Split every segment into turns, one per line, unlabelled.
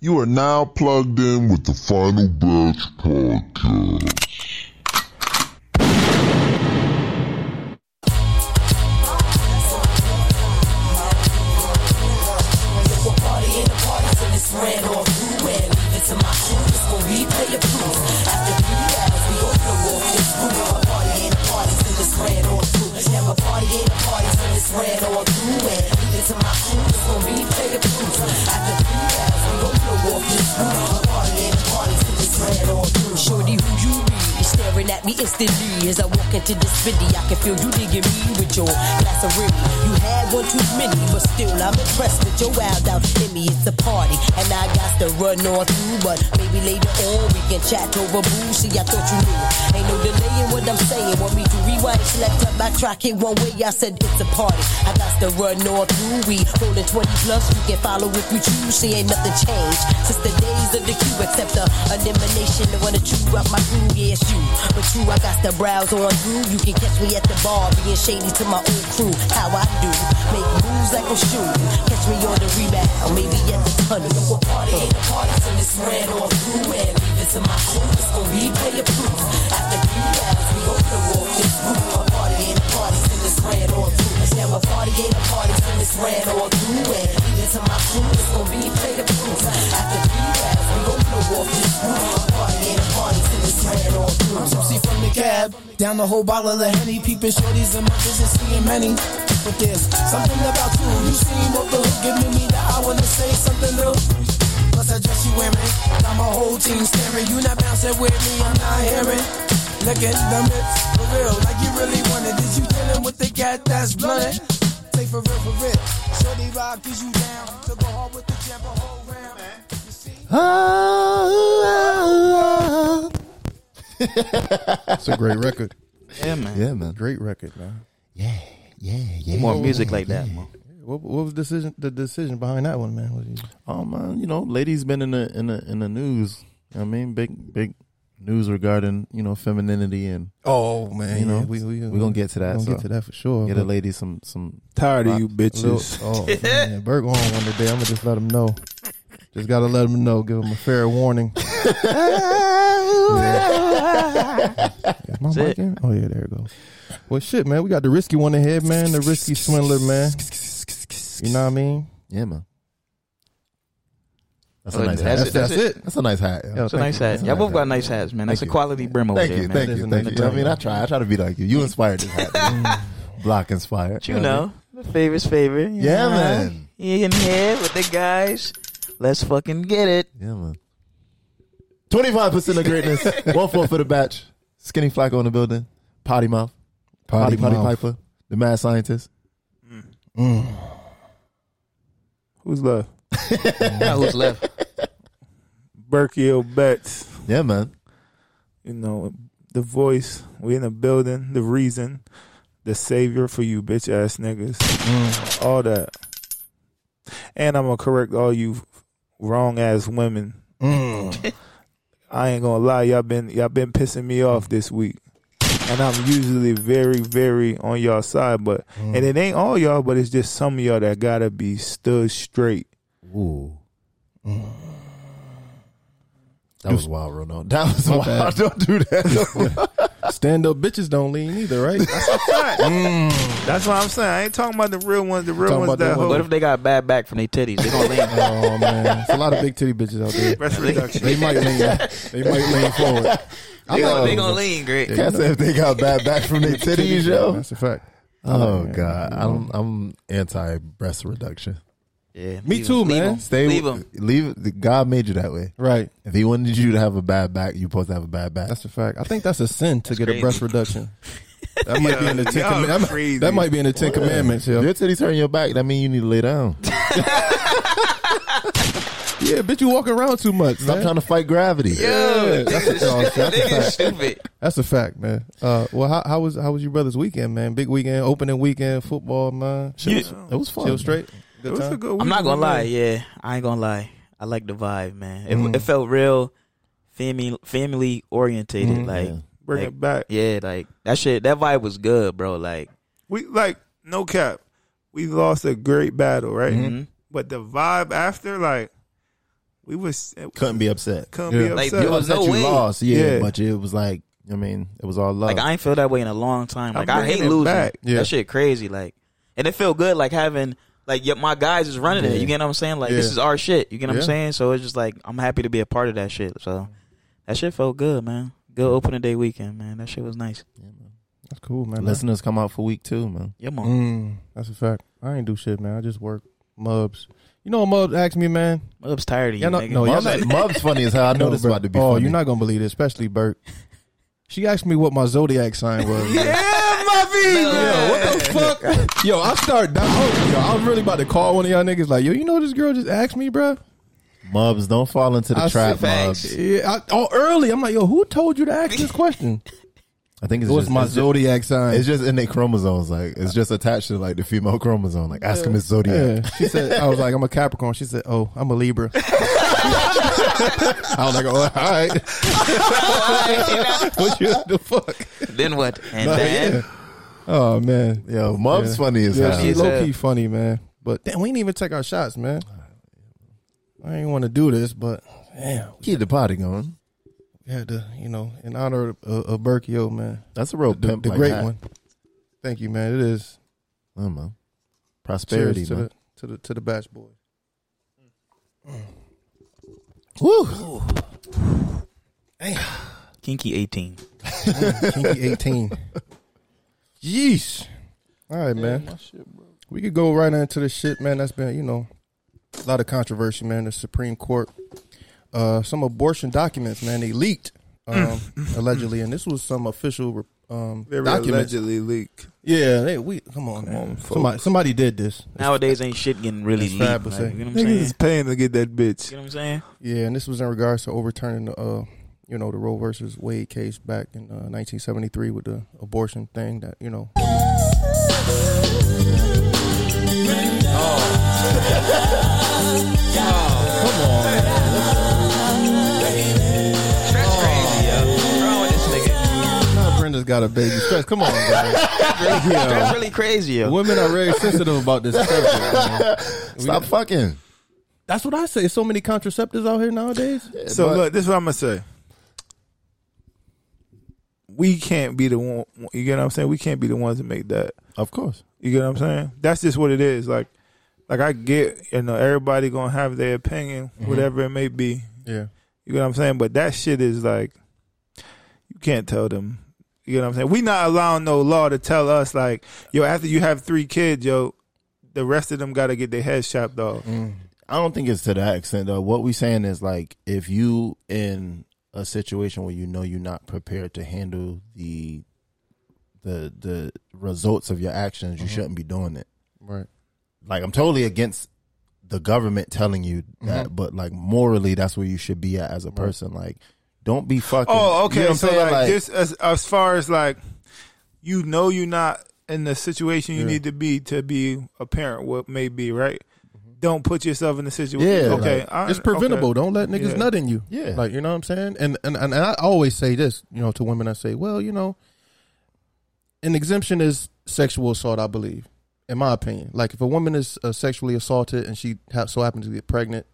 You are now plugged in with the Final Batch Podcast.
Shorty, who you be? Is staring at me instantly as I walk into this city. I can feel you digging me with your glassery. You had one too many, but still I'm impressed with your wild out in me. It's a party, and I got to run on through. But maybe later on we can chat over booze. See, I thought you knew. Ain't no delaying what I'm saying. Want me to rewind? Select up my track it one way. I said it's a party. I got to run on through. We rolling 20 plus. We can follow if we choose. See, ain't nothing changed since the days of the queue, except the elimination of one or two up my crew. Yes, you. But true, I got the brows on through. You can catch me at the bar, being shady to my old crew. How I do, make moves like I'm shooting. Catch me on the rebound, maybe at the tunnel. We'll party in the party till it's ran on through and leave it to my crew. It's gonna be player proof. After three hours, we hope to walk this roof. A party in the party till it's ran on through. Let's have a party in the party till it's ran on through and leave it to my crew. It's gonna be player proof. After three hours, we hope to walk this roof. A party in the party till it's ran on through.
I'm tipsy from the cab, down the whole bottle of Henny, peeping shorties in my business, seeing many. But there's something about you, you seem off the hook, giving me the I wanna say something new. Plus I dress you wearing, got my whole team staring, you not bouncing with me, I'm not hearing. Look at the lips, for real, like you really wanted. Did you dealing with the cat that's blunt? Say for real, for real, shorty rock, cause you down. Took a hard with the jam a whole round. You see?
Oh, It's a great record.
Yeah, man.
Yeah, man.
Great record, man.
Yeah, yeah.
More music like that, man.
What, what was decision? The decision behind that one, man. What you-
Oh man, you know, ladies been in the in the in the news. I mean, big big news regarding you know femininity and
Oh man,
you know
yeah, we we
we're gonna get to that.
Gonna
so
get to that for sure.
Get a
but
lady some some
Tired of you
a little-
bitches.
oh man, Berg on one today. I'm gonna just let him know. Just gotta let him know. Give him a fair warning. Is my mic
it.
in? Oh yeah, there it goes. Well, shit, man. We got the risky one ahead, man. The risky swindler, man. You know what I mean?
yeah, man. That's
Oh,
a nice
that's
hat.
it, that's it.
That's a nice hat. yo.
Yo,
It's a
thank
nice
you.
hat. Y'all both got nice hats, man. That's a
Thank you.
quality brim over
Thank
there,
you,
man.
thank
That is a
you, thank
nice
you. You know what
hat.
I mean, I try. I try to be like you. You inspired this hat. Block inspired.
But you know, the favorite's favorite. you
Yeah,
know.
man.
You in here with the guys. Let's fucking get it.
Yeah, man. Twenty five percent of greatness. One four for the batch. Skinny Flacco in the building. Potty mouth. Potty potty
mouth. Mm.
Piper. The mad scientist.
Mm.
Who's left?
Now who's left?
Berkey O. Betts.
Yeah, man.
You know, the voice. We in the building. The reason. The savior for you bitch ass niggas.
Mm.
All that. And I'm gonna correct all you wrong ass women.
Mm.
I ain't gonna lie, y'all been y'all been pissing me off this week. And I'm usually very, very on y'all side, but
Mm.
and it ain't all y'all, but it's just some of y'all that gotta be stood straight.
Ooh. That was wild, Ronald. That was wild. Don't do that.
Stand up bitches don't lean either, right?
That's what I'm saying. I ain't talking about the real ones. The real
Talking
ones
about the
that
ones-
What
hold.
if they got bad back from their titties? They gonna lean.
Uh,
oh man, it's a lot of big titty bitches out there.
Breast reduction.
They might lean. They might lean forward.
They gonna, they
know.
gonna lean, great.
Can't say if they got bad back from their titties, yo.
That's a fact.
Oh god, I'm I'm anti breast reduction.
Yeah,
Me
leave
too,
'em, leave
man.
'em,
Stay
leave them.
Leave. God made you that way.
Right.
If He wanted you to have a bad back, you supposed to have a bad back.
That's a fact. I think that's a sin to get
crazy.
a breast reduction. That might be in the ten.
y'all
Command- that,
crazy.
might, that might be in the ten commandments.
If
Yeah.
your titties hurt your back, that means you need to lay down.
yeah, bitch, you walk around too much.
Stop
man.
trying to fight gravity.
Yo,
that's a, no, that's a
nigga
fact.
stupid.
That's a fact, man. Uh, well, how, how was how was your brother's weekend, man? Big weekend, opening weekend, football, man.
Shit was- it was fun.
Chill straight.
It
Good
was a
time.
good
I'm not
week,
gonna
man.
lie, yeah, I ain't gonna lie. I like the vibe, man. It,
Mm.
it felt real family family orientated, like
Mm. Bring
like,
it back.
Yeah, like that shit. That vibe was good, bro. Like
We like no cap.
Mm-hmm.
We lost a great battle, right?
Mhm.
But the vibe after, like, we was
uh,
Couldn't be upset.
couldn't
Yeah.
be
Like,
upset.
There
It
was
was that
no
you
way.
lost, yeah,
Yeah.
but it was like, I mean, it was all love.
Like I ain't feel that way in a long time.
I'm
Like I hate
bringing it
losing.
back.
Yeah.
That shit crazy. Like, and it felt good. Like having like yep, my guys is running it. You get what I'm saying? Like this
Yeah.
is our shit. You get what
Yeah.
I'm saying? So it's just like I'm happy to be a part of that shit. So that shit felt good, man. Good opening day weekend, man. That shit was nice.
That's cool, man.
Listeners come out for week two, man.
Yeah, mom.
Mm, that's a fact. I ain't do shit, man. I just work. Mubs. You know what Mubs asked me, man?
I was tired of you.
Y'all know-
nigga.
no, y'all
Mub's,
not-
Mub's funny as hell. I know
No,
this is
bro.
about to be.
Oh,
funny.
you're not gonna believe this, especially Bert. She asked me what my zodiac sign was. yeah, my Yo, what the fuck? Yo, I start down. oh, Yo, I'm really about to call one of y'all niggas. Like, yo, you know what this girl just asked me, bro?
Mubs, don't fall into the
I
trap,
said,
Mubs.
Yeah, I, oh, early. I'm like, yo, who told you to ask this question?
I think it's
What's
just
my
it's just,
zodiac sign?
it's just in their chromosomes. Like it's just attached to like the female chromosome. Like ask him his zodiac.
Yeah. She said, I was like, I'm a Capricorn. She said, Oh, I'm a Libra. I was like, Oh, all right. what you the fuck?
Then what? And then
Oh man.
Yo, Mub's funny as
Yeah,
hell.
she's
Yeah.
low key funny, man. But damn, we didn't even take our shots, man. I didn't want to do this, but damn,
Keep the party going.
we had to, you know, in honor of, of Berkio, man,
That's a real
the,
pimp.
the
like
great
that.
one. Thank you, man. It is
I don't know. Prosperity,
Cheers to
man.
the to the to the batch boy.
Woo.
Kinky 18.
Kinky 18. Yeesh. All right, man. We could go right into the shit, man. That's been, you know, a lot of controversy, man. The Supreme Court, uh, some abortion documents, man, they leaked, um, allegedly. And this was some official um,
Very
documents.
allegedly leaked.
Yeah, they, we, come on, man.
on, folks.
somebody, somebody did this.
Nowadays ain't shit getting really
It's
leaked.
five
Like,
percent.
you know what I'm saying?
Niggas is paying to get that bitch.
You know what I'm saying?
Yeah, and this was in regards to overturning the, uh, you know, the Roe versus Wade case back in uh, 1973 with the abortion thing that you know.
That's crazy, yo. What's wrong with this nigga?
Nah, Brenda's got a baby stress. Come on, brother.
That's
yeah.
really crazy, yo.
Women are very sensitive about this subject. man.
Stop fucking.
That's what I say. So many contraceptives out here nowadays.
So
But-
look, this is what I'm gonna say. We can't be the one. You get what I'm saying? We can't be the ones that make that.
Of course.
You get what I'm saying? That's just what it is. Like, like I get. You know, everybody gonna have their opinion,
Mm-hmm.
whatever it may be.
Yeah.
You get what I'm saying? But that shit is like, you can't tell them. You get what I'm saying? We not allowing no law to tell us like, yo, after you have three kids, yo, the rest of them got to get their heads chopped off.
I don't think it's to that extent though. What we saying is like if you in a situation where you know you're not prepared to handle the the the results of your actions,
Mm-hmm.
you shouldn't be doing it.
Right.
Like I'm totally against the government telling you that,
Mm-hmm.
but like morally that's where you should be at as a person. Like don't be fucking
Oh,
You
okay.
know what I'm
so
saying?
like,
Like,
this as as far as like, you know, you're not in the situation you need to be to be a parent. What may be right. Don't put yourself in the situation.
Yeah,
okay,
like,
I-
it's preventable.
okay.
Don't let niggas
Yeah.
nut in you.
Yeah.
Like, you know what I'm saying? And, and and I always say this, you know, to women I say, well, you know, an exemption is sexual assault, I believe, in my opinion. Like if a woman is uh, sexually assaulted and she ha- so happens to get pregnant,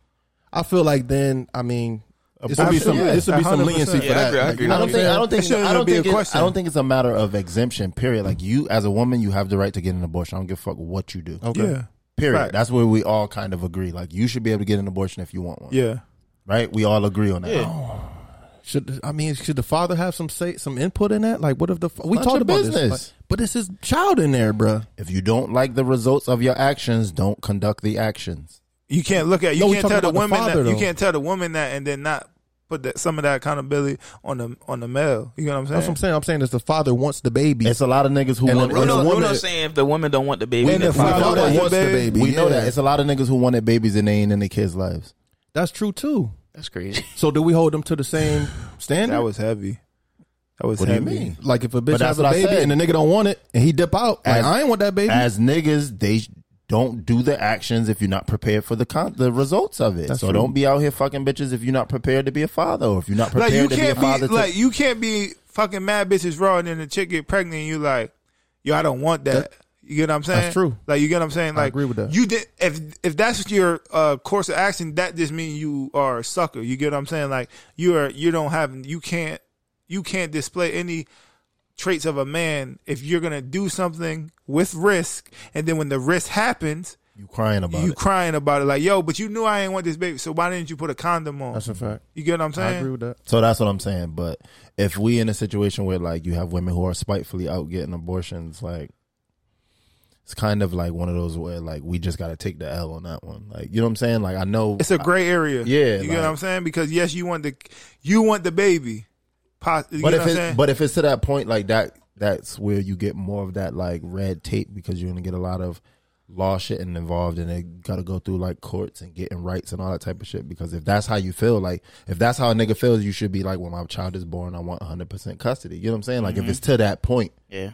I feel like then, I mean, this would be some,
Absolutely.
this would be some
100%.
lenency for
Yeah, I
that.
agree, I
Like,
agree.
you know
I don't
what I'm
think I
saying?
don't think
It shouldn't
I don't
be a
think it's,
question.
I don't think it's a matter of exemption. Period. Like you, as a woman, you have the right to get an abortion. I don't give a fuck what you do.
Yeah,
Period.
Fact.
That's where we all kind of agree. Like you should be able to get an abortion if you want one.
yeah.
Right? We all agree on that. Oh,
Should I mean should the father have some say some input in that? Like, what if the fa- we
Mind
talked
your
about this?
business.
like, but it's his child in there, bruh.
If you don't like the results of your actions, don't conduct the actions.
You can't look at you
No, we
can't
talking
tell the
about the
woman
father,
that you
though.
can't tell the woman that and then not put that some of that accountability on the on the male. You know what I'm saying?
That's what I'm saying. I'm saying is the father wants the baby.
It's a lot of niggas who
And
want
the
and
Bruno,
the
woman-
Bruno's saying if the women don't want the baby,
And
then
the
fuck
father
father
wants the
baby.
baby.
We know
yeah.
that. It's a lot of niggas who wanted babies and they ain't in their kids' lives.
That's true too.
That's crazy.
So do we hold them to the same standard?
that was heavy. That was
What do you
heavy.
mean?
like if a bitch
But that's
has a
what I
baby and
said.
the nigga don't want it and he dip out, like
As-
I ain't want that baby.
As niggas, they sh- don't do the actions if you're not prepared for the con- the results of it.
That's
so
true.
don't be out here fucking bitches if you're not prepared to be a father or if you're not prepared
Like you
to be a
can't
father
be,
to
like you can't be fucking mad bitches raw and then the chick get pregnant and you like, yo, I don't want that. You get what I'm saying?
That's true.
Like you get what I'm saying?
I
Like
agree with that.
You did if if that's your uh, course of action, that just means you are a sucker. You get what I'm saying? Like you are you don't have you can't you can't display any traits of a man if you're gonna do something with risk, and then when the risk happens,
You crying about
you
it.
crying about it like yo, but you knew I ain't want this baby, so why didn't you put a condom on?
That's a fact.
you get what I'm
I
saying?
agree with that.
So that's what I'm saying. But if we in a situation where like you have women who are spitefully out getting abortions, like it's kind of like one of those where like we just got to take the L on that one. Like you know what I'm saying? Like I know
It's a gray area.
Yeah,
you get what
like-
I'm saying? Because yes, you want the you want the baby. Pos- you
but
know what
if
I'm
it,
saying?
but if it's to that point, like that, that's where you get more of that like red tape because you're gonna get a lot of law shit and involved, and they gotta go through like courts and getting rights and all that type of shit. Because if that's how you feel, like if that's how a nigga feels, you should be like, when my child is born, I want 100 percent custody. You know what I'm saying? Like if it's to that point,
Yeah.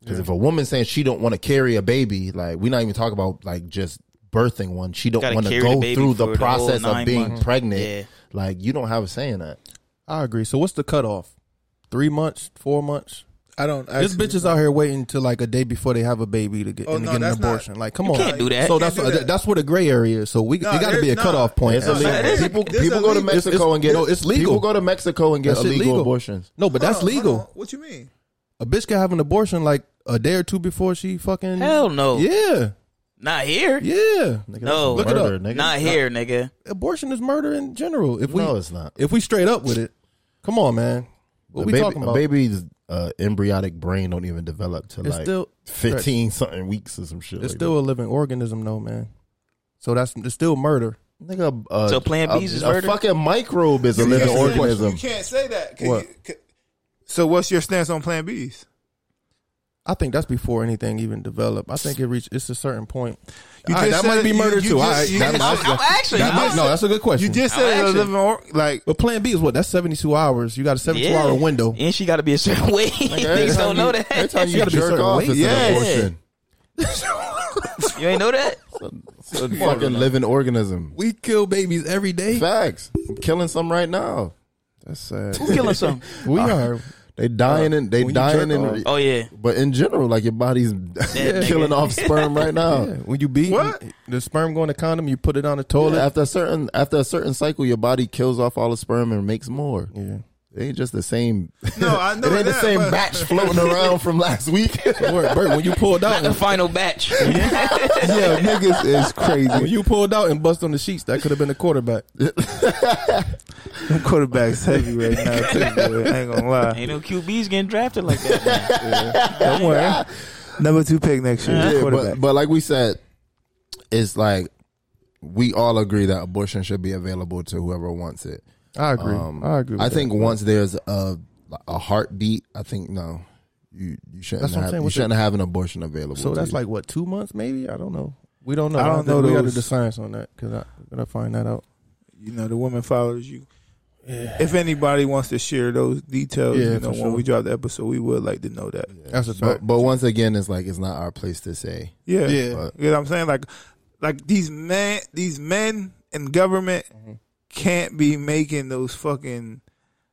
because if a woman's saying she don't want to carry a baby, like we're not even talking about like just birthing one, she don't
Gotta
want to
carry the
go
baby
through the
for the whole
process of
nine
being
months.
pregnant.
Yeah.
Like you don't have a saying that.
I agree. So what's the cutoff? Three months? Four months?
I don't.
This bitch is out here waiting till like a day before they have a baby to get,
Oh,
and
no,
to get
that's
an
not-
abortion. like, come
You
on,
can't do that.
So
You
that's
can't do that.
that's where the gray area is. So we
No,
there got to be a
there's-
cutoff
no.
point.
It's illegal.
it is-
people
it's
people go to
illegal.
Mexico and get
No, it's legal.
People go to Mexico and get
That shit
illegal
legal.
abortions.
No, but that's
Uh, Hold on, hold
legal.
on. What you mean?
A bitch can have an abortion like a day or two before she fucking.
Hell no.
Yeah,
Not here.
yeah.
Nigga,
No.
that's
Look it
murder,
up.
nigga.
Not here, nigga.
Abortion is murder in general. If we
No, it's not.
if we straight up with it, come on, man. What
a
we
baby,
talking about?
A baby's uh, embryotic brain don't even develop till
It's
like
still-
fifteen something weeks or some shit.
It's
like
still a living organism, though, man. So that's it's still murder.
that. nigga. Uh,
So Plan
a-
B's is
a
murder?
fucking microbe is a
You
living
can't say-
organism.
You can't say that. 'cause
What?
you- 'cause- so what's your stance on Plan B's?
I think that's before anything even developed. I think it reached. It's a certain point.
You
All right,
just
that might
said
be
you-
murder
you
too.
just-
All right,
you
that
just-
might-
I'm- I'm
actually-
that might-
I'm-
no, that's a good question.
You just
I'm
said a
actually-
living or, like
but Plan B is what? That's seventy two hours. You got a seventy two
Yeah.
hour window.
And she got to be a certain way.
Every time
Niggas don't know
you- Every time
that.
you
gotta be a
jerk
certain
off,
weight.
it's
Yeah.
an abortion.
You ain't know that?
It's a fucking living organism.
We kill babies every day.
Facts. I'm killing some right now.
That's sad.
Who killing some?
we are.
They dying and they
when you
dying
jerk
and.
off.
Oh yeah.
But in general, like your body's
nigga.
killing off sperm right now.
Yeah, when you beat
What?
the sperm go in the condom, you put it on the
Yeah,
toilet.
after a certain after a certain cycle, your body kills off all the sperm and makes more.
Yeah,
It ain't just the same.
No, I know
it ain't
that,
the same
but-
batch floating around from last week.
Bert, Bert, when you pulled out,
The final batch.
yeah, niggas is
when
crazy.
you pulled out and bust on the sheets, that could have been the quarterback.
them quarterbacks heavy right now. Too, boy. I ain't gonna lie.
ain't no QBs getting drafted like that. man.
Don't worry. Number two pick next year.
Yeah,
quarterback.
but but like we said, it's like we all agree that abortion should be available to whoever wants it. Um,
I agree. I agree. With
I
that.
think once there's a a heartbeat, I think no, you you shouldn't
That's what I'm
have,
saying.
you
What's
shouldn't have an abortion available.
So
to
that's
you.
like what two months, maybe? I don't know. We don't know.
I don't
think
know
We got to
those.
the science on that because I gotta find that out.
you know the woman follows you. If anybody wants to share those details,
Yeah,
you know
for
when
sure.
we drop the episode, we would like to know that.
That's a fact.
But, but once again, it's like it's not our place to say.
Yeah.
Yeah.
But-
You know what I'm saying? Like like these men these men in government can't be making those fucking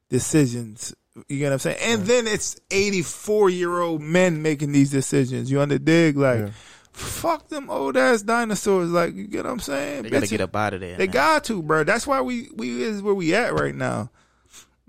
decisions. You get what I'm saying? And then it's 84 year old men making these decisions. You under dig? Like,
Yeah.
fuck them old ass dinosaurs. Like, you get what I'm saying?
They gotta
Bitches-
get up out of there.
They
man.
got to, bro. That's why we we is where we at right now.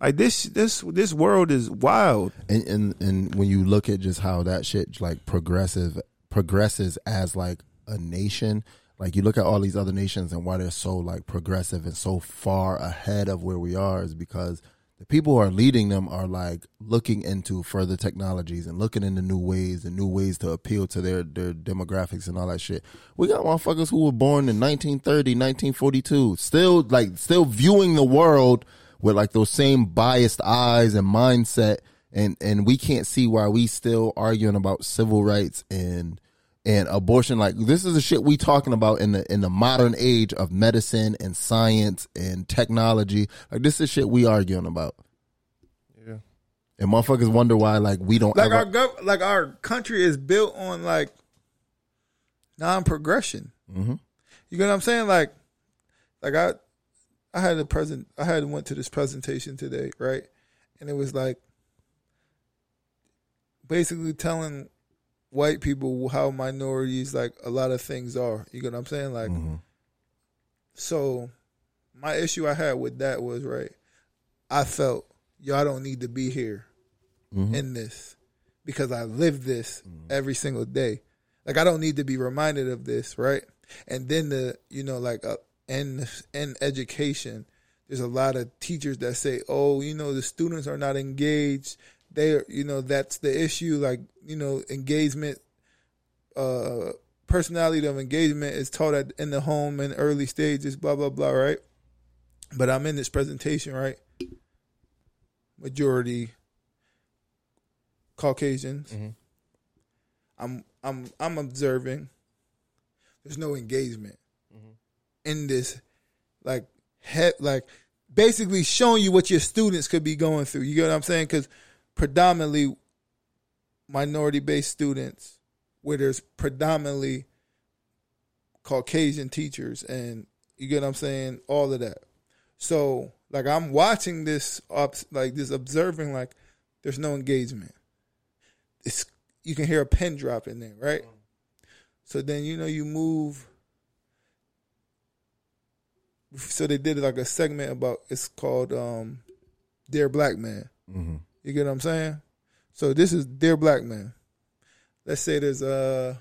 Like this this this world is wild.
and and and when you look at just how that shit like progressive progresses as like a nation like you look at all these other nations and why they're so like progressive and so far ahead of where we are is because the people who are leading them are like looking into further technologies and looking into new ways and new ways to appeal to their their demographics and all that shit. We got motherfuckers who were born in 1930, 1942, still like still viewing the world with like those same biased eyes and mindset and and we can't see why we still arguing about civil rights and and abortion like this is the shit we talking about in the in the modern age of medicine and science and technology like this is shit we arguing about
Yeah.
and motherfuckers wonder why like we don't
like
ever,
our gov- like our country is built on like non-progression.
Mm-hmm,
You get what I'm saying? Like, like I, I had a present. I had went to this presentation today, right? And it was like basically telling white people how minorities like a lot of things are. You get what I'm saying? Like so my issue I had with that was right, I felt y'all don't need to be here in this because I live this every single day. Like I don't need to be reminded of this, right? And then the you know like uh, in in education, there's a lot of teachers that say, "Oh, you know, the students are not engaged. They, are you know, that's the issue. Like you know, engagement, uh, personality of engagement is taught at, in the home in early stages. Blah blah blah. Right? But I'm in this presentation, right? Majority Caucasians. I'm I'm I'm observing. There's no engagement in this, like head, like basically showing you what your students could be going through. You get what I'm saying? Because predominantly minority based students, where there's predominantly Caucasian teachers, and you get what I'm saying. All of that. So like I'm watching this up, like this observing, like there's no engagement it's you can hear a pin drop in there, right? So then you know you move. So they did like a segment about it's called um, "Dear Black Man."
Mm-hmm.
You get what I'm saying? So this is "Dear Black Man." Let's say there's uh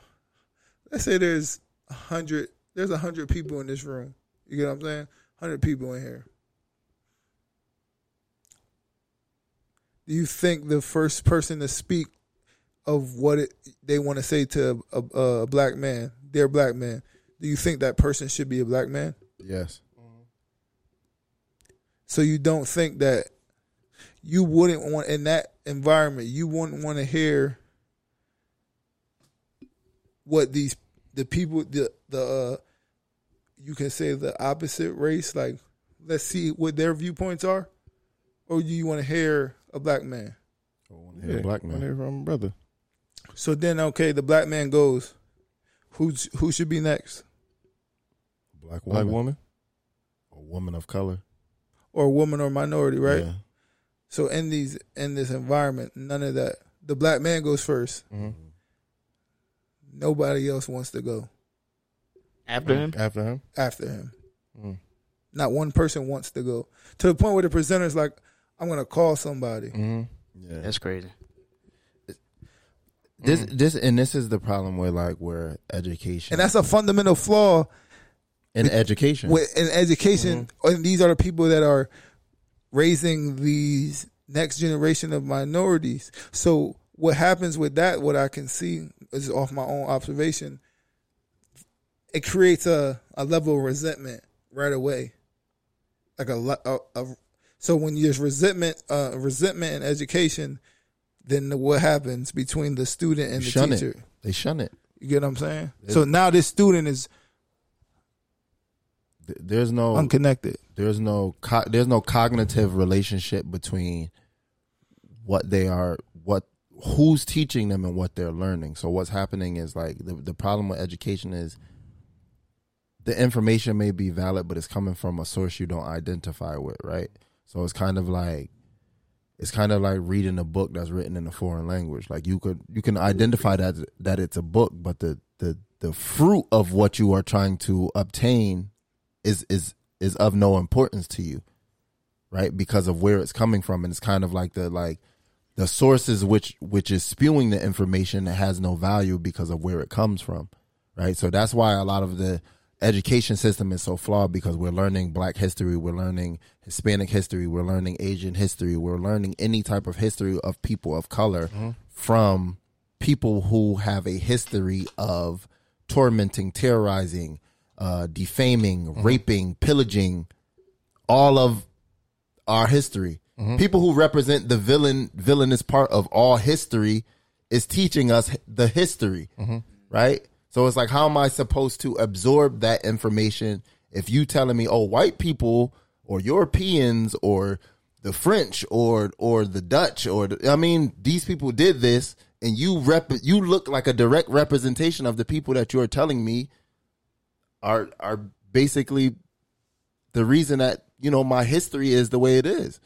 let's say there's a hundred there's a hundred people in this room. You get what I'm saying? Hundred people in here. Do you think the first person to speak of what it, they want to say to a, a, a black man, their black man, do you think that person should be a black man?
Yes.
So you don't think that you wouldn't want in that environment, you wouldn't want to hear what these the people the the uh, you can say the opposite race like let's see what their viewpoints are, or do you want to hear a black man?
Yeah, black man.
Here from brother.
So then, okay, the black man goes. Who's who should be next,
Black
Black
woman.
woman.
A woman of color.
or woman or minority, right?
Yeah.
So in these in this environment, none of that. The black man goes 1st
Mm-hmm.
Nobody else wants to go
After him,
After him. Mm.
after him. Not one person wants to go to the point where the presenter's like, "I'm gonna call somebody."
Mm-hmm.
Yeah.
that's crazy. Mm.
This this and this is the problem where like where education
And that's a fundamental flaw
in education.
with in education.
Mm-hmm.
And these are the people that are raising these next generation of minorities. So what happens with that? What I can see is off my own observation. It creates a, a level of resentment right away, like a lot. A, a, so when there's resentment, uh, resentment in education, then what happens between the student and the
shun
teacher?
it. They shun it.
You get what I'm saying? so now this student is
Th- There's no
unconnected.
there's no co- there's no cognitive relationship between what they are what who's teaching them and what they're learning so what's happening is like the, the problem with education is the information may be valid but it's coming from a source you don't identify with right so it's kind of like it's kind of like reading a book that's written in a foreign language like you could you can identify that that it's a book but the the the fruit of what you are trying to obtain is is is of no importance to you right because of where it's coming from and it's kind of like the like the sources which which is spewing the information that has no value because of where it comes from right so that's why a lot of the education system is so flawed because we're learning black history we're learning hispanic history we're learning asian history we're learning any type of history of people of color from people who have a history of tormenting terrorizing uh, defaming raping pillaging all of our history. People who represent the villain villainous part of all history is teaching us the history, Mm-hmm. right? So it's like, how am I supposed to absorb that information if you telling me, oh, white people or Europeans or the French or or the Dutch or the, I mean, these people did this, and you rep you look like a direct representation of the people that you are telling me are are basically the reason that you know my history is the way it is.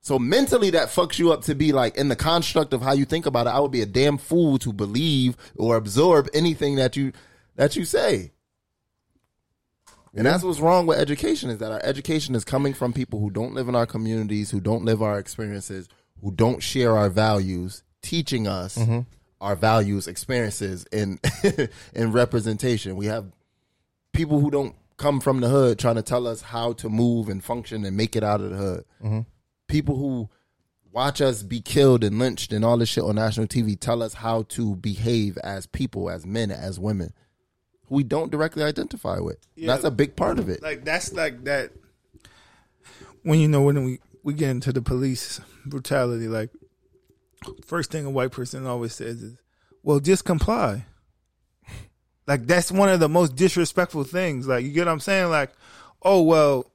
So mentally, that fucks you up to be like in the construct of how you think about it. I would be a damn fool to believe or absorb anything that you that you say. And that's what's wrong with education is that our education is coming from people who don't live in our communities, who don't live our experiences, who don't share our values, teaching us Mm-hmm. our values, experiences, and and representation. We have people who don't come from the hood trying to tell us how to move and function and make it out of the hood. People who watch us be killed and lynched and all this shit on national TV tell us how to behave as people, as men, as women, who we don't directly identify with. That's a big part of it.
Like that's like that. When you know when we we get into the police brutality, like first thing a white person always says is, "Well, just comply." Like that's one of the most disrespectful things. Like you get what I'm saying? Like, oh well,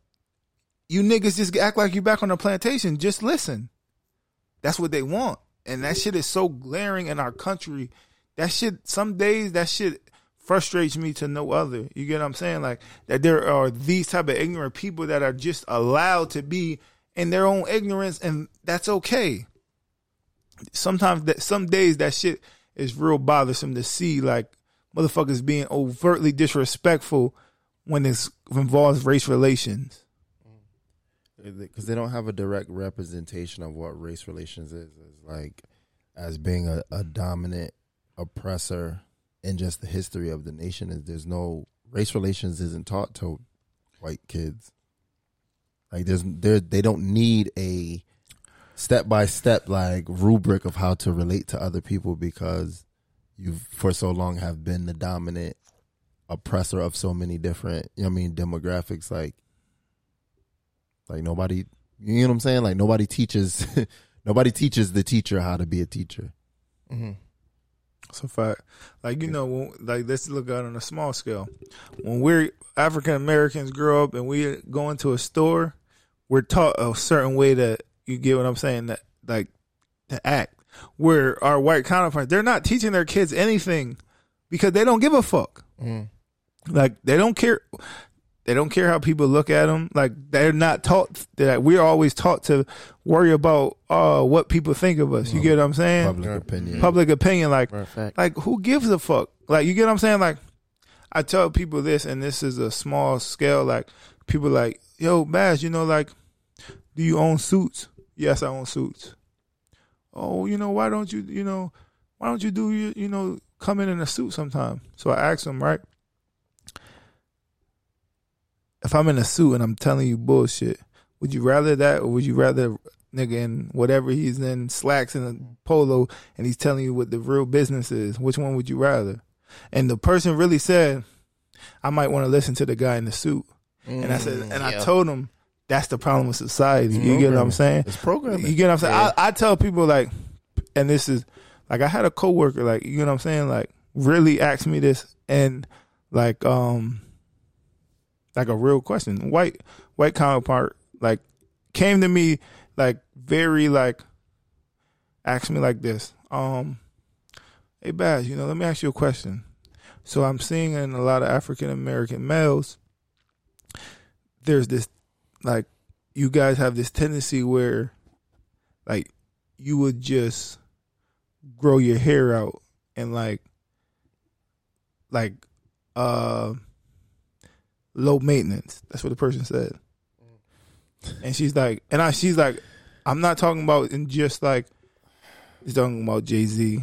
you niggas just act like you back on the plantation. Just listen. That's what they want, and that shit is so glaring in our country. That shit. Some days that shit frustrates me to no other. You get what I'm saying? Like that there are these type of ignorant people that are just allowed to be in their own ignorance, and that's okay sometimes that some days that shit is real bothersome to see like motherfuckers being overtly disrespectful when it's involves race relations.
because they don't have a direct representation of what race relations is is like as being a, a dominant oppressor in just the history of the nation is there's no race relations isn't taught to white kids like there's there they don't need a step by step like rubric of how to relate to other people because you for so long have been the dominant oppressor of so many different you know what I mean demographics like like nobody, you know what I'm saying? Like nobody teaches, nobody teaches the teacher how to be a teacher. Mm-hmm.
So fact, like you know, when, like let's look at it on a small scale. When we're African Americans grow up and we go into a store, we're taught a certain way that you get what I'm saying that like to act. Where our white counterparts, they're not teaching their kids anything because they don't give a fuck.
Mm-hmm.
Like they don't care. They don't care how people look at them. Like they're not taught that we're always taught to worry about uh, what people think of us. You get what I'm saying?
Public opinion.
Mm-hmm. public opinion. Like,
Perfect.
like who gives a fuck? Like, you get what I'm saying? Like, I tell people this, and this is a small scale. Like, people like, yo, Bass, you know, like, do you own suits? Yes, I own suits. Oh, you know, why don't you, you know, why don't you do you, you know, come in in a suit sometime? So I asked them, right? If I'm in a suit and I'm telling you bullshit, would you rather that or would you rather nigga in whatever he's in slacks and a polo and he's telling you what the real business is which one would you rather and the person really said i might want to listen to the guy in the suit and i said and i told him that's the problem with society you get what i'm saying
It's programming.
you get what i'm saying I, I tell people like and this is like i had a coworker like you know what i'm saying like really asked me this and like um like a real question white white counterpart like came to me like very like asked me like this um hey Baz, you know let me ask you a question so i'm seeing in a lot of african american males there's this like you guys have this tendency where like you would just grow your hair out and like like uh low maintenance that's what the person said and she's like, and I, she's like, I'm not talking about in just like, he's talking about Jay Z.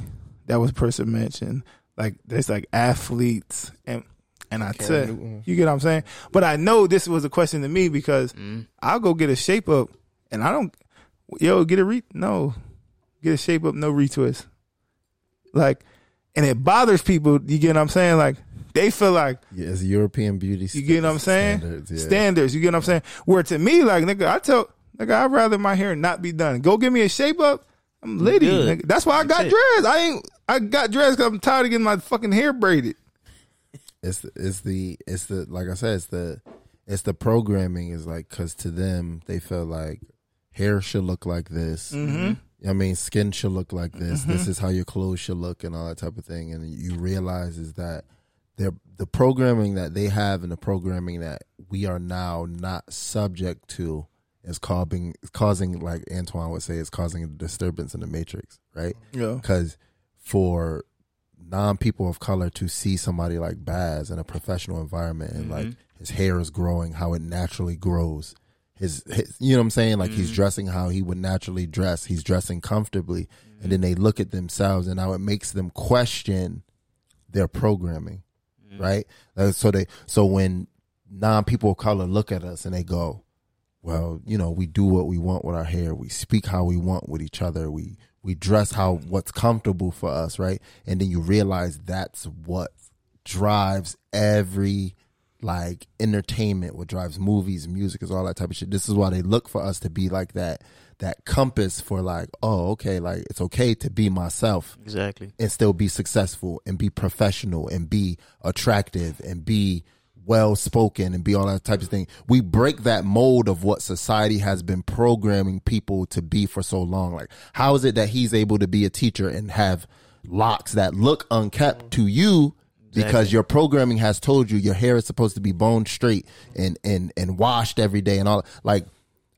That was a person mentioned. Like there's like athletes and and I said, you get what I'm saying. But I know this was a question to me because I'll go get a shape up, and I don't, yo, get a re no, get a shape up, no retwist. Like, and it bothers people. You get what I'm saying? Like they feel like
Yeah, it's European beauty.
you get what I'm saying?
Standards,
Standards,
yeah.
You get what I'm saying? Where to me, like nigga, I tell nigga, I'd rather my hair not be done. Go give me a shape up. I'm litty.
good.
Nigga. That's why I got
it.
dressed. I ain't. I got dressed because I'm tired of getting my fucking hair braided.
it's it's the it's the like I said, it's the it's the programming is like because to them they feel like hair should look like this. I mean, skin should look like this. This is how your clothes should look, and all that type of thing. And you realize is that they're, the programming that they have and the programming that we are now not subject to is causing causing like Antoine would say, it's causing a disturbance in the matrix, right?
Yeah.
Because for non people of color to see somebody like Baz in a professional environment and like his hair is growing, how it naturally grows. His, his you know what I'm saying? Like he's dressing how he would naturally dress. He's dressing comfortably. And then they look at themselves and how it makes them question their programming. Right? Uh, so they so when non people of color look at us and they go, well, you know, we do what we want with our hair. We speak how we want with each other. We we dress how what's comfortable for us, right? And then you realize that's what drives every like entertainment, what drives movies, music, is all that type of shit. This is why they look for us to be like that that compass for like, oh, okay, like it's okay to be myself
Exactly.
and still be successful and be professional and be attractive and be well spoken and be all that type of thing. We break that mold of what society has been programming people to be for so long. Like, how is it that he's able to be a teacher and have locks that look unkept to you? Because your programming has told you your hair is supposed to be bone straight and and and washed every day and all like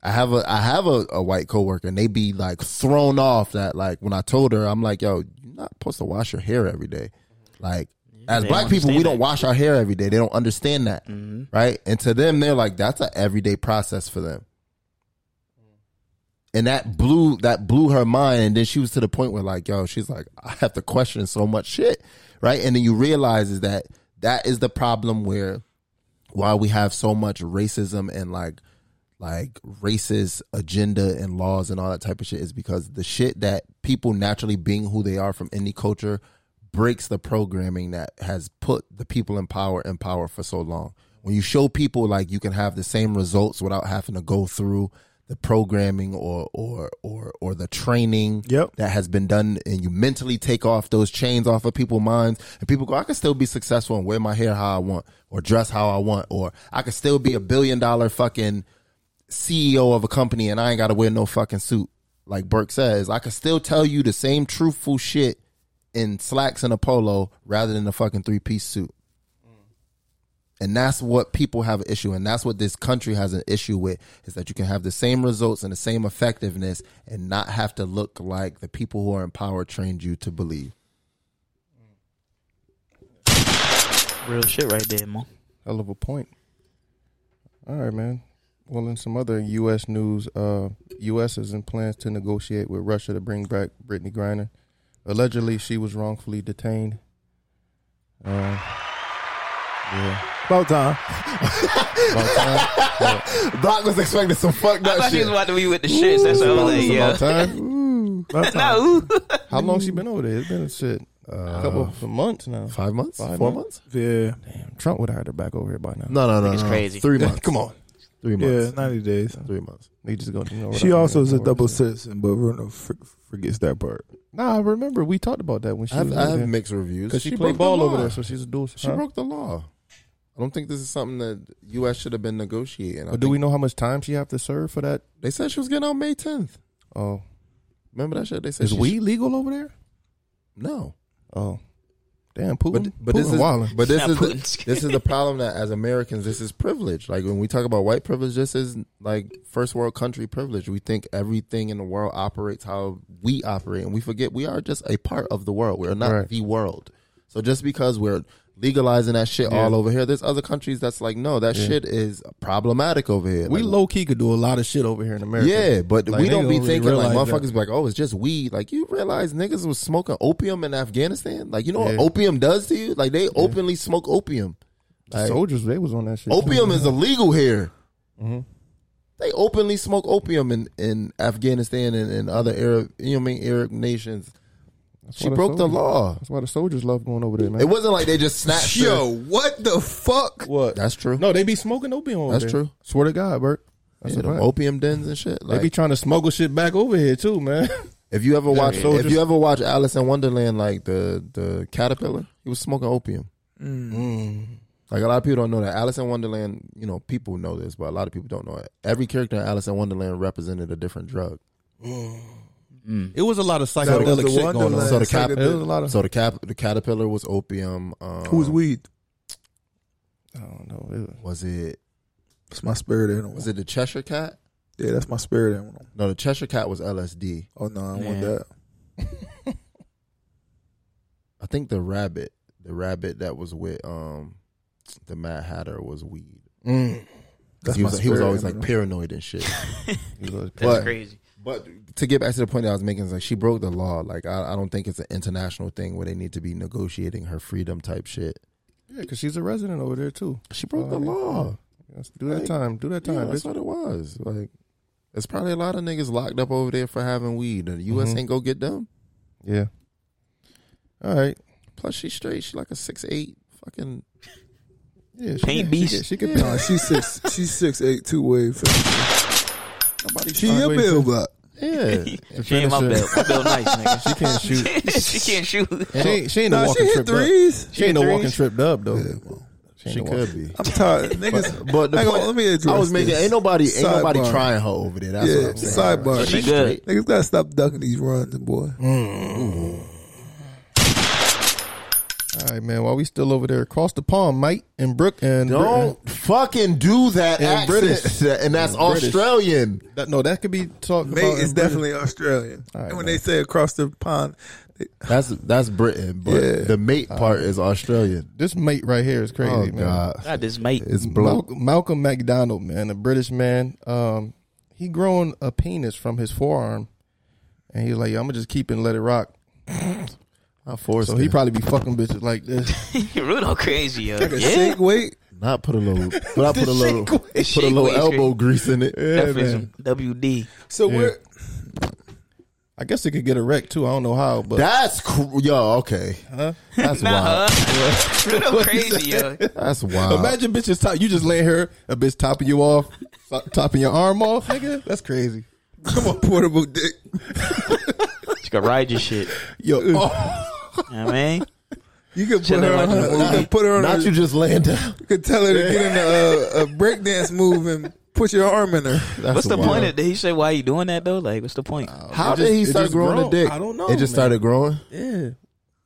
I have a I have a, a white coworker and they be like thrown off that like when I told her I'm like yo you're not supposed to wash your hair every day like as
they
black
don't
people we
understand
don't
that.
wash our hair every day they don't understand that right and to them they're like that's a everyday process for them and that blew that blew her mind and then she was to the point where like yo she's like i have to question so much shit right and then you realize is that that is the problem where why we have so much racism and like like racist agenda and laws and all that type of shit is because the shit that people naturally being who they are from any culture breaks the programming that has put the people in power in power for so long. When you show people like you can have the same results without having to go through the programming or or or or the training
Yep.
that has been done and you mentally take off those chains off of people's minds and people go, I can still be successful and wear my hair how I want or dress how I want or I can still be a billion dollar fucking CEO E of a company and I ain't got to wear no fucking suit. Like Burke says, I can still tell you the same truthful shit in slacks and a polo rather than a fucking three piece suit. And that's what people have an issue, and that's what this country has an issue with is that you can have the same results and the same effectiveness and not have to look like the people who are in power trained you to believe.
Real shit right there, Mo.
Hell of a point. All right, man. Well, in some other U.S. news, uh, U.S. is in plans to negotiate with Russia to bring back Brittany Griner. Allegedly, she was wrongfully detained. Uh, yeah.
About time.
About time.
Block was expecting some fucked
I
up
thought she
shit.
was about to be with the shits. That's what I was like,
It's
yeah.
about time.
About time.
No.
How long she been over there? It's been shit. uh, A couple of months now.
Five months?
Five
Four months?
months?
Yeah.
Damn, Trump would have had her back over here by now.
No, no, no.
Nigga's
no, no.
crazy.
Three months.
Come on.
Three
Yeah,
months.
90 days.
Three months.
They just gonna ignore
She
what I
also is a
ignore
double
what I said.
citizen, but Bruno fr- forgets that part.
Nah, I remember we talked about that when she
I have,
was
I
over
have
there.
mixed reviews.
Cause she,
broke
played
the
ball over
law.
there, so she's a dual.
She
huh?
broke the law. I don't think this is something that U.S. should have been negotiating. I
But do we
think-
know how much time she have to serve for that?
They said she was getting out May 10th.
Oh,
Remember that shit? They said
is
she
weed legal over there?
No,
Oh, damn, Putin.
but but this
Putin
is
wildin'.
but this
Not
is the,
Putin's.
this is the problem that as Americans this is privilege. Like when we talk about white privilege, this is like first world country privilege. We think everything in the world operates how we operate, and we forget we are just a part of the world. We're not
Right.
the world. So just because we're legalizing that shit all over here, there's other countries that's like, no, that shit is problematic over here.
we
Like,
low key could do a lot of shit over here in America.
Yeah, but
Like,
we
niggas
don't be
really
thinking like
realize
motherfuckers be like, oh, it's just weed. Like you realize niggas was smoking opium in Afghanistan. Like you know
Yeah.
what opium does to you? Like they openly smoke opium.
that. soldiers. They was on that shit.
Opium
too.
is illegal here.
Mm-hmm.
They openly smoke opium in, in Afghanistan and, and other Arab, you know, what I mean, Arab nations.
That's
She
why
broke the
soldiers-
law.
That's why the soldiers love going over there, man.
It wasn't like they just snatched. her.
Yo, what the fuck?
what?
that's true.
no, they be smoking opium. Over
That's
there.
true.
Swear to God, Bert. That's
Yeah,
a
them
fact.
opium dens and shit.
They
Like,
be trying to smuggle shit back over here too, man.
if you ever watch,
soldiers-
if you ever watch Alice in Wonderland, like the the caterpillar, he was smoking opium.
Mm.
Mm. Like a lot of people don't know that Alice in Wonderland, you know, people know this, but a lot of people don't know it. Every character in Alice in Wonderland represented a different drug.
Mm. it was a lot of
That was
psychedelic
the
shit going on.
Wonderland
So the
psychedelic-
cap-
It was a lot of.
So the cap, the caterpillar was opium. Um,
Who's weed?
I don't know. It was-
Was it
It's my spirit animal.
was it the Cheshire cat?
Yeah, that's my spirit animal.
No, the Cheshire Cat was LSD.
Oh no, I
Man.
want that.
I think the rabbit, the rabbit that was with um the Mad Hatter was weed.
That's
he
my
was, he was
spirit
always like
animal.
paranoid and shit. He was always
That's
paranoid.
crazy.
But to get back to the point that I was making, is like she broke the law. Like I, I don't think it's an international thing where they need to be negotiating her freedom type shit.
Yeah, because she's a resident over there too.
She broke
Oh,
the
yeah.
law.
Yes, do that
Like,
time. Do that
Yeah,
time,
that's
bitch.
what it was. Like it's probably a lot of niggas locked up over there for having weed. The U.S.
Mhm.
ain't go get them.
Yeah. All right.
Plus she straight. She like a six eight fucking.
Yeah. She
Paint
can,
beast.
She can, she can
Yeah.
Nah, she's six. She's six eight two wave.
Nobody
She your
wait,
bill, but
Yeah.
She ain't my
finisher.
belt. My belt nice, nigga.
She can't shoot.
she can't shoot.
She ain't, she ain't a
nah, she
walking
hit
trip dub.
threes.
She ain't a
Hit
walking
threes.
trip dub though.
She,
ain't a
could be.
I'm tired, niggas.
But the
Hang on,
point,
let me address
I was making
this.
ain't nobody ain't nobody
Sidebar.
trying her over there. That's
Yeah,
what I'm saying.
sidebar.
She good.
Niggas gotta stop ducking these runs, boy.
All right, man. While we still over there, across the pond, Mike and Brook and
Don't fucking do that
And
accent.
British.
and that's
And British.
Australian.
That, no, that could be talked
Mate
about.
is
in Britain.
definitely Australian.
All right,
and when
man.
they say across the pond, they,
That's that's Britain, but
Yeah.
the mate part is Australian.
This mate right here is crazy,
oh
man.
god,
I just mate.
it's blood.
Malcolm, Malcolm McDonald, man, a British man. Um, he grown a penis from his forearm, and he was like, "I'm gonna just keep it and let it rock."
I forced.
So he probably be fucking bitches like this.
Rudolph crazy, yo.
the
Yeah.
shake weight.
not put a little, but I put a little,
The
put a
shake
little
weight is
elbow grease in it.
Definitely some WD.
So we're
I guess it could get erect too. I don't know how, but
That's cr- yo okay. That's
Nah,
wild.
uh, Rudolph crazy, yo.
That's wild.
imagine bitches top. You just laying here, a bitch topping you off, so- topping your arm off, nigga. That's crazy.
come on, portable dick.
She can ride your shit.
Yo, oh,
You know what I mean?
You can put
Chilling
her on.
like
Her,
a
you
movie.
can put her on.
Not
Her,
you
you
just laying down.
can tell her to get in a, a breakdance move and put your arm in her.
That's
What's the
wild.
point? Of, did he say why you doing that though? Like, what's the point?
How
It
did
just-
he
it
start
just
growing a
grown.
dick?
I don't know,
It just
man.
started growing.
yeah.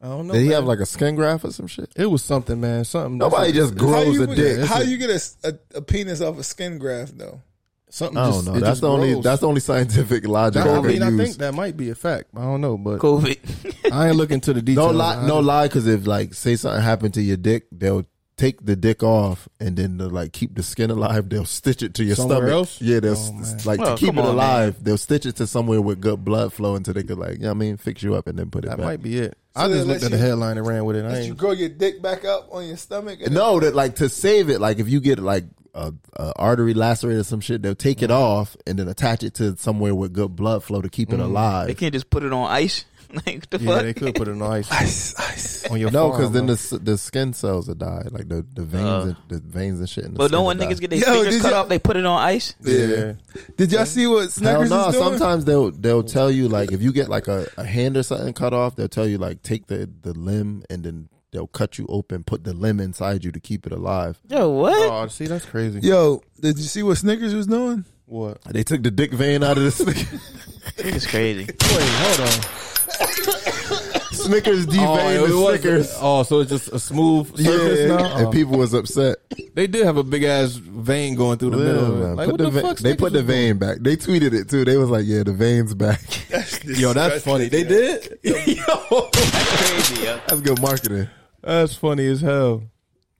I don't know.
Did he
man.
have like a skin graft or some shit?
It was something, man. Something.
Nobody just
How
grows
you,
a dick.
How you get a, a, a penis off a skin graft though?
Something.
I don't
just,
know.
it
That's
just
the only.
grows.
That's the only scientific logic.
I
I
mean,
can
I
use.
think that might be a fact. I don't know, but
COVID.
I ain't looking to the details.
No lie, no lie, because if like say something happened to your dick, they'll take the dick off and then to, like keep the skin alive, they'll stitch it to your
Somewhere
stomach.
else?
Yeah, they'll
Oh, man.
s like
Well,
to keep it
come on,
alive. They'll stitch it to somewhere with good blood flow until they could like, you know what I mean, fix you up and then put it
That
back.
might be it.
So
I
they
just
let
looked at
you-
the headline and ran with it. I
Did you
ain't.
grow your dick back up on your stomach? and-
No, that like to save it. Like if you get like a, a artery lacerate or some shit, they'll take
Mm-hmm.
it off and then attach it to somewhere with good blood flow to keep
Mm-hmm.
it
they
alive.
can't just put it on ice. like what the
Yeah,
fuck?
they could put it on ice
Ice, ice.
on your
No,
farm,
because then
bro.
the s- the skin cells will die, like the the veins,
Uh.
and, the veins and shit. in the
But
skin
don't
will
when
die.
niggas get their
Yo,
fingers
did
cut
ya-
off, they put it on ice.
Yeah. Did y'all see what
Hell
Snickers
no!
is doing?
Sometimes they'll they'll tell you like if you get like a, a hand or something cut off, they'll tell you like take the the limb and then they'll cut you open, put the limb inside you to keep it alive.
Yo, what?
Oh, see, that's crazy.
Yo, did you see what Snickers was doing?
What?
They took the dick vein out of this nigga.
It's crazy.
Wait, hold on. Oh,
Snickers
it
de the
was-
Snickers.
oh, so it's just a smooth surface
Yeah,
now.
and
Oh.
people was upset.
They did have a big ass vein going through the middle.
Yeah, man.
Like,
Put
what
the
the,
vein-
fuck?
they put the
Snickers
vein back. They tweeted it too. They was like, "Yeah, the vein's back."
was- Yo, that's funny. They did. Yo,
crazy, yo.
That's good marketing.
that's funny as hell.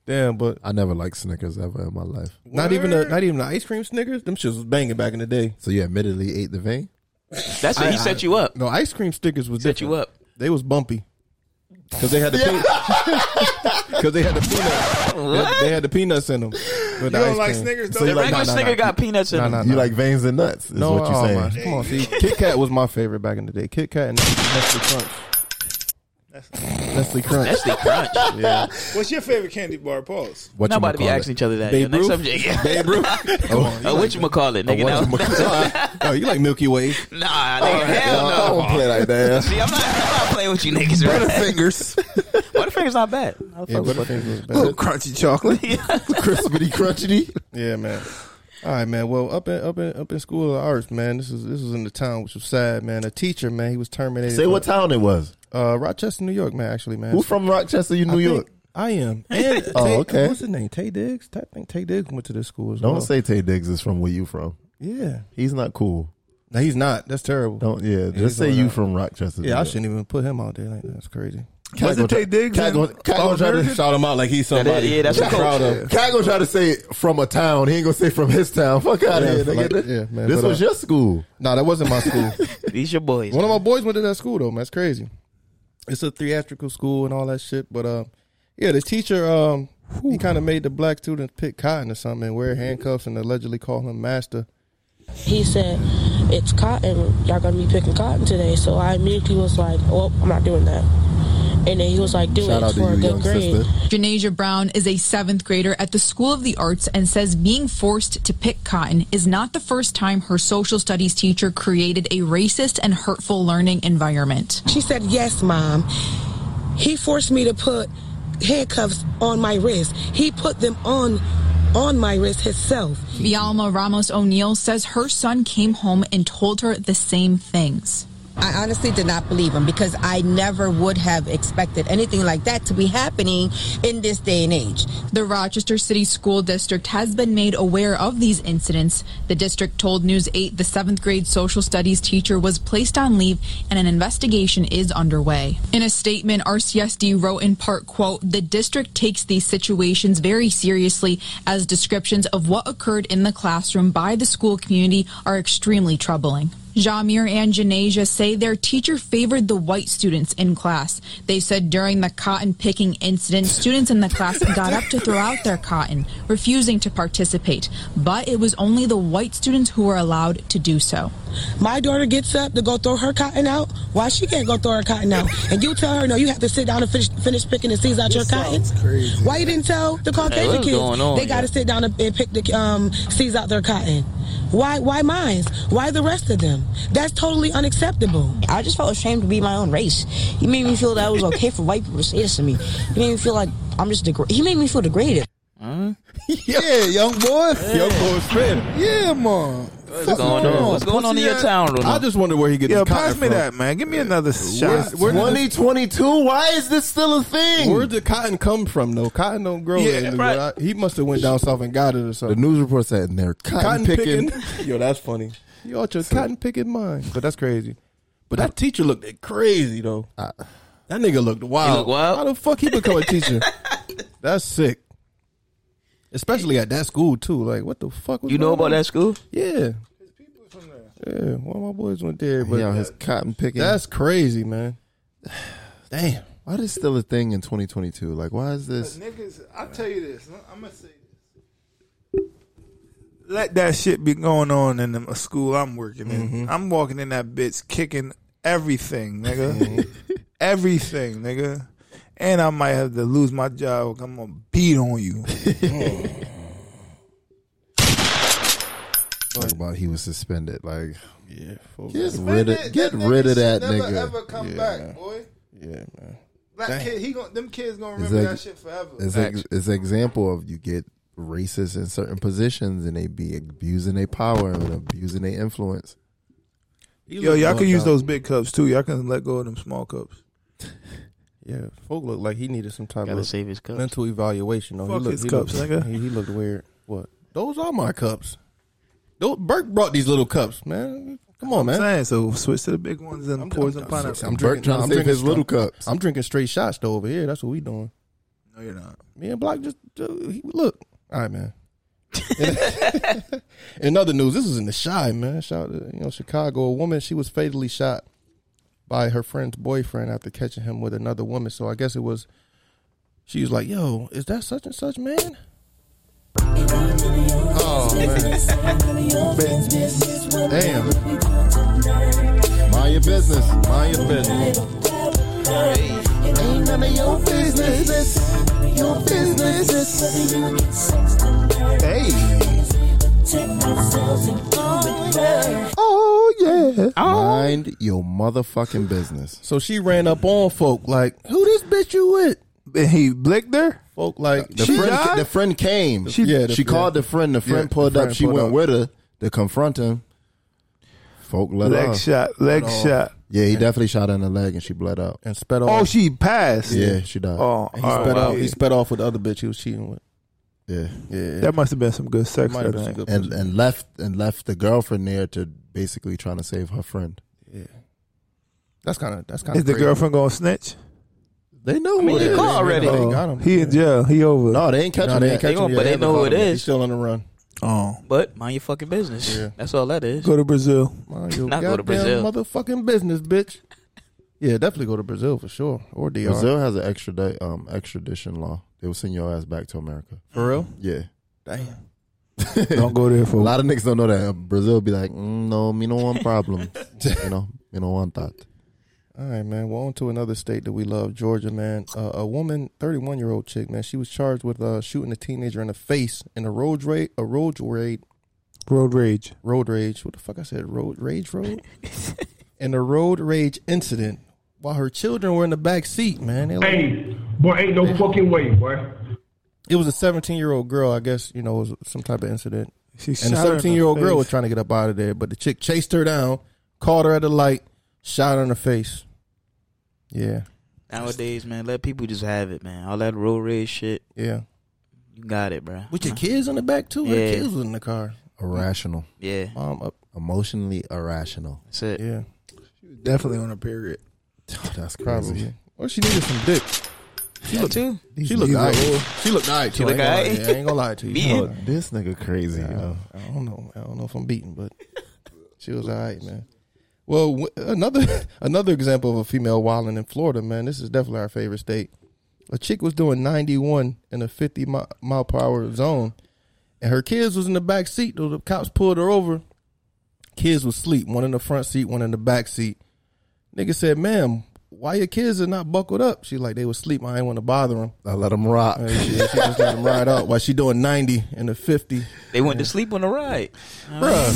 Damn, but
I never liked Snickers ever in my life.
not even the not even the ice cream Snickers. Them shits was banging back in the day.
So you admittedly ate the vein.
That's it. He set you up.
No, ice cream stickers was
Set you
different.
up.
They was bumpy because they had the because they had the peanuts. They had- They, had the peanuts in them. You
don't like Snickers, though?
you
The
like,
regular
nah, nah,
Snicker
nah.
got peanuts in
Nah,
it.
nah,
You
nah.
like veins and nuts? Is what you
oh,
saying?
my- Come on, see, Kit Kat was my favorite back in the day. Kit Kat and Nestle Crunch. Nestle Crunch.
That's the crunch.
What's your favorite candy bar? Pause.
What
Nobody
you
be asking each other that. yo.
Babe
Next
Ruth?
subject. Yeah.
Babe Ruth.
Oh,
Uh, what you call it, nigga? Now-
oh, you like Milky Way?
Nah, nigga, hell
I
no.
don't play like that.
See, I'm not, I'm not playing with you niggas. Right?
Fingers,
Butterfinger's not bad. I'll fuck with Butterfinger.
Little crunchy chocolate.
crispity, crunchity.
Yeah, man. All right, man. Well, up in up in up in School of Arts, man. This is this was in the town, which was sad, man. A teacher, man, he was terminated.
Say what
for-
town it was.
Uh, Rochester, New York, man. Actually, man.
Who from Rochester, you New
I think
York?
I am. And
Oh,
Tay-
okay.
What's his name? Tay Diggs. I think Tay Diggs went to this school as
Don't
well.
say Tay Diggs is from where you from.
Yeah.
He's not cool.
No, he's not. That's terrible.
Don't yeah.
he's
Just say
all
you
right.
from Rochester.
yeah, I shouldn't even put him out there like that. That's crazy.
Cat
Was
gonna
it Tay
try-
Diggs?
Cat
and
Oh,
gonna, Cat gonna try to
All-American?
Shout him out like he's
That
somebody.
is, yeah, that's
I'm
a coach.
proud of.
Yeah.
Cat gonna try to say it from a town. He ain't gonna say from his town. Fuck out of
Yeah,
here, nigga.
like-
This-
yeah, man,
this
but,
was
uh,
your school.
Nah, that wasn't my school.
These your boys.
One of my boys went to that school though, man. It's crazy. It's a theatrical school and all that shit. But uh, yeah, the teacher um he kind of made the black students pick cotton or something and wear handcuffs and allegedly call him master.
He said, It's cotton. Y'all gonna be picking cotton today. So I immediately was like, Oh, I'm not doing that. And then he was like, Do
Shout
it
out
it's
to
for a
you,
good
young
grade.
sister.
Janasia Brown is a seventh grader at the School of the Arts and says being forced to pick cotton is not the first time her social studies teacher created a racist and hurtful learning environment.
She said, Yes, mom. He forced me to put handcuffs on my wrist. He put them on on my wrist himself.
Vialma Ramos O'Neill says her son came home and told her the same things.
I honestly did not believe him because I never would have expected anything like that to be happening in this day and age.
The Rochester City School District has been made aware of these incidents. The district told News 8 the seventh grade social studies teacher was placed on leave and an investigation is underway. In a statement, RCSD wrote in part, quote, the district takes these situations very seriously as descriptions of what occurred in the classroom by the school community are extremely troubling. Jamir and Janasia say their teacher favored the white students in class. They said during the cotton picking incident, students in the class got up to throw out their cotton, refusing to participate. But it was only the white students who were allowed to do so.
My daughter gets up to go throw her cotton out. Why she can't go throw her cotton out? And you tell her no, you have to sit down and finish, finish picking the seeds out your cotton. Why you didn't tell the Caucasian
what's
kids
going on
they got to
here?
sit down and, and pick the um, seeds out their cotton? Why why mines? Why the rest of them? That's totally unacceptable.
I just felt ashamed to be my own race. He made me feel that it was okay for white people to say this to me. He made me feel like I'm just degraded. He made me feel degraded.
Yeah, young boy.
Yo, boy, spin.
Yeah, man.
What's going on? What's going on in your town,
I
Ronald?
just wonder where he gets
Yeah,
this cotton
pass me
from.
that, man. Give me another shot.
2022. Why is this still a thing?
Where did cotton come from though? Cotton don't grow.
Yeah,
in the-
right.
He must have went down south and got it or
the
something.
news report said they're cotton, picking.
Yo, that's funny. You out your cotton picking mind, but that's crazy. But that teacher looked crazy though. that nigga looked wild.
looked wild?
How the fuck he become a teacher? that's sick. Especially at that school too. Like, what the fuck? Was
You know about
going on?
that school?
Yeah. Yeah, one of my boys went there, but
Yo, his cotton picking.
that's crazy, man. Damn.
why this still a thing in 2022? Like, why is this?
Niggas, I'll tell you this. I'm gonna say this. Let that shit be going on in the school I'm working in.
Mm-hmm.
I'm walking in that bitch kicking everything, nigga. everything, nigga. And I might have to lose my job. I'm gonna beat on you.
Talk about he was suspended. Like,
Yeah, fuck.
get rid of get rid of that nigga.
come
back,
boy.
yeah, man.
That kid, he gon' them kids gonna
remember that- that
shit forever.
It's a, it's an example of you get racist in certain positions and they be abusing their power and abusing their influence.
Yo, y'all can use those big cups too. Y'all can let go of them small cups.
Yeah, folk looked like he needed some type
Gotta
of
save his cup.
mental evaluation. though.
Fuck
he looked,
his
he
cups,
looked,
nigga.
He, he looked weird. What? Those are my cups. Those, Burke brought these little cups, man. Come on, man.
Saying so, switch to the big ones and pours and pineapple.
I'm drinking, trying to save his
straight-
little cups.
I'm drinking straight shots though over here. That's what we doing.
No, you're not.
Me and Block just uh, he, look. All right, man. in other news, this is in the shy man. Shout out to, you know Chicago. A woman she was fatally shot by her friend's boyfriend after catching him with another woman. So I guess it was. She was like, "Yo, is that such and such man?"
Damn. Mind your business. Mind your business. Ain't none of your business. Your business. Hey. Oh yeah. Mind your motherfucking business.
So she ran up on folk like, "Who this bitch you with?"
And he blicked there.
Folk like,
The
she
friend,
died?
the friend came. She,
yeah, the-
she called
yeah.
the friend. The friend
Yeah, the
pulled
friend
up. She
pulled
went
up.
with her to confront him. Folk let
Leg
off.
shot, leg shot.
Yeah, he definitely shot her in the leg and she bled out.
and sped
Oh,
off.
she passed.
Yeah, she died.
Oh,
he
all
sped
right.
off. He sped off with the other bitch he was cheating with.
Yeah, yeah.
That must have been some good sex.
Might
I
have been
think.
some good And and left and left the girlfriend there to basically trying to save her friend.
Yeah, that's kind of that's kind of.
Is the girlfriend gonna snitch?
They know
I
who
mean,
it
they
is.
caught
They
already.
got him.
He in jail. He over.
No, they ain't catching
No, they ain't catching
but they know who it
He's
is.
still on the run.
Oh,
But mind your fucking business.
Yeah.
That's all that is.
go to Brazil.
Mind your
Not go to
goddamn
Brazil.
motherfucking business, bitch. Yeah, definitely go to Brazil for sure, or DR.
Brazil has an extradi- um, extradition law. They will send your ass back to America.
for real.
Yeah.
Damn.
Don't go there
A
for
lot of niggas don't know that. Brazil be like, mm, no, me no want problem. you know, me no want that.
All right, man. Well, on to another state that we love, Georgia, man. Uh, a woman, 31 year old chick, man, she was charged with uh, shooting a teenager in the face in a road rage, a road rage,
road rage.
road rage. What the fuck I said? Road rage, road. in a road rage incident, while her children were in the back seat, man. They like-
Hey, boy, ain't no fucking way, boy.
It was a 17 year old girl, I guess. You know, it was some type of incident.
She shot
and
her in
the
the
17 year old girl
face.
was trying to get up out of there, but the chick chased her down, caught her at the light, shot her in the face. Yeah,
Nowadays, man, let people just have it, man. All that road rage shit,
yeah.
you got it, bro.
With your kids in the back too. Her
Yeah.
kids was in the car.
Irrational. Um, uh,
Yeah,
Mom up.
Emotionally irrational.
that's it.
Yeah, Oh,
Definitely on a period.
That's crazy.
probably. Or she needed some dick.
She look too.
She looked alright. She looked alright.
She
too. I ain't
look
gonna lie
alright?
to you. I ain't gonna lie to you.
Beating.
She look-
This nigga crazy. yo.
I don't know. I don't know if I'm beating, but she was all right, man. Well, w- another another example of a female wilding in Florida, man. This is definitely our favorite state. A chick was doing 91 in a 50 mi- mile per hour zone, and her kids was in the back seat. Though the cops pulled her over, kids was asleep. One in the front seat, one in the back seat. Nigga said, "Ma'am, why your kids are not buckled up?" She like, "They was asleep. I ain't want to bother them."
I let him rock.
And she, she just let them ride out. While she doing 90 and a 50.
They went to sleep on the ride.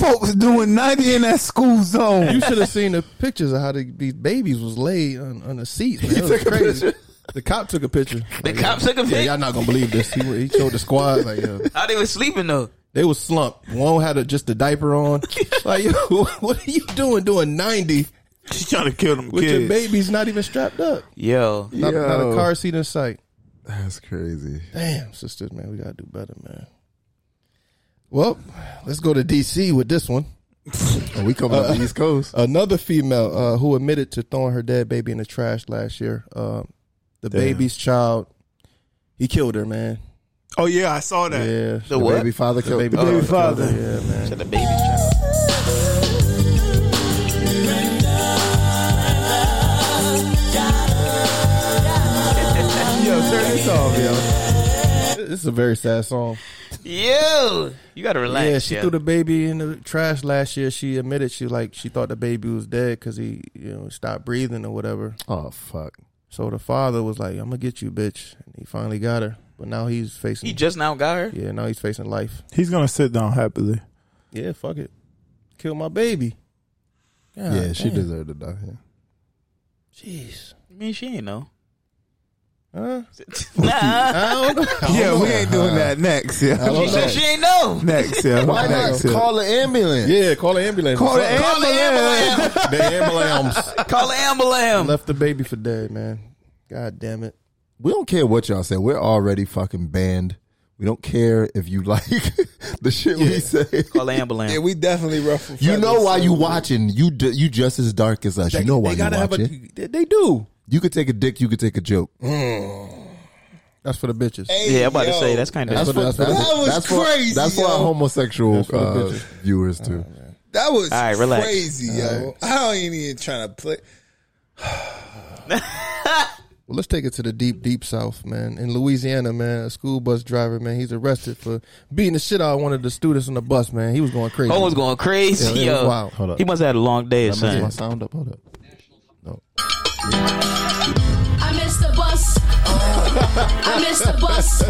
Folks doing ninety in that school zone.
You should have seen the pictures of how the, these babies was laid on, on the seat. Man. It was crazy. The cop took a picture.
The cops took a
Yeah,
pic.
y'all not gonna believe this. He, he showed the squad like yo,
How they was sleeping though?
they was slumped. One had a, just a diaper on. Like yo, what are you doing? Doing ninety
She trying to kill them
with
kids.
your baby's not even strapped up.
Yo,
Not, not
Yo.
a car seat in sight.
That's crazy.
Damn, sisters, man, we gotta do better, man. Well, let's go to DC with this one.
And Oh, we coming up the East Coast.
Another female uh, who admitted to throwing her dead baby in the trash last year. Uh, the baby's child, he killed her, man.
Oh yeah, I saw that.
Yeah,
the what?
Baby father killed
baby
Oh,
killed
Baby
her.
father.
Yeah, man.
Said the baby child.
Yo, turn this off, yo.
This is a very sad song.
Yo, you gotta relax.
yeah, she
yo.
threw the baby in the trash last year. She admitted she like she thought the baby was dead because he you know stopped breathing or whatever.
Oh fuck.
So the father was like, "I'm gonna get you, bitch." And he finally got her, but now he's facing.
He just now got her.
yeah, now he's facing life.
He's gonna sit down happily.
Yeah, fuck it, kill my baby. God
yeah, she
damn.
deserved to die. Yeah.
Jeez.
I mean, she ain't know.
Huh?
nah,
I don't know. Uh-huh.
Yeah, we ain't doing that next, yeah.
she said she ain't know.
Next, yeah.
Why not
next, yeah.
call the ambulance?
Yeah, call the ambulance.
Call the ambulance.
the ambulance.
Call the ambulance.
Left the baby for dead, man. God damn it.
We don't care what y'all say. We're already fucking banned. We don't care if you like the shit we say.
Call the ambulance.
Yeah, we definitely ruffle.
You know
feathers,
why
so
you watching? You d- you just as dark as us. you know why you watching?
they, they do.
you could take a dick. You could take a joke.
That's for the bitches.
yeah, I'm about to
Yo.
say that's kind of.
That's, for, that's, for,
That
that's,
was
for,
crazy,
That's for
yo.
our homosexual
That's for the
uh,
bitches.
viewers too.
That was
All right, relax.
crazy, yo. I ain't even trying to play.
Well, let's take it to the deep, deep south, man. In Louisiana, man, a school bus driver, man, he's arrested for beating the shit out of one of the students on the bus, man. He was going crazy.
Home's going
Yeah, it
crazy,
was
yo.
wild.
Hold up.
He must have had a long day or
Let me get
something.
my sound up. Hold up. No.
I missed the bus. I missed the bus.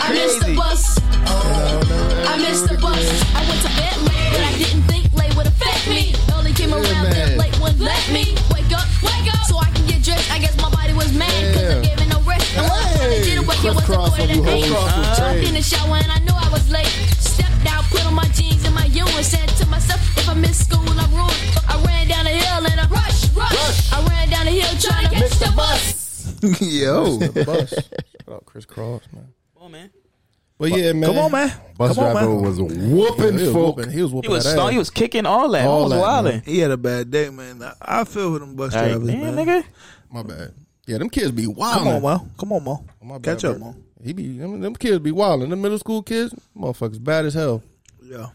I missed the bus. I missed the bus. I went to bed late, but I didn't think late would affect me. Only came around
man.
that late one let me wake up, wake up, so I can get dressed. I guess my body was mad because I
Yeah.
gave it no rest. And what I
Hey.
did it wake it was a
Crisscross
quarter
on
to
you,
eight.
crisscross on
Jumped
you.
in the shower and I knew I was late. Stepped out, put on my jeans and my uniform, said to myself, if I miss school, I'm ruined. I ran down the hill and I rushed, rushed. I ran down the hill trying to catch the bus.
Yo.
The bus. Shout out Chris Cross, man.
Come on, man.
But yeah, man.
Come on, man.
Bus
Come on,
driver
man.
was whooping
he was
folk.
whooping. He was whooping.
He was
that
strong.
ass.
He was kicking all that.
All
I was
that,
wilding.
He had a bad day, man. I, I feel with them bus
Like,
drivers,
damn,
man.
nigga.
My bad. Yeah, them kids be wild.
Come on, Mo. Come on, Mo.
My bad,
Catch up,
bro.
Mo.
He be them, them kids be wild. And the middle school kids, motherfuckers, bad as hell.
Yeah.
You know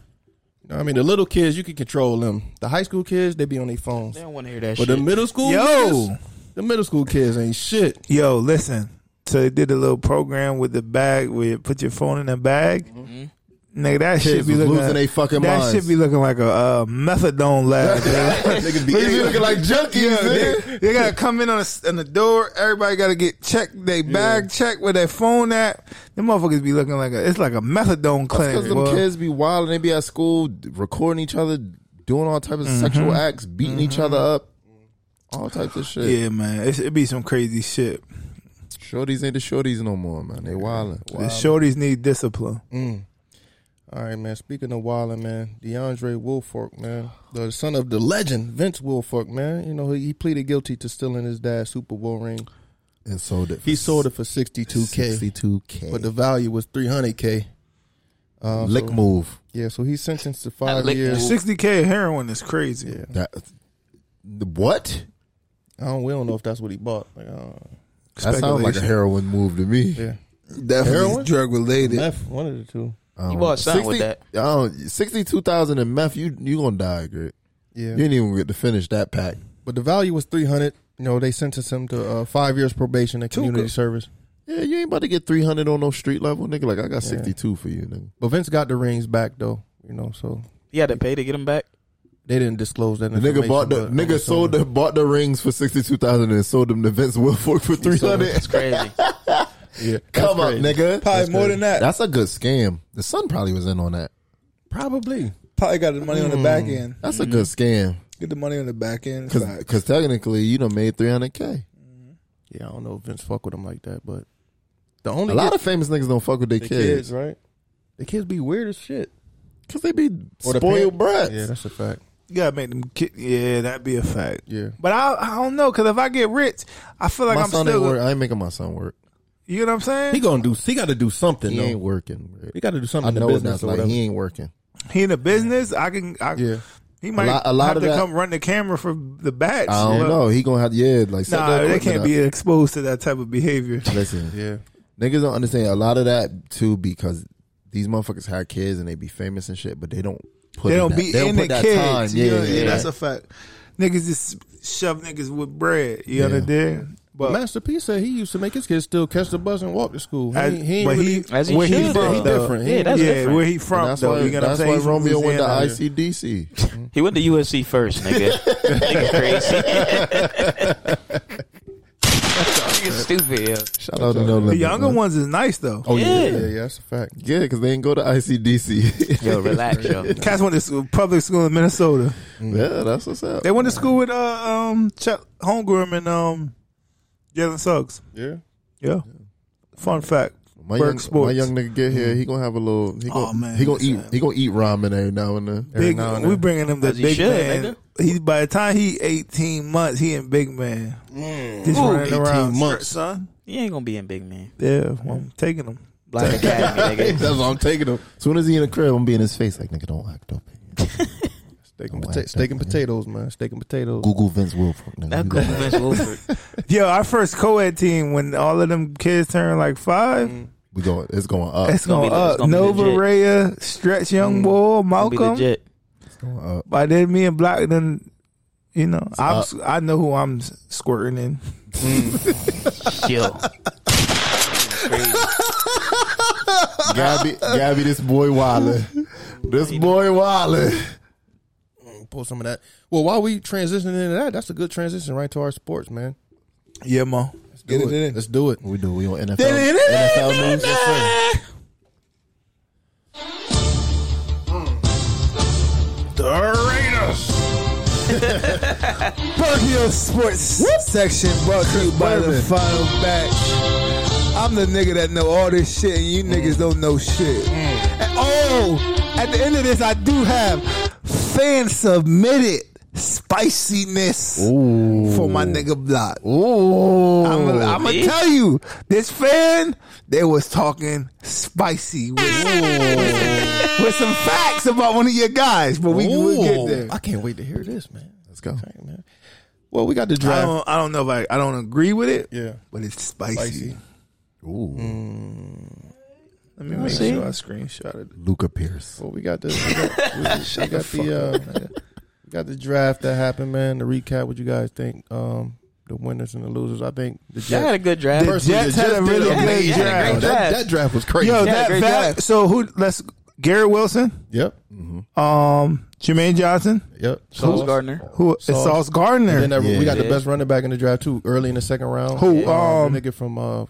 what I mean, the little kids you can control them. The high school kids, they be on their phones.
They don't want to hear that
But the
shit.
middle school,
Yo.
kids, the middle school kids ain't shit.
Yo, listen. So they did a little program with the bag where you put your phone in the bag. Nigga, that
Kids
shit be
was
looking
losing they fucking
That
minds.
shit be looking like a uh, methadone lab. nigga.
Niggas be eating, looking like junkies.
Yeah,
nigga.
they, they gotta come in on, the on the door. Everybody gotta get checked. They bag checked with their phone at. Them motherfuckers be looking like a. It's like a methadone clinic.
Because them
boy.
kids be wild and they be at school d- recording each other, doing all types of
Mm-hmm.
sexual acts, beating each other up, all types of shit.
Yeah, man, it's, it be some crazy shit.
Shorties ain't the shorties no more, man. They wildin'.
The shorties need discipline.
Mm. All right, man. Speaking of wilding, man, DeAndre Wilfork, man, the son of the legend Vince Wilfork, man. You know he, he pleaded guilty to stealing his dad's Super Bowl ring.
And sold it.
He sold it for sixty two k,
sixty-two k.
but the value was three hundred k. Uh,
lick move.
Yeah, so he's sentenced to five
lick
years.
move.
Sixty k heroin is crazy.
Yeah.
That the, what?
I don't. We don't know if that's what he bought. Like, uh,
That sounds like a
Speculation.
heroin move to me.
yeah,
Definitely drug related.
Meth, one of the two.
Oh.
You bought something with that.
Um, I don't- Sixty-two thousand in meth. You you gonna die, Grit.
Yeah,
You didn't even get to finish that pack.
but the value was three hundred. You know, they sentenced him to uh, five years probation and community service.
Yeah, you ain't about to get three hundred on no street level, nigga. Like I got sixty-two for you, nigga.
But Vince got the rings back though. You know, so
He had to pay to get him back.
they didn't disclose that.
The nigga bought the nigga sold the bought the rings for sixty two thousand and sold them to Vince Wilfork for three hundred.
It's crazy.
Yeah,
Come up, nigga.
Probably more than that.
That's a good scam. The son probably was in on that.
Probably.
Probably got the money on the back
Hmm.
end.
That's a good scam
Get the money on the back end. Facts.
because technically you done made three hundred k.
Yeah, I don't know if Vince fuck with him like that, but the only
A lot of famous niggas don't fuck with their
the
kids
kids, right? The kids be weird as shit.
because they be
the
spoiled
parent-
brats.
Yeah, that's a fact.
You gotta make them. Ki- yeah, that'd be a fact.
Yeah.
But I, I don't know because if I get rich, I feel like
my
I'm
son ain't work.
still.
I ain't making my son work.
You know what I'm saying?
He gonna do. He got to do something.
He
though.
ain't working. bro.
He got to do
I
something. in
know
the
it's
business
not
or
like
whatever.
he ain't working.
He in the business. I can. I,
Yeah.
He might
lot- a lot
have
of
to
that-
come run the camera for the batch.
I don't
but-
know. He gonna have yeah like set
Nah,
the
they
equipment
can't
up.
be exposed to that type of behavior.
Listen,
Yeah.
Niggas don't understand a lot of that too because these motherfuckers had kids and they be famous and shit, but they don't put
They
in
don't
that-
be
they don't
in
put
the
that
kids.
time.
you
Yeah,
know?
yeah, yeah.
that's a fact. Niggas just shove niggas with bread. You
Yeah.
understand? But
Master P said he used to make his kids still catch the bus and walk to school. He,
As-
ain't- he ain't
but
really,
he-
As he
where
should,
he from,
though.
though.
different. He
Yeah,
ain't-
that's
yeah,
different.
where he from
And that's
though.
why,
you know what I'm
that's
saying?
why
He's from
Romeo went to
Louisiana.
ICDC.
He went to USC first, nigga. nigga crazy. nigga stupid. Yeah.
Shout out to No
The
Limit.
younger
man.
ones is nice though.
Oh yeah.
Yeah.
yeah, yeah, that's a fact.
Yeah, because they didn't go to ICDC.
Yo, relax, yo.
Cats went to school, public school in Minnesota.
yeah, that's what's up.
They went to school with uh, um Chet Holmgren and um Jalen Suggs.
Yeah.
Yeah. Fun fact.
my,
Berg
young, my
Sports.
young nigga get here, he gonna have a little. He gonna,
Oh, man,
he gonna eat.
listen.
He gonna eat ramen every now and then.
Big,
now and
we
then.
bringing him the
As he
big
should,
man. He by the time he eighteen months, he in big man. Just running
18
around,
Mm. months.
son.
He ain't gonna be in big man.
Yeah, well, I'm taking him.
Black Academy, nigga.
that's what I'm taking him. Soon as he in the crib, I'm gonna be in his face like nigga, don't act up.
Steak
Oh,
and,
I
pota- steak and
definitely-
potatoes, man. Steak and potatoes.
Google Vince Wilfork. nigga.
That
You
good
gonna-
Vince Wilford.
Yo, our first co-ed team when all of them kids turn like
Mm.
five,
We going. It's going up.
it's going
gonna be- it's
up.
gonna be
Nova
legit.
Rhea, Stretch
Mm.
Young Boy,
Gonna Be
Malcolm.
legit.
It's going up.
By then, me and Black then, you know, I'm,
up.
s- I know who I'm s- squirting in.
Mm. Yo.
Gabby, Gabby, this boy wildin'. This boy wildin'.
Mm,
Pull some of that. Well, while we transitioning into that, that's a good transition right to our sports, man.
Yeah, mo.
Get it, in. Let's do it.
We do. We on NFL.
NFL news, Buckeye Sports
Section brought to you by the
Berman.
final batch. I'm the nigga that know all this shit, and you niggas don't know shit. And- oh, at the end of this, I do have fan submitted
spiciness for my nigga block. I'm gonna tell you, this fan they was talking spicy with, with some facts about one of your guys, but we will get there.
I can't wait to hear this, man.
Let's go.
Well, we got the draft.
I don't, I don't know if I, I don't agree with it.
Yeah,
but it's spicy.
Spicy.
Ooh.
Let me
I
make
see.
sure I screenshot it.
Luca Pierce.
Well, we got the we got, we- we
Shut
got
the fuck
the uh, we got the draft that happened, man. The recap. What you guys think? Um, the winners and the losers. I think the Jets
Y'all had a good draft. The
Personally,
Jets had a
did
really good
amazing
draft. Yeah, they had a
That,
great
that draft was crazy.
Yo,
Yeah,
that
great
back.
job.
So who? Let's Garrett Wilson.
Yep.
Um, Jermaine Johnson.
Yep.
Sauce
Gardner.
Who? It's Sauce Gardner.
And then that- we got the
Yeah.
best running back in the draft too. Early in the second round.
Who,
Um,
um,
the nigga from uh,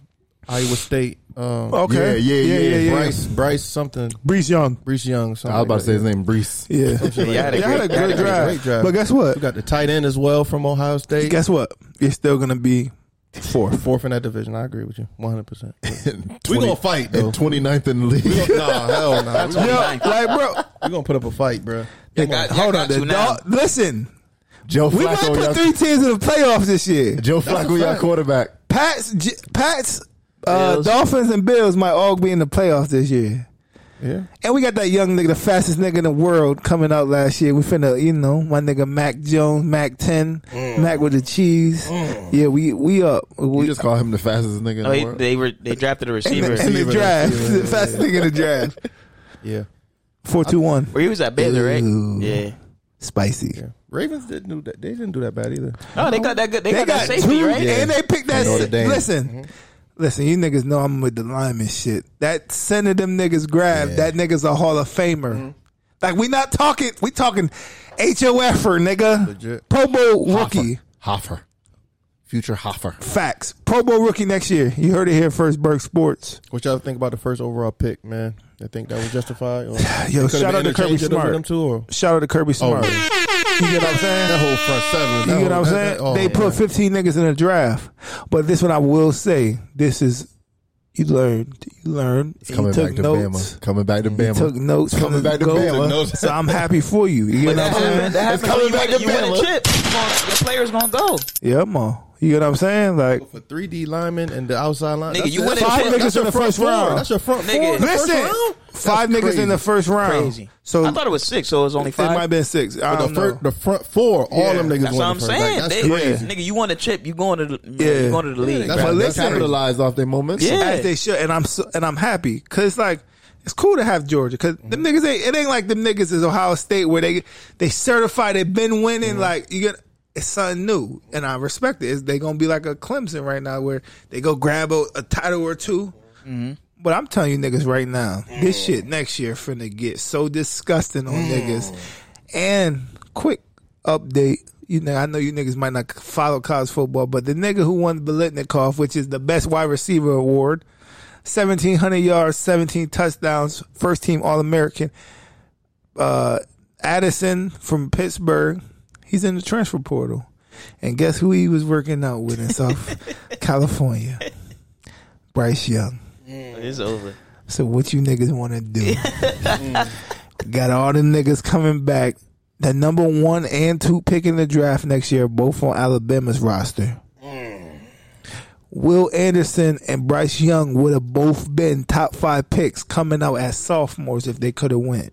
Iowa State. Um,
Okay.
Yeah, yeah, yeah, yeah.
Bryce. Bryce something.
Brees Young.
Brees Young. Something
I was about
like
to
that,
say his name, Brees.
Yeah.
Yeah, had a
Y'all had a
great- y'all had
great
a great
draft.
Great draft.
But guess what?
We got the tight end as well from Ohio State.
Guess what? You're still gonna be fourth.
Fourth in that division. I agree with you. 100%.
we
gonna fight, though.
And 29th in the league.
nah, hell no. Nah.
That's what I'm saying.
Like, bro,
We're going to put up a fight, bro.
they
got-
got,
y'all
hold
got
on. The
you now.
dog, listen,
Joe
we might
Flacco,
put
y'all-
three teams in the playoffs this year.
Joe Flacco, y'all quarterback.
Pats, J- Pats, uh,
Bills.
Dolphins, and Bills might all be in the playoffs this year.
Yeah.
And we got that young nigga, the fastest nigga in the world, coming out last year. We finna, you know, my nigga Mac Jones, Mac Ten,
Mm.
Mac with the cheese. Yeah, we we up. We,
We just call him the fastest nigga in
No,
the
he-
world.
they were they drafted a
in,
receiver.
the, in the draft, the fastest nigga in the draft.
Yeah.
Four two one,
Where he was at Baylor, right?
Ooh.
Yeah.
spicy.
Ravens didn't do that. They didn't do that bad either.
Oh, they got that good. They,
They
got,
got
that safety,
two,
right? Mm-hmm.
and they picked that.
Notre
shit.
Dame.
Listen, listen, you niggas know I'm with the lineman shit. That center them niggas grabbed. That niggas a Hall of Famer.
Mm-hmm.
Like we not talking. We talking HOFer, nigga.
Legit.
Pro Bowl rookie.
Hoffer. Future Hoffer.
Facts. Pro Bowl rookie next year. You heard it here first. Berg Sports.
What y'all think about the first overall pick, man? I think that was justified. Or
Yo, shout out to Kirby
Them
Smart.
too, or Oh.
Shout out to Kirby Smart. You get what I'm saying?
that whole front seven. that
You know what I'm
whole- that-
saying?
that- oh,
they put
man.
15 niggas in a draft. But this one I will say, this is you learned, you learned.
It's coming
you took
back to
notes.
Bama. Coming back to
You
Bama.
took notes from
Coming
the
back to
go.
Bama.
So I'm happy for you. You
But
know
that
what I'm saying?
happened. That
It's
happened.
coming
You,
back
win,
to
you win
Bama.
a chip. Come on, Your player's gonna go.
yeah, ma. You know what I'm saying? Like
for three D linemen and the outside line.
Nigga,
That's
you
it.
win it.
five
That's
niggas in the first
Four.
round.
That's your front
Nigga.
four. in the first
Listen,
round?
five niggas
That's
in the
crazy.
first round.
Crazy.
So
I thought it was six, so it was only
it might have
five.
been six.
The,
I don't know.
fir- the front four, all
Yeah.
them niggas.
That's
won
what
the
I'm
first
saying.
round. That's
they,
crazy.
Nigga, you won a chip. You going to the
Yeah.
you going to the league.
That's how they
listen.
capitalized off their moments.
Yeah.
as they should, and I'm so, and I'm happy because like it's cool to have Georgia because them niggas ain't it ain't like them niggas is Ohio State where they they certified they've been winning like you get it's something new and I respect it. It's, they gonna be like a Clemson right now where they go grab a, a title or 2 But I'm telling you niggas right now, this shit next year finna get so disgusting on niggas. And quick update. You know, I know you niggas might not follow college football, but the nigga who won Belitnikov, which is the best wide receiver award, 1,700 yards, 17 touchdowns, first team All American. Uh, Addison from Pittsburgh, he's in the transfer portal. And guess who he was working out with in South California? Bryce Young.
It's over.
So what you niggas want to do?
Mm.
Got all them niggas coming back. The number one and two pick in the draft next year, both on Alabama's roster. Will Anderson and Bryce Young would have both been top five picks coming out as sophomores if they could have went.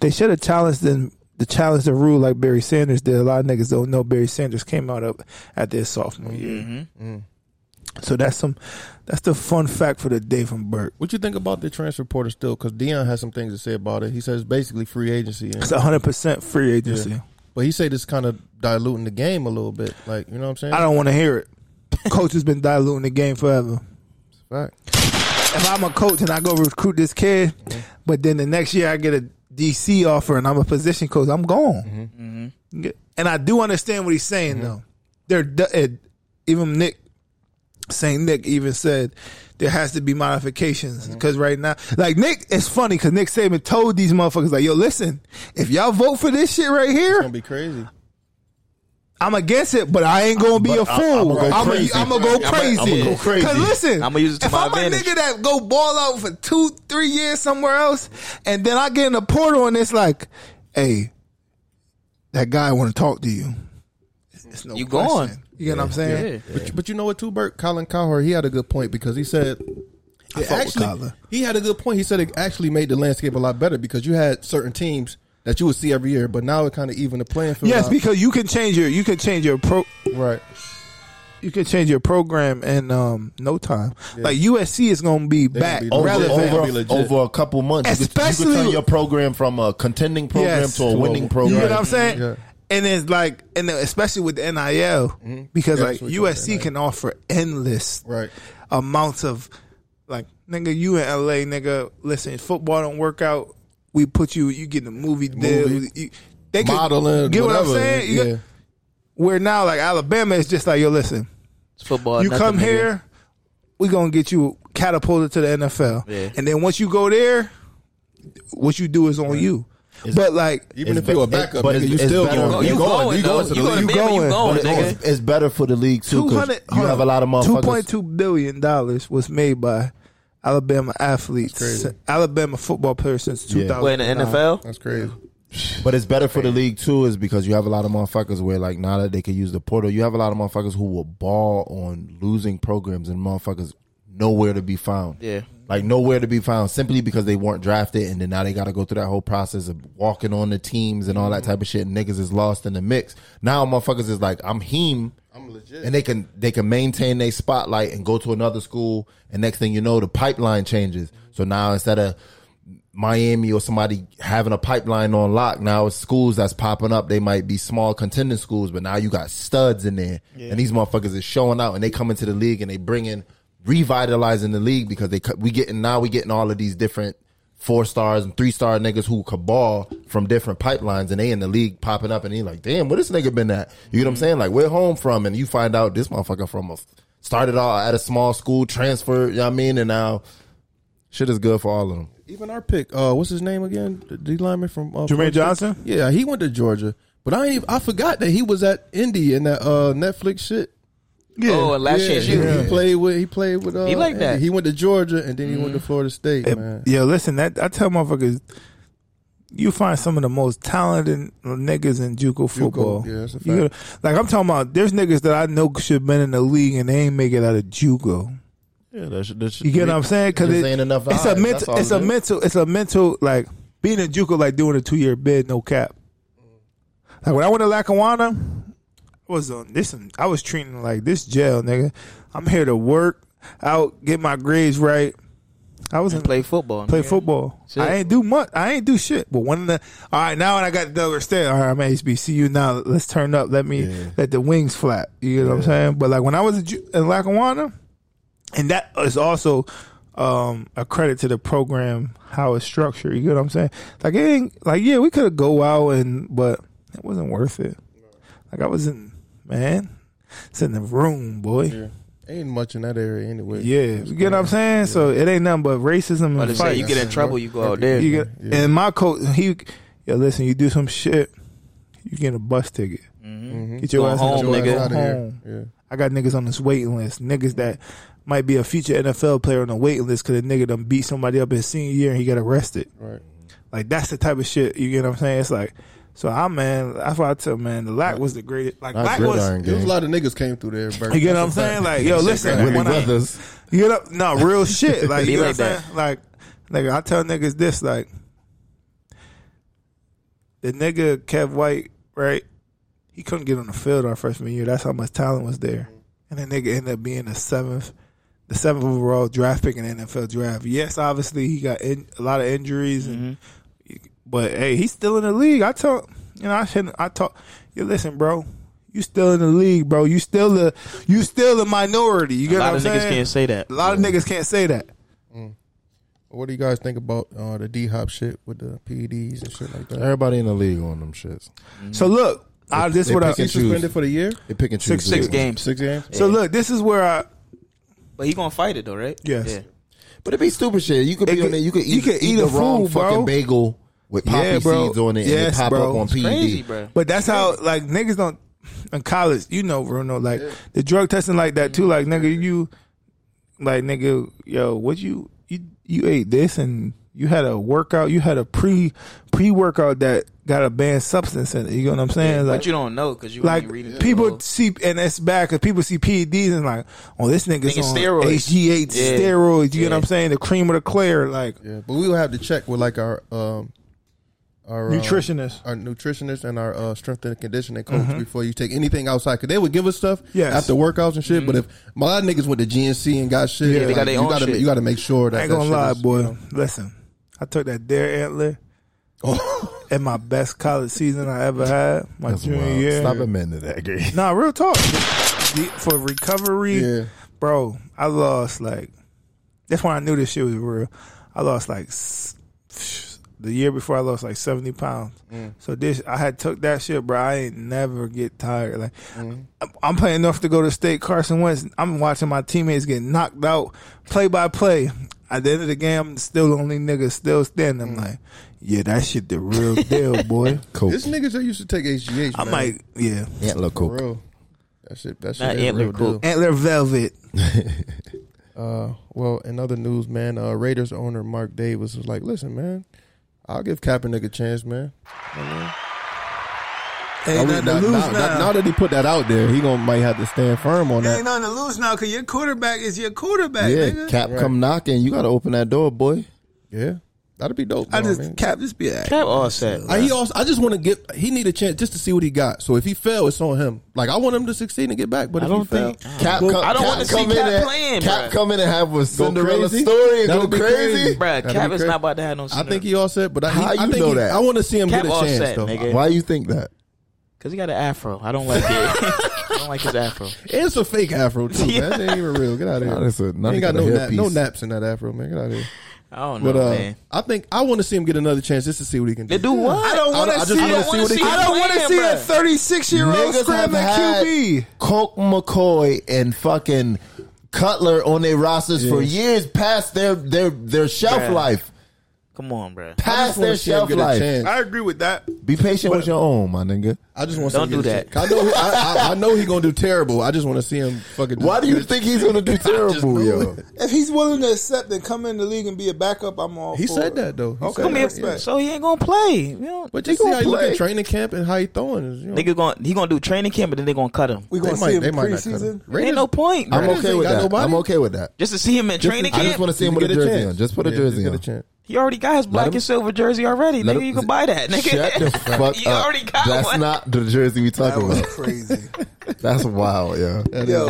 They should have challenged them the challenge the rule like Barry Sanders did. A lot of niggas don't know Barry Sanders came out up at their sophomore year.
Mm-hmm.
So that's some that's the fun fact Mm-hmm. for the day from Burke.
What you think about the transfer portal still? Because Dion has some things to say about it. He says basically free agency, and,
It's hundred percent free agency.
but he said it's kind of diluting the game a little bit. Like you know what I'm saying?
I don't want to hear it. coach has been diluting the game forever.
Fact.
If I'm a coach and I go recruit this kid, but then the next year I get a DC offer and I'm a position coach, I'm gone.
Mm-hmm.
And I do understand what he's saying though. There, do- it- even Nick, Saint Nick even said there has to be modifications
Mm-hmm.
because right now, like Nick, it's funny because Nick Saban told these motherfuckers like, "Yo, listen, if y'all vote for this shit right here,
Gonna be crazy.
I'm against it, but I ain't gonna be a
But I- I'ma
fool.
go
I'm
crazy.
gonna go
I'ma-
crazy.
I'ma go crazy.
Cause listen,
I'ma use it to
if
my
I'm
advantage.
a nigga that go ball out for two, three years somewhere else, and then I get in the portal and it's like, hey,
that guy want to talk to you. It's no
You
question.
gone.
You get what I'm saying?
But, you- but you know what, too, Bert? Colin Cowherd, he had a good point because he said.
I
It
fuck with
actually,
Colin.
he had a good point. He said it actually made the landscape a lot better because you had certain teams that you would see every year, but now it kind of even the playing field.
Yes,
out.
because you can change your you can change your pro
right.
You can change your program in um, no time.
Yeah.
Like USC is going to be back
Over,
relevant
over, over a couple months, you could- you
Especially-
could turn your program from a contending program
Yes.
to a winning program.
You know what I'm saying?
Yeah.
And it's like, and then especially with the NIL, because
Yeah,
like
that's what
USC can offer endless
right
amounts of like nigga, you in LA, nigga. Listen, football don't work out. We put you, you get a movie deal.
Movie.
You, they could,
Modeling,
Get what I'm
whatever.
saying? You got-
Yeah.
where now, like Alabama is just like, yo, listen,
football.
you
nothing,
come
nigga.
here, we gonna get you catapulted to the NFL,
Yeah.
and then once you go there, what you do is on you. but like,
Even if you a backup, nigga, you still going. You going. You going to the league.
But it's- It's better for the league too.
Two
'cause
hundred.
You have a lot of
Two point
motherfuckers.
two billion dollars was made by Alabama athletes, Alabama football players since two thousand.
That's crazy.
But it's better for the league too, is because you have a lot of motherfuckers where like now that they can use the portal, you have a lot of motherfuckers who will ball on losing programs and motherfuckers nowhere to be found.
Yeah.
Like nowhere to be found simply because they weren't drafted and then now they gotta go through that whole process of walking on the teams and all that type of shit and niggas is lost in the mix. Now motherfuckers is like, I'm heme. I'm legit. And they can they can maintain their spotlight and go to another school and next thing you know the pipeline changes. So now instead of Miami or somebody having a pipeline on lock. Now it's schools that's popping up. They might be small contending schools, but now you got studs in there,
Yeah.
and these motherfuckers is showing out, and they come into the league and they bring in revitalizing the league because they cu- we getting now we getting all of these different four stars and three star niggas who cabal from different pipelines, and they in the league popping up, and they like, damn, where this nigga been at? You know what I'm saying? Like, where home from? And you find out this motherfucker from a started all at a small school, transferred. You know what I mean? And now shit is good for all of them.
Even our pick, uh, what's his name again? The D lineman from uh,
Jermaine
Florida State?
Johnson?
Yeah, he went to Georgia, but I ain't even, I forgot that he was at Indy in that uh, Netflix shit.
Yeah. Oh, and last year
he,
she was-
he played with he played with uh,
He like
Indy.
that. Mm.
He went to Georgia and then he went to Florida State. man.
Yeah, listen, that I tell motherfuckers, you find some of the most talented niggas in JUCO football.
yeah, that's a
You
fact.
gotta- like I'm talking about, there's niggas that I know should have been in the league and they ain't make it out of JUCO.
Yeah, that's, that's
You get what I'm saying? Because
Just
it,
ain't enough
It's
eyes,
a
that's
mental.
all
It's
it
a
is.
mental. It's a mental. Like being in JUCO, like doing a two year bid, no cap. Like when I went to Lackawanna, I was on this. I was treating it like this jail, nigga. I'm here to work out, get my grades right. I was
play football.
Play
nigga.
football.
Shit.
I ain't do much. I ain't do shit. But one of the all right now, and I got the Delaware State. All right, I'm at HBCU now. Let's turn up. Let me let the wings flap. You know what I'm saying? But like when I was at Ju- in Lackawanna, and that is also um, a credit to the program how it's structured. You get what I'm saying? Like it ain't like yeah, we could have go out and but it wasn't worth it. Like I was in man, it's in the room, boy. Yeah.
Ain't much in that area anyway.
you get what I'm saying. So it ain't nothing but racism
About
and
to say,
fights.
you get in trouble, you go out there.
You get-
Yeah.
And my coach, he, yo, listen, you do some shit, you get a bus ticket.
Mhm.
Get your
Go
ass in the
home,
bus,
nigga.
Mm-hmm. go
Outta here.
home.
Yeah.
I got niggas on this waiting list, niggas that might be a future NFL player on the waiting list because a nigga done beat somebody up his senior year and he got arrested.
Right.
Like that's the type of shit you get. what I'm saying it's like. So I man, that's why I tell man, the lack was the greatest. Like lack was,
there was a lot of niggas came through there. Bert.
you get what I'm
That's a
saying?
fact.
Like, yo, listen, when I- you get up, no real shit. Like,
Be
you know
like
what I'm
that.
saying? Like, nigga, I tell niggas this. Like, the nigga Kev White, right? He couldn't get on the field our freshman year. That's how much talent was there. And the nigga ended up being the seventh, the seventh overall draft pick in the NFL draft. Yes, obviously he got in, a lot of injuries, and,
Mm-hmm.
but hey, he's still in the league. I tell you know, I shouldn't. I talk. You listen, bro. You still in the league, bro. You still the you still the minority. You
A
get
lot
what I'm
of niggas
saying?
can't say that.
A lot of niggas can't say that.
What do you guys think about uh, the D hop shit with the PEDs and shit like that?
Everybody in the league on them shits.
So look, I, this
They
what I
pick and choose.
Suspended for the year?
They pick and choose.
Six, six
the-
games.
Six games.
So look, this is where I.
But he gonna fight it though, right?
Yes.
Yeah.
But it be stupid shit. You could be on there. You could eat. You could eat, a wrong
food, bro.
fucking bagel with poppy
Yeah, bro.
seeds on it, and
Yes,
it pop
bro.
up on E
It's
PED.
crazy,
bro.
But that's how like niggas don't in college. You know, Bruno, like the drug testing like that
Mm-hmm.
too. Like nigga, you like nigga, yo, what you you you ate this and You had a workout. You had a pre pre workout that got a banned substance in it. You know what I'm saying?
Yeah,
like,
but you don't know 'cause you
like
ain't reading
people see and that's bad because people see PEDs and like, oh, this nigga's
Nigga
on
steroids.
HGH
Yeah.
steroids. You
Yeah.
know what I'm saying? The cream of the clear, like
yeah. But we will have to check with like our um, our uh,
Nutritionist.
our nutritionist, and our uh, strength and conditioning coach
Mhm.
before you take anything outside. Cause they would give us stuff
Yes.
after workouts and shit. But if a lot of niggas went to GNC and got shit, like, you gotta you gotta make sure that
I ain't
that
gonna
shit
lie,
is-
boy. Listen, I took that dare antler.
Oh.
in my best college season I ever had, my
That's
junior
wild.
year.
Stop admitting to that, Gary.
Nah, real talk. The- For recovery, bro, I lost like. That's when I knew this shit was real. I lost like s- the year before. I lost like seventy pounds.
Mm.
So this, I had took that shit, bro. I ain't never get tired. Like
Mm-hmm.
I'm- I'm playing enough to go to state. Carson Wentz. I'm watching my teammates get knocked out play by play. At the end of the game, I'm still the only nigga still standing. I'm like, yeah, that shit the real deal, boy.
It's niggas that used to take HGH.
I'm
man.
like, yeah,
Antler
For
Coke.
real. That shit. That shit.
Not
is
antler
real
coke.
deal.
Antler velvet.
uh, well, in other news, man, uh, Raiders owner Mark Davis was like, "Listen, man, I'll give Kaepernick a chance, man."
Ain't
I would-
nothing to
now-
lose
now-
now.
now- now that he put that out there, he gonna might have to stand firm on that.
Ain't nothing to lose now because your quarterback is your quarterback,
yeah,
nigga.
Cap come knocking. You got to open that door, boy.
Yeah, that'd be dope.
I just Cap just be a
Cap all set.
I, he also, I just want to get. He need a chance just to see what he got. So if he fail, it's on him. Like I want him to succeed and get back. But
I
if
don't
he fail,
think- Cap Well, come- I don't Cap wanna see come in Cap and- playing, Cap bruh. come in and have a Cinderella story and go crazy? Bruh,
That'd
Cap
be
is
crazy.
not about to have no
I
Cinderella.
think he all set. But I, he-
How
I
you
think
know
he-
that?
I want to see him
Cap
get a
all
chance
set,
though.
nigga.
Why you think that?
Cause he got an afro. I don't like it. I don't like his afro.
It's a fake afro too. Man. That ain't even real. Get out of here.
Nah, that's a-
You
not
ain't got
even
no
a
nap, no
hairpiece.
naps in that afro, man. Get out of here.
I don't
But,
know,
uh,
man.
I think I want to see him get another chance just to see what he can do.
They do what?
I don't want
I
to
just
see.
wanna see what he can
I don't
do.
want to see a 36 year old
Niggas have
scrambling
had
QB.
Coke McCoy and fucking Cutler on their rosters for
Yeah.
years past their their their shelf
Bruh.
life.
Come on, bro.
Past their shelf life.
I agree with that.
Be patient with your own, my nigga.
I just want
Don't
to
do
that. I know. I, I, I know he gonna do terrible. I just want to see him fucking.
Why do you think he's gonna do terrible, yo?
If he's willing to accept and come in the league and be a backup, I'm all.
He
for
said
it.
that though. He
Okay,
said that.
respect.
So he ain't gonna play.
But you see how he look at training camp and how he throwing. is, You know.
Nigga going he gonna do training camp, but then they gonna cut him.
We gonna They see might- him they might not cut him. preseason?
ain't no point.
I'm
bruh.
okay with that. I'm okay with that.
Just to see him in
Just-
training
I
camp.
just want to see him with a jersey on. Just put a jersey on.
He already got his black
him-
and silver jersey already.
Let
Nigga,
him-
you can buy that. Nigga,
Shut the fuck
you
up.
already got
That's
one.
not the jersey we talking about.
crazy.
That's wild, yeah.
Yo.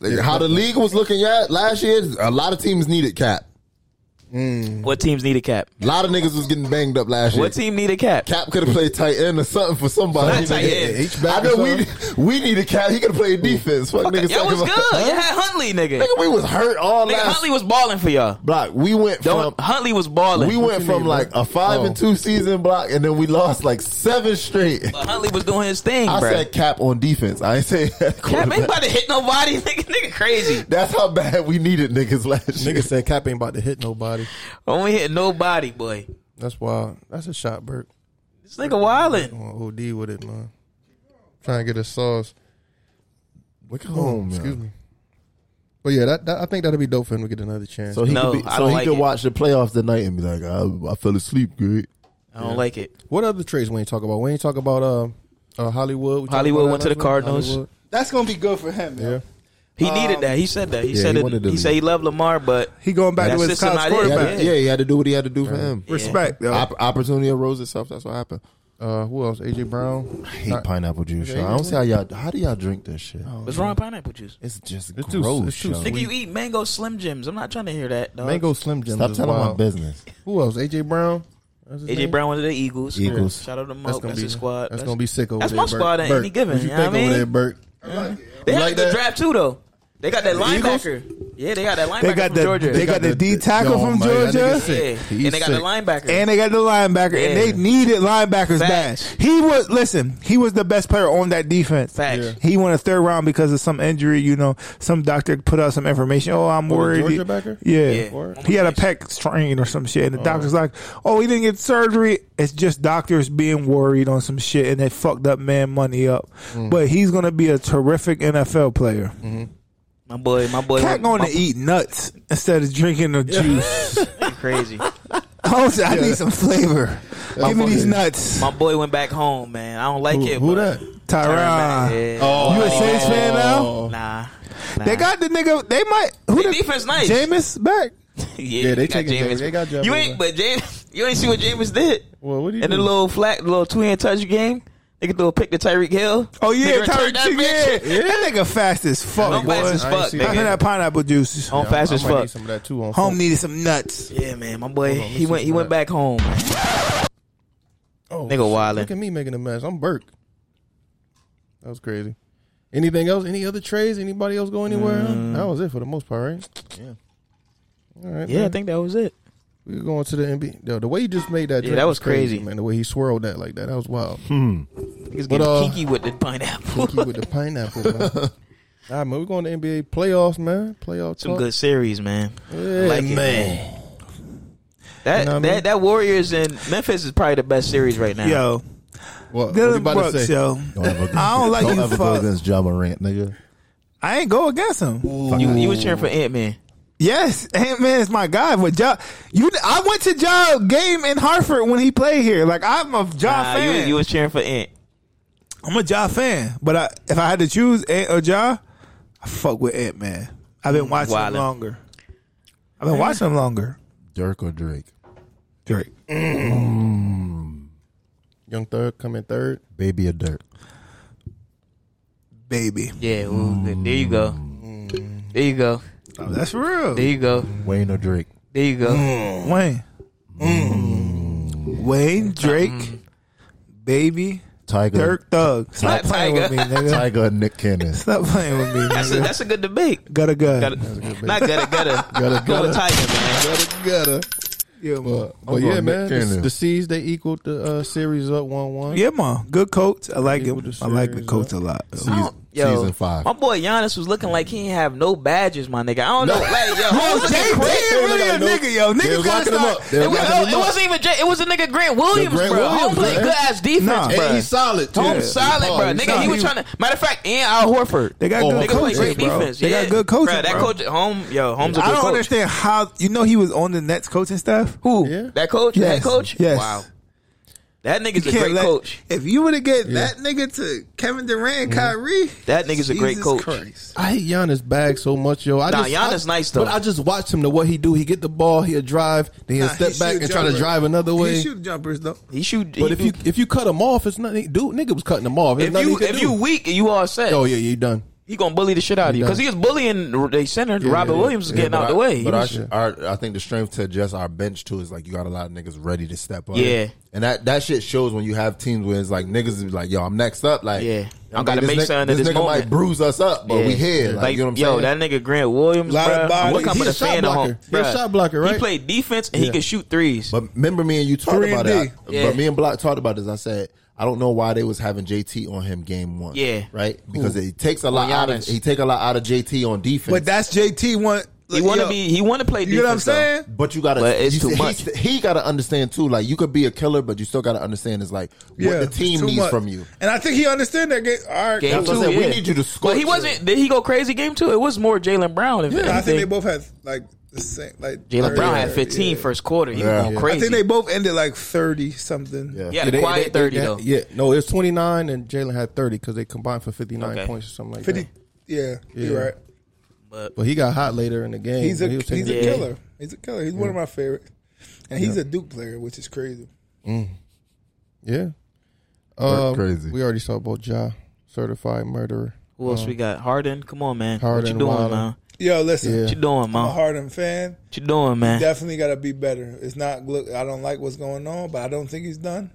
Like, How the league was looking at last year, a lot of teams needed cap.
What teams needed cap?
A lot of niggas was getting banged up last year.
What team needed cap?
Cap could have played tight end or something for somebody.
Not tight end.
I know we we needed cap. He could have played defense. Fuck niggas.
Y'all was
talking
good.
about-
Y'all had Huntley, nigga.
Nigga, we was hurt all
nigga,
last-
Huntley was balling for y'all.
Block. We went
Don't,
from
Huntley was balling.
we went from like a five
Oh.
and two season block, and then we lost like seven straight.
But Huntley was doing his thing,
I
bro.
said cap on defense. I ain't say
Cap ain't about to hit nobody, nigga. Nigga, crazy.
That's how bad we needed niggas last year.
Nigga said Cap ain't about to hit nobody.
Only hit nobody, boy.
That's wild. That's a shot, Burke.
This nigga wildin'.
On OD with it, man. Trying to get his sauce.
Look
home,
Excuse
man.
me. But yeah, that, that I think that'll be dope for him to get another chance.
So he could be, so he could watch the playoffs tonight and be like, I, I fell asleep, great.
I don't like it.
What other trades we ain't talk about? We ain't talk about uh, uh Hollywood. We talked
Hollywood
about that
went to
last
the
week.
Cardinals.
Hollywood.
That's gonna be good for him.
Yeah.
He
Um,
needed that. He said that. He
yeah,
said
he
it.
wanted to
He said he loved Lamar, but
he going
back
that
to his
system
college
not it.
quarterback.
Yeah.
Yeah, he had to do what he had to do for him.
Respect, yo.
Opp- opportunity arose itself. That's what happened.
Uh, who else? AJ Brown.
I hate pineapple juice. yo. I don't see how y'all. How do y'all drink this shit?
What's wrong with pineapple juice?
It's just
It's too-
gross.
it's too
yo.
Nigga, you eat mango Slim Jims. I'm not trying to hear that, dog.
Mango Slim Jims.
Stop
is
telling my
wild.
business.
Who else? AJ Brown. That's his
AJ
name?
Brown went to the Eagles.
Eagles.
Shout out to Mo.
That's
That's,
gonna be-
his squad.
that's gonna be sick over
That's
there,
my
Burke.
squad at any
Burke,
given.
what you
You know what I
think over
mean?
there, Burke?
They
You
had
like
the
that?
draft too, though. They got that
The Eagles?
linebacker. Yeah, they got that linebacker
They got
from
the
Georgia.
they got the D tackle
oh,
from
man, that
Georgia,
nigga sick.
Yeah. He's And they got the sick. linebacker,
and they got the linebacker, and they
Yeah.
needed linebackers
Facts.
bad. He was listen, he was the best player on that defense.
Facts. Yeah.
He won a third round because of some injury. You know, some doctor put out some information. Oh, I'm
Oh, the
worried.
Georgia backer?
Yeah,
Yeah. Or-
he had a pec strain or some shit, and the doctor's like, "Oh, he didn't get surgery. It's just doctors being worried on some shit, and they Mm.
Mm-hmm.
fucked up man money up. But he's gonna be a terrific NFL player."
I My boy, my boy.
Cat going to eat nuts instead of drinking the juice.
crazy.
I, was, I need some flavor. Give me these nuts.
My boy went back home, man. I don't like
Who-
it.
who
but-
Tyron.
yeah.
Oh. You a Saints fan now?
Nah.
They got the nigga. They might. Who
Their
the
defense nice.
Jameis back.
Yeah,
Yeah, they
got
taking
Jameis.
Jameis. They got Jameis
You ain't, but James, you ain't see what Jameis did.
Well, what do
In the little flat, little two hand touch game, they could throw a pick to Tyreek Hill.
Oh yeah,
Nigga
Tyreek.
returned that
Hill, Yeah.
bitch.
that nigga fast as fuck.
I'm
boy.
fast as fuck,
I heard
nigga.
that pineapple juice.
I'm Yeah, fast I as might fuck. need
some of that too on
Home
phone.
needed some nuts.
Yeah, man, my boy.
on, let me
he
see
went. He
some
went
of that.
back home.
Oh,
Oh,
Nigga
shit,
wildin'.
Look at me making a mess. I'm Burke. That was crazy. Anything else? Any other trades? Anybody else go anywhere?
Mm.
That was it for the most part, right?
Yeah.
All right.
Yeah, I
man.
think that was it.
we were going to the NBA. Yo, the way you just made that,
Yeah,
drink
that was crazy.
man. The way he swirled that like that, that was wild.
He's
But,
getting
uh,
kinky with the pineapple.
Pinky with the pineapple, man. All right, man. We're going to NBA playoffs, man. Playoff
Some
talk.
good series, man. I
Yeah,
like it,
man.
That
You know what I
that
mean?
that Warriors and Memphis is probably the best series right now.
Yo,
What, what you
Dylan
about to
Brooks,
say?
yo.
Don't ever,
I don't like
don't
you,
ever go
fuck.
against Ja Morant, nigga.
I ain't go against him.
you, you was cheering for Ant Man.
Yes, Ant Man is my guy. But Ja, you, I went to Ja game in Hartford when he played here. Like I'm a Ja
Nah, you,
fan.
you was cheering for Ant.
I'm a Ja fan. But I, if I had to choose Ant or Ja, I fuck with Ant Man. I've been watching
Wildin'.
him longer. I've been watching him longer.
Dirk or Drake? Mm.
Drake.
Young Thug coming third.
Baby or Dirk?
Baby.
Yeah, ooh, good. there you go.
Mm.
There you go.
Oh, that's real.
There you go.
Wayne or Drake?
There you go.
Wayne. Wayne,
Mm.
Drake, Baby,
Tiger.
Dirk Thug. Stop
Not
playing with me,
Tiger.
nigga.
Tiger or Nick Cannon?
Stop playing with me,
That's a,
nigga.
that's a good debate.
Gotta go.
Gotta, not gotta gotta
Gotta
go
gotta.
with Tiger, man.
Gotta.
Yeah, man.
But, but yeah,
going
man.
Nick
The,
Cannon.
the seeds they equaled the uh, series up one one.
Yeah, man. Good coach. I like
with
him.
the
I like the
series,
coach a lot.
I
Season-
don't- yo,
season five.
My boy Giannis was looking like he didn't have no badges, my nigga. I don't know. Like, yo, he was
Jay J
looking crazy.
really a nigga, yo.
They
Niggas
was
gotta
locking him
start.
up. They
It,
was
was,
locking him up.
not even Jay. It was a nigga Grant Williams,
Grant
bro.
Williams,
Home played
man.
good ass defense,
Nah.
bro.
And he's solid too.
Home solid,
Oh,
bro.
he's
Nigga, he was trying to. Matter of fact, and Al Horford.
They got
Oh,
good
Nigga played
coaches,
great
bro.
defense.
They
yeah.
got good coaches,
Bro, that
bro.
coach at home, yo, home's a
I
good
don't
coach.
understand how you know he was on the Nets coaching staff. Who?
Yeah.
That coach,
Yes.
that coach,
Yes.
wow, that nigga's a
Can't
great
let-
coach. Mm-hmm.
If you would have get that nigga to Kevin Durant, Kyrie,
That nigga's a great
Jesus
coach.
Christ.
I hate Giannis bag so much, yo. I
Nah,
just,
Giannis
I-
nice, though.
But I just watch him to what he do. He get the ball, he'll drive, then he'll
Nah,
step
he
back
shoot
and try to
jumper.
drive another
He
way.
shoot jumpers though.
He shoot,
But
he
if you
do-
if you cut him off, it's nothing. Dude, nigga was cutting him off. There's
if
nothing
you
Oh, he could
if
do.
you weak, you all set.
oh yeah, you done.
He gonna bully the shit out of you
Yeah.
because he was bullying the center. Robert
yeah, yeah.
Williams was
Yeah,
getting
But
out
I-
the way. He
But I,
was-
should, our, I think the strength to adjust our bench too is like you got a lot of niggas ready to step up.
Yeah.
and that, that shit shows when you have teams where it's like niggas is like, yo, I'm next up. Like,
Yeah. I
mean,
gotta
this
make
nigga-
something in
This
this
nigga might
moment.
bruise us up, but we
Yeah.
here. Like, you know what I'm
yo,
saying?
that nigga Grant Williams,
Lot of
bro.
bodies.
I'm becoming
He
a
a shot
fan of home.
blocker. He a
bruh.
shot blocker,
He
right?
played defense and he
Yeah.
could shoot threes.
But remember me and you talked
Three
about
and
it.
D.
I-
Yeah.
But me and Block talked about this. I said I don't know why they was having JT on him game one.
Yeah.
right. Because it takes a lot
On
out of
Giannis.
he take a lot out of JT on defense.
But that's JT one.
he want to be. He want to play.
You know what I'm
defense, though.
saying?
But you gotta,
But it's
you
too
see-
much.
he's- He, gotta understand too. Like you could be a killer, but you still gotta understand is like what the
it's
team
too
needs
much.
from you.
And I think he understand that game. All right,
Game
That's what
two,
I said. We
yeah.
need you to
But he
scorch
wasn't. Did he go crazy game two? It was more Jalen Brown. If
I think they
anything.
both had like the same. Like
Jalen Brown had
30,
15
yeah.
first quarter. He
Yeah.
was going
Yeah.
I
crazy.
think they both ended like thirty something.
Yeah.
yeah, the quiet 30
yeah,
though.
Yeah, no, it's twenty nine and Jalen had thirty because they combined for fifty nine
Okay.
points or something like
fifty.
that.
Yeah,
Yeah.
you're right.
But he got hot later in the game.
He's a
He was
he's
taking
a
it-
killer. He's a killer. He's one of my favorites, and he's a Duke player, which is crazy.
Yeah. Um,
Mm. crazy.
We already saw about Ja, certified murderer. Um,
Who else we got? Harden. Come on, man. what
Harden,
you doing,
Wilder.
man?
Yo, listen,
Yeah.
What you doing,
I'm a
man?
Harden fan.
What you doing, man?
Definitely got to be better. It's not look. I don't like what's going on, but I don't think he's done.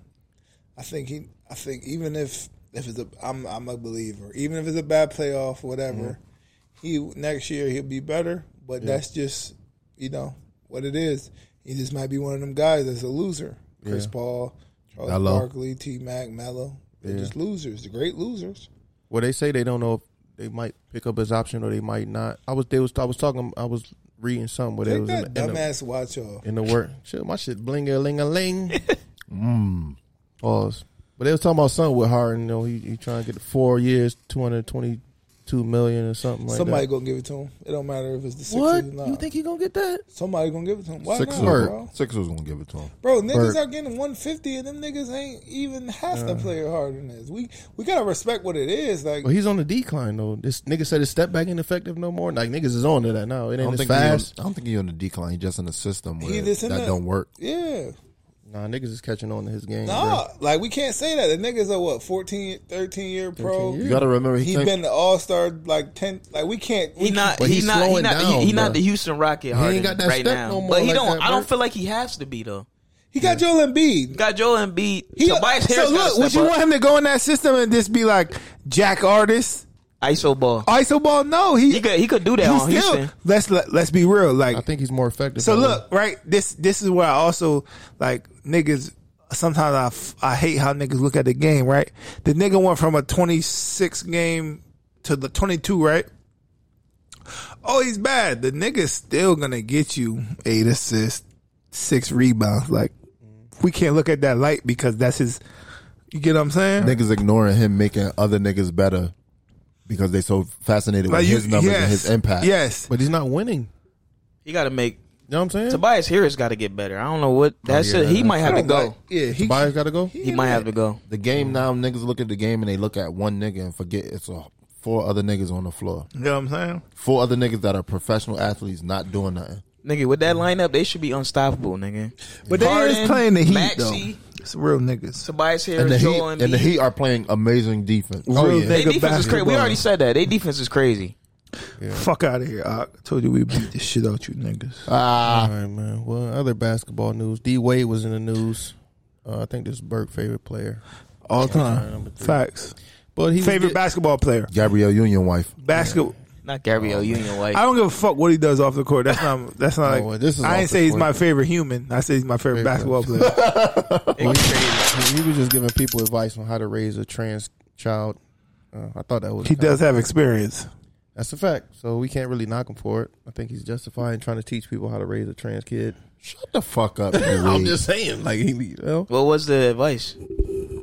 I think he. I think even if if it's a, I'm I'm a believer. Even if it's a bad playoff, whatever. He next year he'll be better, but that's just you know what it is. He just might be one of them guys that's a loser. Chris Paul, Charles
Melo.
Barkley, T Mac, Mello. They're just losers. They're great losers.
Well, they say they don't know if they might pick up his option or they might not. I was they was I was talking I was reading something where they
Take
was
that
in the, in, the,
dumbass watch off.
in the work. Shit, my shit bling a ling a ling.
Mm.
Pause. But they was talking about something with Harden. You know, he, he trying to get the four years, two hundred twenty two million or something like
Somebody
that.
gonna give it to him. It don't matter if it's the Sixers
What?
or not.
You think he gonna get that?
Somebody gonna give it to him. Why
Sixers,
not, bro?
Sixers gonna give it to him.
Bro, niggas
Bird.
are getting 150, and them niggas ain't even half the
Yeah.
player harder than this. We we gotta respect what it is. Like,
But he's on the decline though. This nigga said his step back ineffective no more. Like niggas is on to that now. It ain't
I don't
as
think he on-
fast.
I don't think he's on the decline. He's just in a system where
He just in
that
the-
don't work.
yeah,
Nah, niggas is catching on to his game.
nah, like we can't say that. The niggas are what 14, 13 year pro.
13 years. You gotta remember, he
he
came-
been the All Star like ten. Like we can't.
He not. He not. He not. he, he not the Houston Rocket. Harden right now. But he don't. I don't feel like he has to be though.
He got Joel Embiid.
Got Joel Embiid. Tobias
so
Harris.
look, would you want him to go in that system and just be like Jack Artist?
ISO ball.
ISO ball. No, he
he could he could do that on Houston.
Let's let, let's be real. Like I
think he's more effective.
So
than him.
look, right. This this is where I also like niggas. Sometimes I, f- I hate how niggas look at the game. Right. The nigga went from a twenty six game to the twenty two. Right. Oh, he's bad. The nigga's still gonna get you eight assists, six rebounds. Like we can't look at that light because that's his. You get what I'm saying?
Niggas ignoring him making other niggas better because they so fascinated
Like
with
you-
his numbers
yes,
and his impact.
Yes,
but he's not winning.
He got to make.
You know what I'm saying?
Tobias Harris got to get better. I don't know what
Oh,
that's. it. he might have to go.
Tobias got to go.
He might have to go.
The game now, niggas look at the game and they look at one nigga and forget it's a, four other niggas on the floor.
You know what I'm saying?
Four other niggas that are professional athletes not doing nothing.
Nigga, with that lineup, they should be unstoppable, nigga.
But they
Harden,
is playing the Heat
Maxey,
though. It's real niggas.
Tobias Harris,
And the Heat
Joel Embiid.
and the Heat oh, are playing amazing defense.
Real
They
nigga
defense is crazy. We
basketball.
already said that. They defense is crazy.
Fuck out of here. uh, I told you we beat the shit out you niggas.
Ah,
all right, man. Well, other basketball news. D Wade was in the news. Uh, I think this is Burke favorite player
all time.
number three.
Facts.
But he was
favorite
get-
basketball player.
Gabrielle Union wife.
Basketball.
Not Gabrielle Union White.
I don't give a fuck what he does off the court. That's not. That's not. like,
well, this is
I
off
ain't
the
say he's
court.
my favorite human. I say he's my favorite basketball player.
Well, he, he was just giving people advice on how to raise a trans child. Uh, I thought that was
He does have experience.
That's a fact. So we can't really knock him for it. I think he's justified in trying to teach people how to raise a trans kid.
Shut the fuck up.
I'm just saying, like he, you know,
What was the advice?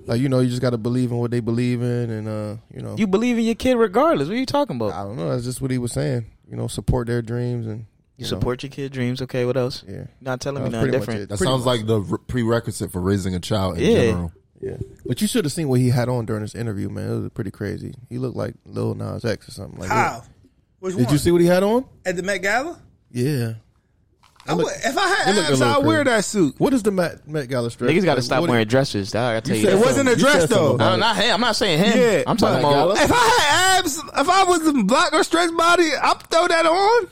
like you know, you just got to believe in what they believe in, and uh, you know,
You believe in your kid regardless. What are you talking about?
I don't know. That's just what he was saying. You know, support their dreams and
You
know.
support your kid dreams. Okay, what else?
Yeah.
Not telling me
That's
nothing
pretty much
different.
it.
That
Pretty
sounds
much.
like the re- prerequisite for raising a child in
Yeah.
general.
Yeah. But you should have seen what he had on during this interview, man. It was pretty crazy. He looked like Lil Nas X or something like
How?
that.
Which
Did
one?
you see what he had on?
at the Met Gala?
Yeah.
I would, if I had
It looked a
abs,
little
I'd wear
crazy.
that suit.
What is the Met, Met Gala stress?
Niggas got to
Like,
stop
what-
wearing dresses. dawg, I tell
You
you,
said
that.
It wasn't a
You
dress,
said something
though.
about it. No, not him. I'm not saying him.
Yeah,
I'm talking
but
about.
If I had abs, if I was in black or stretch body, I'd throw that on.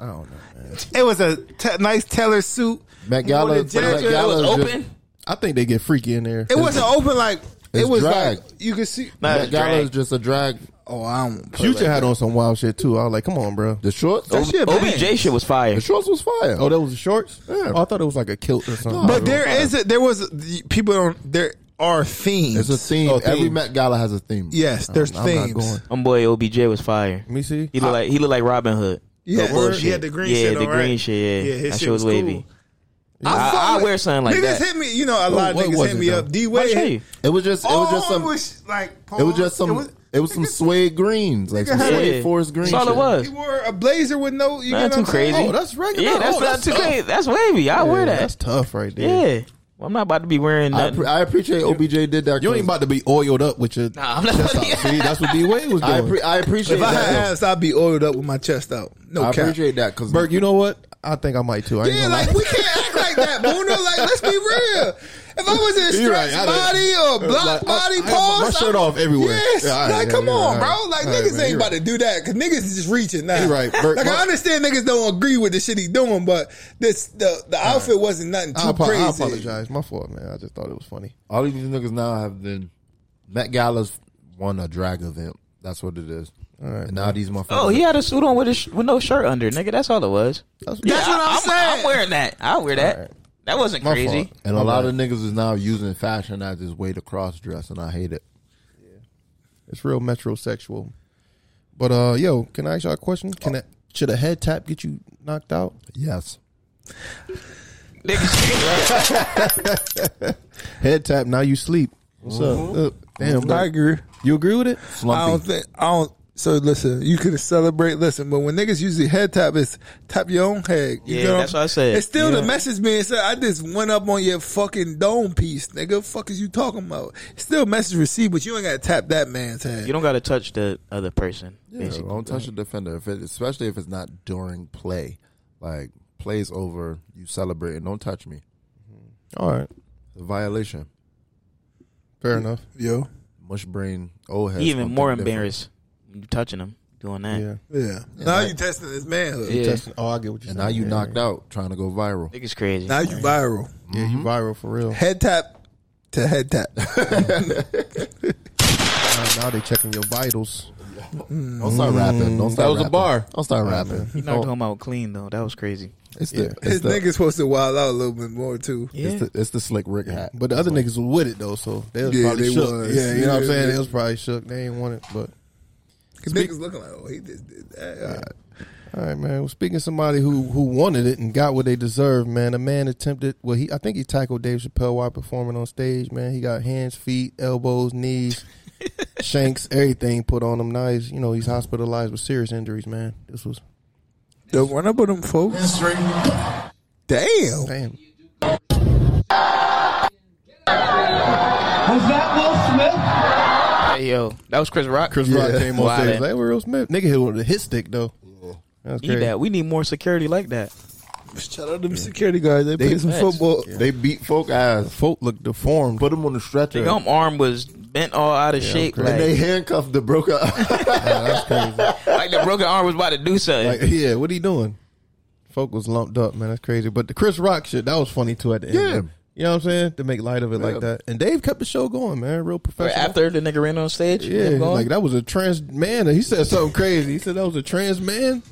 I don't know.
It was a t- nice Taylor suit.
Met
You
Gala,
wanted
Met
jacket, it
Gala
was
is
open.
just-
I think they get freaky in there.
It wasn't open like
It's
it was
drag.
like you could see.
Nah,
Met
it's
Gala
drag.
is just a drag.
Oh, I don't. play
Future
like
had
that.
on some wild shit too. I was like, come on, bro.
The shorts,
Ob-
shit
OBJ
bang.
shit was fire.
the shorts was fire.
Oh, that was the shorts. Yeah. Oh, I thought it was like a kilt or something.
But there is a, there was people don't there are themes.
It's a theme.
Oh,
Every
themes.
Met Gala has a theme.
Yes, there's
I'm not
themes.
going.
Um, boy, OBJ was fire.
Let me see.
He look like he look like Robin Hood.
Yeah,
No
word.
bullshit.
He had the green
yeah,
shit
the
on, right?
green shit. Yeah,
Yeah, his
that
shit
shit was
was
wavy.
cool.
I-
fuck
I
with-
wear something like
niggas
that.
hit me. You know, a lot
what
of niggas
was
hit
it,
me
though?
up. D
I'll show
Wade.
you.
It was just. It was just some.
Was Oh, like
It was just some. It was, some suede greens, like some suede
Yeah.
forest green.
That's all
shit.
it was.
He wore a blazer with no. You
Not
know
too
what I'm saying?
crazy.
Oh, that's regular.
Yeah, that's
Oh,
not
that's
too
tough.
crazy. That's wavy. I wear
Yeah, That's
that.
tough right there.
Yeah. Well, I'm not about to be wearing
I,
that.
appre- I appreciate OBJ did that.
You ain't about to be oiled up with your.
Nah, I'm not.
See, that's what D Wade was doing.
I, appre- I appreciate
If I had
that.
abs, I'd be oiled up with my chest out.
though.
No
I
cap.
appreciate that because
Berg, you know what? I think I might too. I ain't
Yeah,
gonna lie.
like we can't act like that, Bruno. Like, let's be real. If I was in
You're
stretch
right, I
body
done-
or block
Like, I- I
body,
had my-
pause.
my shirt
I'm-
off everywhere.
Yes,
Yeah, all right,
like
yeah,
come
you're right.
on, bro. Like
All right,
niggas
man,
ain't
you're
about to do that because niggas is just reaching now.
You're right, Bert.
like
My-
I understand niggas don't agree with the shit he doing, but this the the outfit wasn't nothing too
I, apo-
crazy.
I apologize. My fault, man. I just thought it was funny.
all these niggas now have been Met Gala's won a drag event. That's what it is. and now these motherfuckers.
Oh, he had a suit on with a sh- with no shirt under, nigga. That's all it was.
That's-
Yeah,
That's what I'm
I'm,
saying.
wearing that. I wear that. That wasn't
My
crazy.
fault.
And a lot of niggas is now using fashion as his way to cross dress, and I hate it.
It's real metrosexual. But uh, yo, can I ask y'all a question? Can I, should a head tap get you knocked out?
Yes,
Head tap. Now you sleep. What's up? Uh, damn, Berg.
agree.
you agree with it?
I don't
Mm-hmm. slumpy.
think I don't. So listen, you could celebrate. Listen, but when niggas usually head tap, it's tap your own head. You
Yeah,
know
that's what I said.
It's still
Yeah.
the message being said. I just went up on your fucking dome piece, nigga. Fuck is you talking about? Still message received, but you ain't gotta tap that man's head.
You don't got to touch the other person.
Yeah,
basically.
don't touch the defender, if it, especially if it's not during play. Like plays over, you celebrate and don't touch me.
Mm-hmm. All right,
a violation.
Fair enough.
Yo,
mush brain, old head.
He even more embarrassed when you touching him, doing that.
Yeah.
Yeah. Now you testing his manhood.
Yeah.
Testing-
oh, I get what you're saying.
and now you
Yeah.
knocked out trying to go viral. Mm-hmm.
Niggas crazy.
Now you viral.
Yeah, you viral for real.
Head tap to head tap.
Now, now they checking your vitals. Mm.
Don't start rapping. Don't start rapping. Don't start
Nah,
rapping.
He knocked him out clean though. That was crazy.
It's the-
His niggas supposed to wild out a little bit more too.
It's
the, slick Rick hat.
But the other niggas were with it though, so they was
Yeah,
probably
they
shook.
was.
Yeah, you know what I'm
Yeah.
saying? They was probably shook. They ain't want it, but
Niggas looking like, oh, he just did that.
All right, man. Well, speaking of somebody who who wanted it and got what they deserved, man. A man attempted. Well, he I think he tackled Dave Chappelle while performing on stage. Man, he got hands, feet, elbows, knees, shanks, everything put on him. Now he's you know he's hospitalized with serious injuries. Man, this was
don't run up with them folks. Damn.
Damn.
Was that
Hey yo, that was Chris Rock.
Chris Rock came on
Wildin'.
stage. Like, where Will Smith? Nigga hit with a hit stick though. That's
Need that. We need more security like that.
Shout out to them security guards. They,
play some football.
They beat folk ass.
Folk looked deformed.
Put them on the stretcher.
Nigga, I'm arm was bent all out of shape.
and they
Like,
handcuffed the broken.
like the broken arm was about to do something.
Like, yeah, what he doing? Folk was lumped up, man. That's crazy. But the Chris Rock shit, that was funny too at the end.
Yeah.
man. You know what I'm saying? To make light of it
Yeah.
like that. And Dave kept the show going, man. Real
Right
professional.
after the nigga ran on stage,
yeah,
kept going.
like that was a trans man. He said something crazy. He said that was a trans man.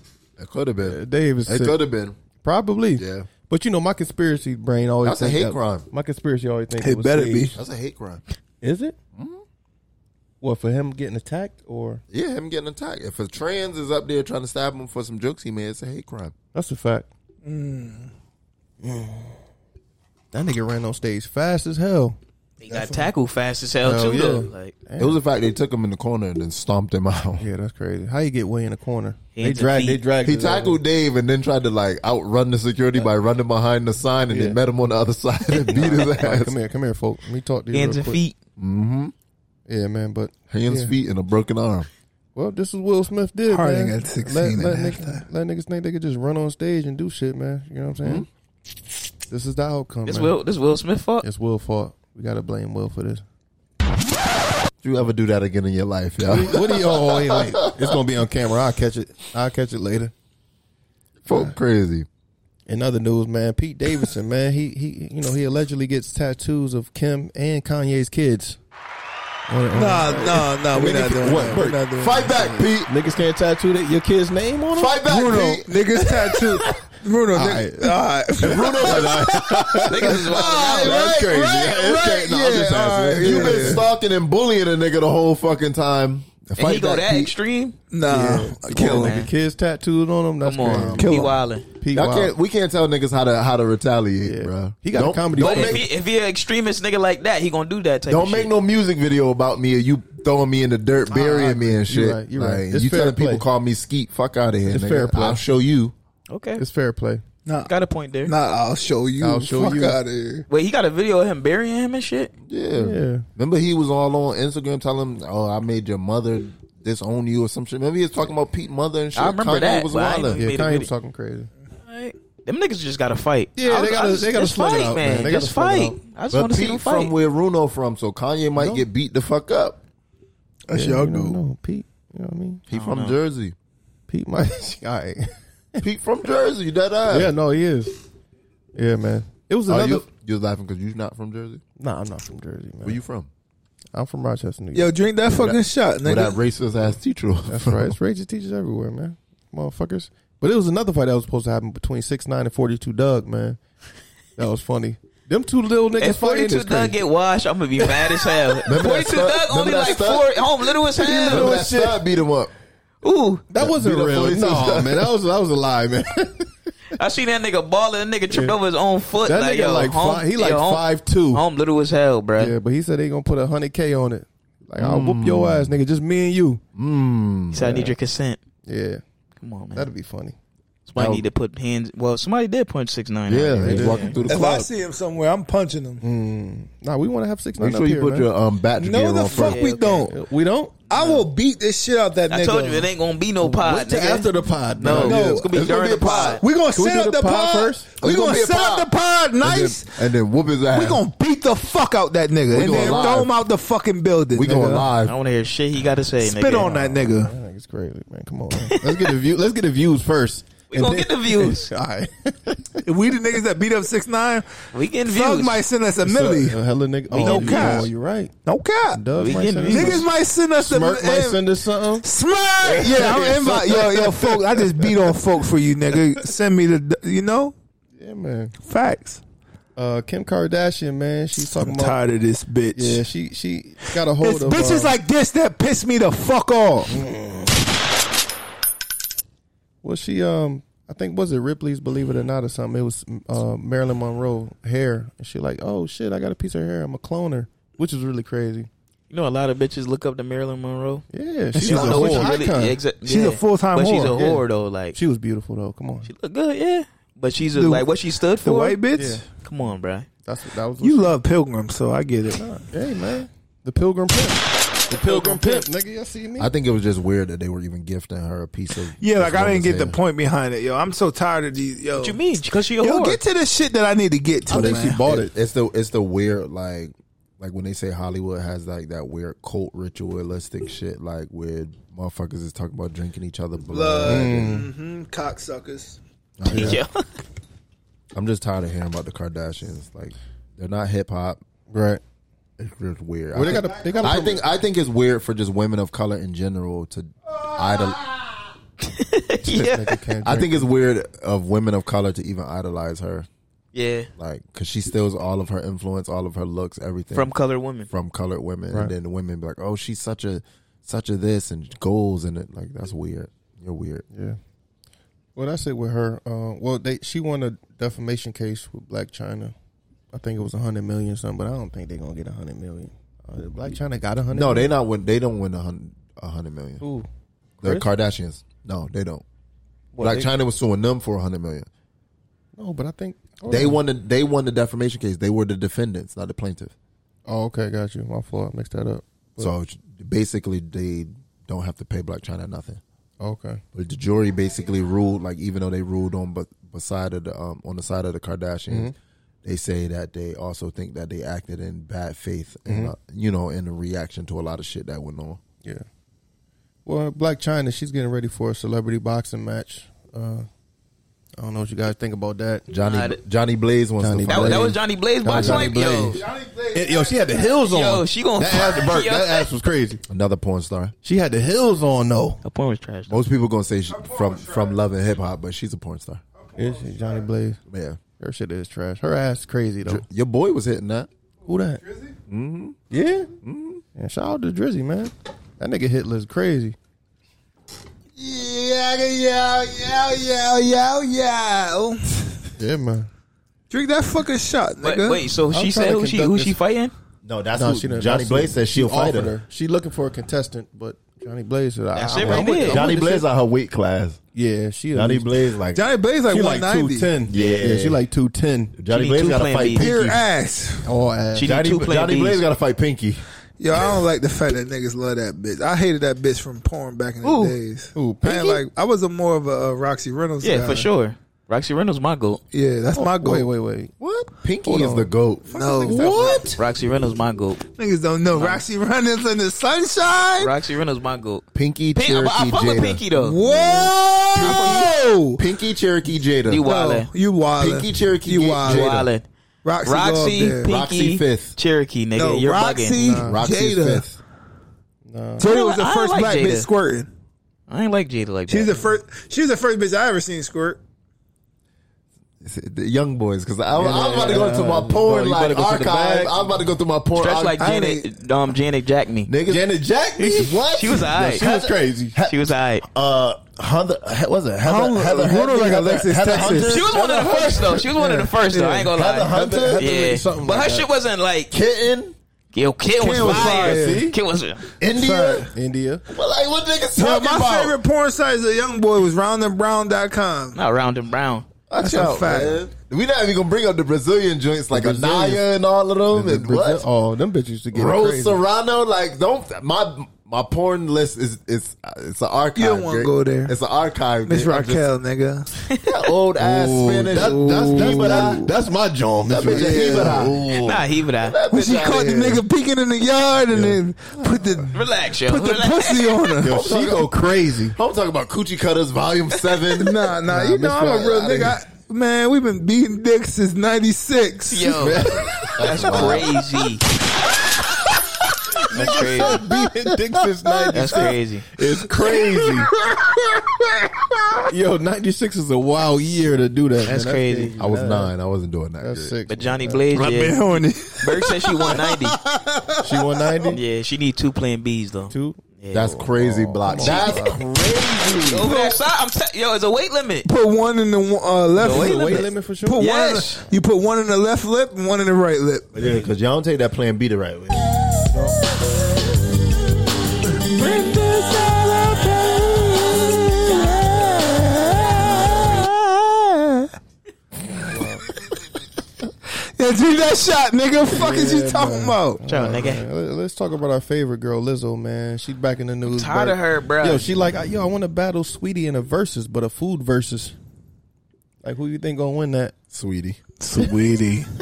It could have been.
Dave is
It
sick.
could have been.
Probably.
Yeah.
But you know, my conspiracy brain always
That's a
think
hate
that-
crime.
My conspiracy always thinks
It
was
better be.
staged.
That's a hate crime.
Is it? What for him getting attacked or?
Yeah, him getting attacked. If a trans is up there trying to stab him for some jokes he made, it's a hate crime.
That's a fact. That nigga ran on stage fast as hell.
He got tackled fast as hell,
Hell
too. though.
yeah.
Like
It was the fact they took him in the corner and then stomped him out.
Yeah, that's crazy. How you get way in the corner?
Hands and feet.
He
his elbow.
tackled Dave and then tried to like outrun the security by running behind the sign, and
Yeah.
they met him on the other side and beat his
All right,
ass.
come here, come here, folk. Let me talk to you.
Hands
real
and
quick.
feet.
Mm-hmm.
Yeah, man. But
Hands,
yeah.
feet, and a broken arm.
Well, this is Will Smith did.
Harding
man.
got 16 at
let, niggas, let niggas think they could just run on stage and do shit, man. You know what I'm saying? This is the outcome.
This
man.
Hmm? Will- this Will Smith fault?
It's Will fault. We gotta blame Will for this.
Do you ever do that again in your life? Yeah.
what do y'all wait, wait? It's gonna be on camera. I'll catch it. I'll catch it later.
Folk crazy.
In other news, man, Pete Davidson, man, he he you know, he allegedly gets tattoos of Kim and Kanye's kids.
Nah, nah, nah, we not doing that. We
Bert?
not doing
Fight back, Pete.
Niggas can't tattoo that, your kid's name on them?
Fight back,
Bruno,
Pete.
niggas tattoo. Bruno,
All
nigga, all right.
Bruno,
niggas is
All right,
That's crazy.
right,
Yeah, it's
right,
crazy. No, I'm just
yeah, all
asking.
right. You've
Yeah,
been
yeah.
stalking and bullying a nigga the whole fucking time.
and he
Fight
go
back,
that
Pete.
extreme.
Nah,
Kill
Come on,
him.
man.
Kids tattooed on him. That's
Come on,
crazy.
Pete Wildin'.
Pete
Y'all
Wild.
can't, we can't tell niggas how to how to retaliate, bruh.
He got a
don't,
comedy
Don't
foot.
If
make,
he, if he an extremist nigga like that, he gonna do that type
don't
of
make
shit.
no music video about me or you throwing me in the dirt, burying me and
Ah,
shit.
You're right, you're
like,
right. It's
you
fair
telling
play.
people call me skeet? Fuck out of here,
It's
nigga.
fair play.
I'll show you.
Okay,
It's fair play.
Nah,
got a point there.
nah, I'll show you.
I'll show
Fuck
you.
out of here.
Wait, he got a video of him burying him and shit.
Yeah.
Yeah.
Remember he was all on Instagram telling him, "Oh, I made your mother disown you or some shit." Remember he was talking about Pete mother and shit.
I remember
Kanye
that,
Was
but I ain't
wildin'.
even
Yeah,
Made a
Kanye
video.
was talking crazy.
Right. Them niggas just gotta fight.
Yeah,
I was-
they gotta-
I just-
they gotta
just
slug it
fight,
out,
man.
man. They gotta
just
slug it
fight.
out.
I just
But
want to see
Pete
them
from
fight.
where Runo from, so Kanye might get beat the fuck up.
That's
Yeah,
y'all
you don't
do.
know, Pete. You know what I mean?
He
don't
from
know.
Jersey.
Pete might. All right.
Pete from Jersey. That ass.
Yeah, no, he is. Yeah, man. It was
Are
another.
you, you're laughing because you're not from Jersey.
Nah, I'm not from Jersey, man.
Where you from?
I'm from Rochester, New York.
Yo, drink that fucking shot,
Where that
nigga.
racist ass teacher. was
That's
from.
right. It's racist teachers everywhere, man. Motherfuckers. But it was another fight that was supposed to happen between six nine and forty two Doug, man. That was funny. Them two little niggas
If
fighting
42
is crazy.
Doug get washed, I'm gonna be mad as hell.
Remember that
42
stud-
Doug only
remember that
like
stud?
four, home little as hell.
Remember that
shit.
stud beat him up.
Ooh,
that wasn't
beat up
real.
42
No,
Doug.
man. That was that was a lie, man.
I seen that nigga balling. That nigga tripped over his own foot.
That
like,
nigga
yo,
like
home,
five, he like
yo, home,
five two.
Home little as hell, bruh.
Yeah, but he said they gonna put a hundred K on it. Like I'll whoop your ass, nigga. Just me and you.
He said, I need your consent.
Yeah.
Come on, man.
That'd be funny.
Somebody
That-
need to put hands. Well, somebody did punch six nine.
Yeah, they did. Walking through the
If I see him somewhere, I'm punching him. Mm.
Nah, we want to have six nine.
Make sure you put your, um,
battery.
No, the fuck we don't.
We don't.
I will beat this shit out that
I
nigga.
told you it ain't gonna be no pod.
Wait till
nigga.
after the pod,
No,
man. No,
it's gonna be
it's gonna
during
be
the pod.
We gonna set up the pod
We
We
gonna
gonna
be a
set
pod.
up the pod nice.
and then whoop his ass.
We gonna beat the fuck out that nigga
We
and
going
then
live.
throw him out the fucking building.
We going
nigga.
live.
I want to hear shit he got to say.
Spit
nigga.
on that nigga.
It's crazy, man. Come on.
Let's get the view. Let's get the views first.
We gonna get the views.
All right.
If we the niggas that beat up six nine,
we getting
Thug
views.
might send us a
What's
millie.
up? Uh, hella nigga.
We
oh,
getting
you-
views.
oh, you're right.
No cap.
Dove might send us
Niggas
some-
might send us
Smirk
the
might send us something.
Smirk! Yeah, I'm invite. Yo, yo, folks, I just beat on folks for you, nigga. Send me the, you know?
Yeah, man.
Facts.
Uh, Kim Kardashian, man, she's talking
I'm
about.
tired of this bitch.
Yeah, she she got a hold
It's
of
bitches
uh,
like this that piss me the fuck off.
Well, she um, I think was it Ripley's Believe It or Not or something. It was uh, Marilyn Monroe hair, and she like, oh shit, I got a piece of her hair. I'm a cloner, which is really crazy.
You know, a lot of bitches look up to Marilyn Monroe.
Yeah,
she's,
she's
don't
a
know what
whore.
she really.
Icon.
yeah, exa-
She's
yeah.
a full-time
But she's a
whore. Yeah.
whore though. Like
She was beautiful though. Come on,
she look good, yeah. But she's a,
The-
like what she stood for.
white bitch? Yeah.
Come on, bruh.
that's what that was.
You love Pilgrim, so I get it.
hey man, the Pilgrim Pimp, the Pilgrim Pimp, nigga, you see me?
I think it was just weird that they were even gifting her a piece of.
Yeah, like
this
I didn't
woman's
get the
hair.
point behind it, yo. I'm so tired of these, yo.
What you mean? Because she a
Yo,
whore.
get to the shit that I need to get to.
I think
man.
she bought it. It's the it's the weird like like when they say Hollywood has like that weird cult ritualistic shit like where motherfuckers is talking about drinking each other blood.
Blood,
and-
mm-hmm, cocksuckers.
Oh, yeah.
yeah.
I'm just tired of hearing about the Kardashians. Like they're not hip hop.
Right.
It's just weird.
Well,
I,
they
think,
gotta- they gotta
I
promote-
think I think it's weird for just women of color in general to idol.
yeah.
I think it's weird of women of color to even idolize her.
Yeah.
Like, cause she steals all of her influence, all of her looks, everything
From colored women.
From colored women,
Right.
and then the women be like, "Oh, she's such a, such a this and goals and it like that's weird. You're weird.
Yeah. Well, that's it with her. Uh, well, they she won a defamation case with Black China. I think it was a hundred million or something, but I don't think they're gonna get a hundred million. Uh, Black China got a hundred.
No, they
million?
not win. They don't win a hundred, a hundred million.
Who?
The
Chris?
Kardashians. No, they don't.
What,
like
they-
China was suing them for a hundred million.
No, but I think Oh,
They won. The, they won the defamation case. They were the defendants, not the plaintiff.
Oh, okay, got you. My fault. I mixed that up. But-
So basically, they don't have to pay Black China nothing.
okay,
But the jury basically ruled, like even though they ruled on but beside of the um, on the side of the Kardashians,
Mhm.
they say that they also think that they acted in bad faith, and,
Mhm.
uh, you know, in the reaction to a lot of shit that went on.
yeah. Well, Black China, she's getting ready for a celebrity boxing match. Uh, I don't know what you guys think about that.
Johnny
Nah, th-
Johnny Blaze wants
Johnny
to.
That, was- that
fight.
was Johnny Blaze box
Johnny
like yo.
Blaze.
And, yo, she had the heels on.
Yo, she gonna
that ass, burnt.
Yo.
that ass was crazy.
Another porn star.
She had the heels on though.
Her porn was trash. though.
Most people gonna say she, from from Love and Hip Hop, but she's a porn star.
Yeah, she's Johnny Blaze.
Yeah,
Her shit is trash. Her ass crazy though.
your boy was hitting that.
Who that? Drizzy? Mm-hmm. Yeah. Mm-hmm. And shout out to Drizzy, man. That nigga hit list crazy.
Yeah, yeah, yeah, yeah, yeah, yeah.
Yeah, man.
Drink that fucking shot,
But
nigga.
wait, so she
I'm
said
trying to
who she
conduct
who
this-
she fighting?
No, that's
Nah,
who,
done-
Johnny
that's
Blaze
who-
said she'll
she
fight
offered
her.
She looking for a contestant, but Johnny Blaze said, I,
That's
I,
it
I,
right
want- I
there.
want
Johnny
this
Blaze
shit.
out her weight class.
Yeah, she.
Johnny
Blaze.
Blaze like
Johnny Blaze like
She like
190.
two ten.
Yeah.
she like two ten.
Johnny
She need
Blaze
two
got to
plan
fight
Bs.
Pure
Pinky.
ass.
Oh ass.
She need
Johnny,
two plan
Johnny
Bs.
Blaze got to fight Pinky.
Yo, I don't like the fact that niggas love that bitch. I hated that bitch from porn back in the
Ooh.
days.
Ooh,
I ain't
Pinky?
like I was a more of a uh, Roxy Reynolds.
Yeah, Oh,
guy.
for sure. Roxy Reynolds my goat.
Yeah, that's my goal.
Wait, wait, wait.
What? Pinky
Hold
is
on.
the goat.
No, what?
Roxy Reynolds my goat.
Niggas don't know Roxy Reynolds in the sunshine.
Roxy Reynolds my goat.
Pinky
Pink, I,
Cherokee
I fuck
Jada.
with Pinky though.
Whoa!
Pinky Cherokee Jada.
You wildin'.
No, you wild.
Pinky Cherokee
You
Jada.
wild.
Wildin'.
Roxy,
Roxy,
Roxy
Pinky,
Roxy fifth.
Cherokee, nigga.
No,
You're
Roxy,
bugging.
Roxy's
Jada.
fifth.
Jada was the
I
first
like
black
Jada.
bitch squirting.
I ain't like Jada like
She's
that.
the first. She's the first bitch I ever seen squirt.
The young boys, because I, I was about to go into my
Bro,
porn
you
like
better go to the
archive.
back.
I was about to go through my porn.
That's
arch-
like
I
Janet, um, Janet Jack me.
niggas. Janet Jack. What?
She was alright.
she was crazy.
She was alright.
uh, Heather, he- was it Heather?
Hunter-
Heather,
Hunter
Heather,
like
Heather,
Alexis,
Heather
Texas.
Hunter?
She was one of the first though. She was one of the first though. I ain't gonna lie.
Heather Hunter? Heather
yeah,
something
but
like
her
that.
shit wasn't like
Kitten.
Yo, Ken,
Ken
was
was
fire.
fire, see?
Ken was
India?
India.
But like, what niggas
Well,
talking
my
about?
favorite porn site as a young boy was roundandbrown.com.
not round and brown.
That's a fact.
We not even gonna bring up the Brazilian joints like
Brazilians.
Anaya and all of them. And what?
Oh, them bitches used to get
Rose
crazy.
Serrano, like don't my my porn list is it's it's an archive.
You don't wanna
Drake.
go there.
It's an archive.
Miss
Drake. I'm
Raquel,
just-
nigga.
that old ass
Ooh,
Spanish.
that- that's- that's-
Jibara.
That's my job.
That bitch a Jibara.
Nah, he would have.
That
When
bitch
she
out
caught the
here.
nigga peeking in the yard and then put the
Relax, yo.
put the
Relax.
pussy on her.
Yo, she go
crazy.
I'm talking about Coochie Cutters Volume Seven.
Nah, nah, you know I'm a real nigga. I- man, we've been beating dick since '96.
Yo, that's crazy. That's crazy.
Beating dick since 96.
That's crazy.
It's crazy. Yo, 96 is a wild year to do that.
That's
man.
crazy.
I was nine. I wasn't doing that.
That's
shit.
sick.
But Johnny Blaze,
I've been
yeah.
horny.
Berg said she 190.
She 190?
Yeah, she need two playing B's though.
Two.
Yeah.
That's crazy,
oh,
block. That's crazy.
Over that side, I'm t- yo. It's a weight limit.
Put one in the uh, left
The weight
lip.
limit. Weight
limit for sure?
Put
Yes.
one. You put one in the left lip and one in the right lip.
Yeah, because y'all don't take that plan B the right way.
Yeah, do that shot, nigga. Fuck is you talking about?
Yo, nigga.
Man, let- Let's talk about our favorite girl, Lizzo. Man, she's back in the news.
tired
but-
of her, bruh.
Yo, she like, I- yo, I want to battle Sweetie in a versus, but a food versus. Like, who you think gonna win that?
Sweetie.
Sweetie.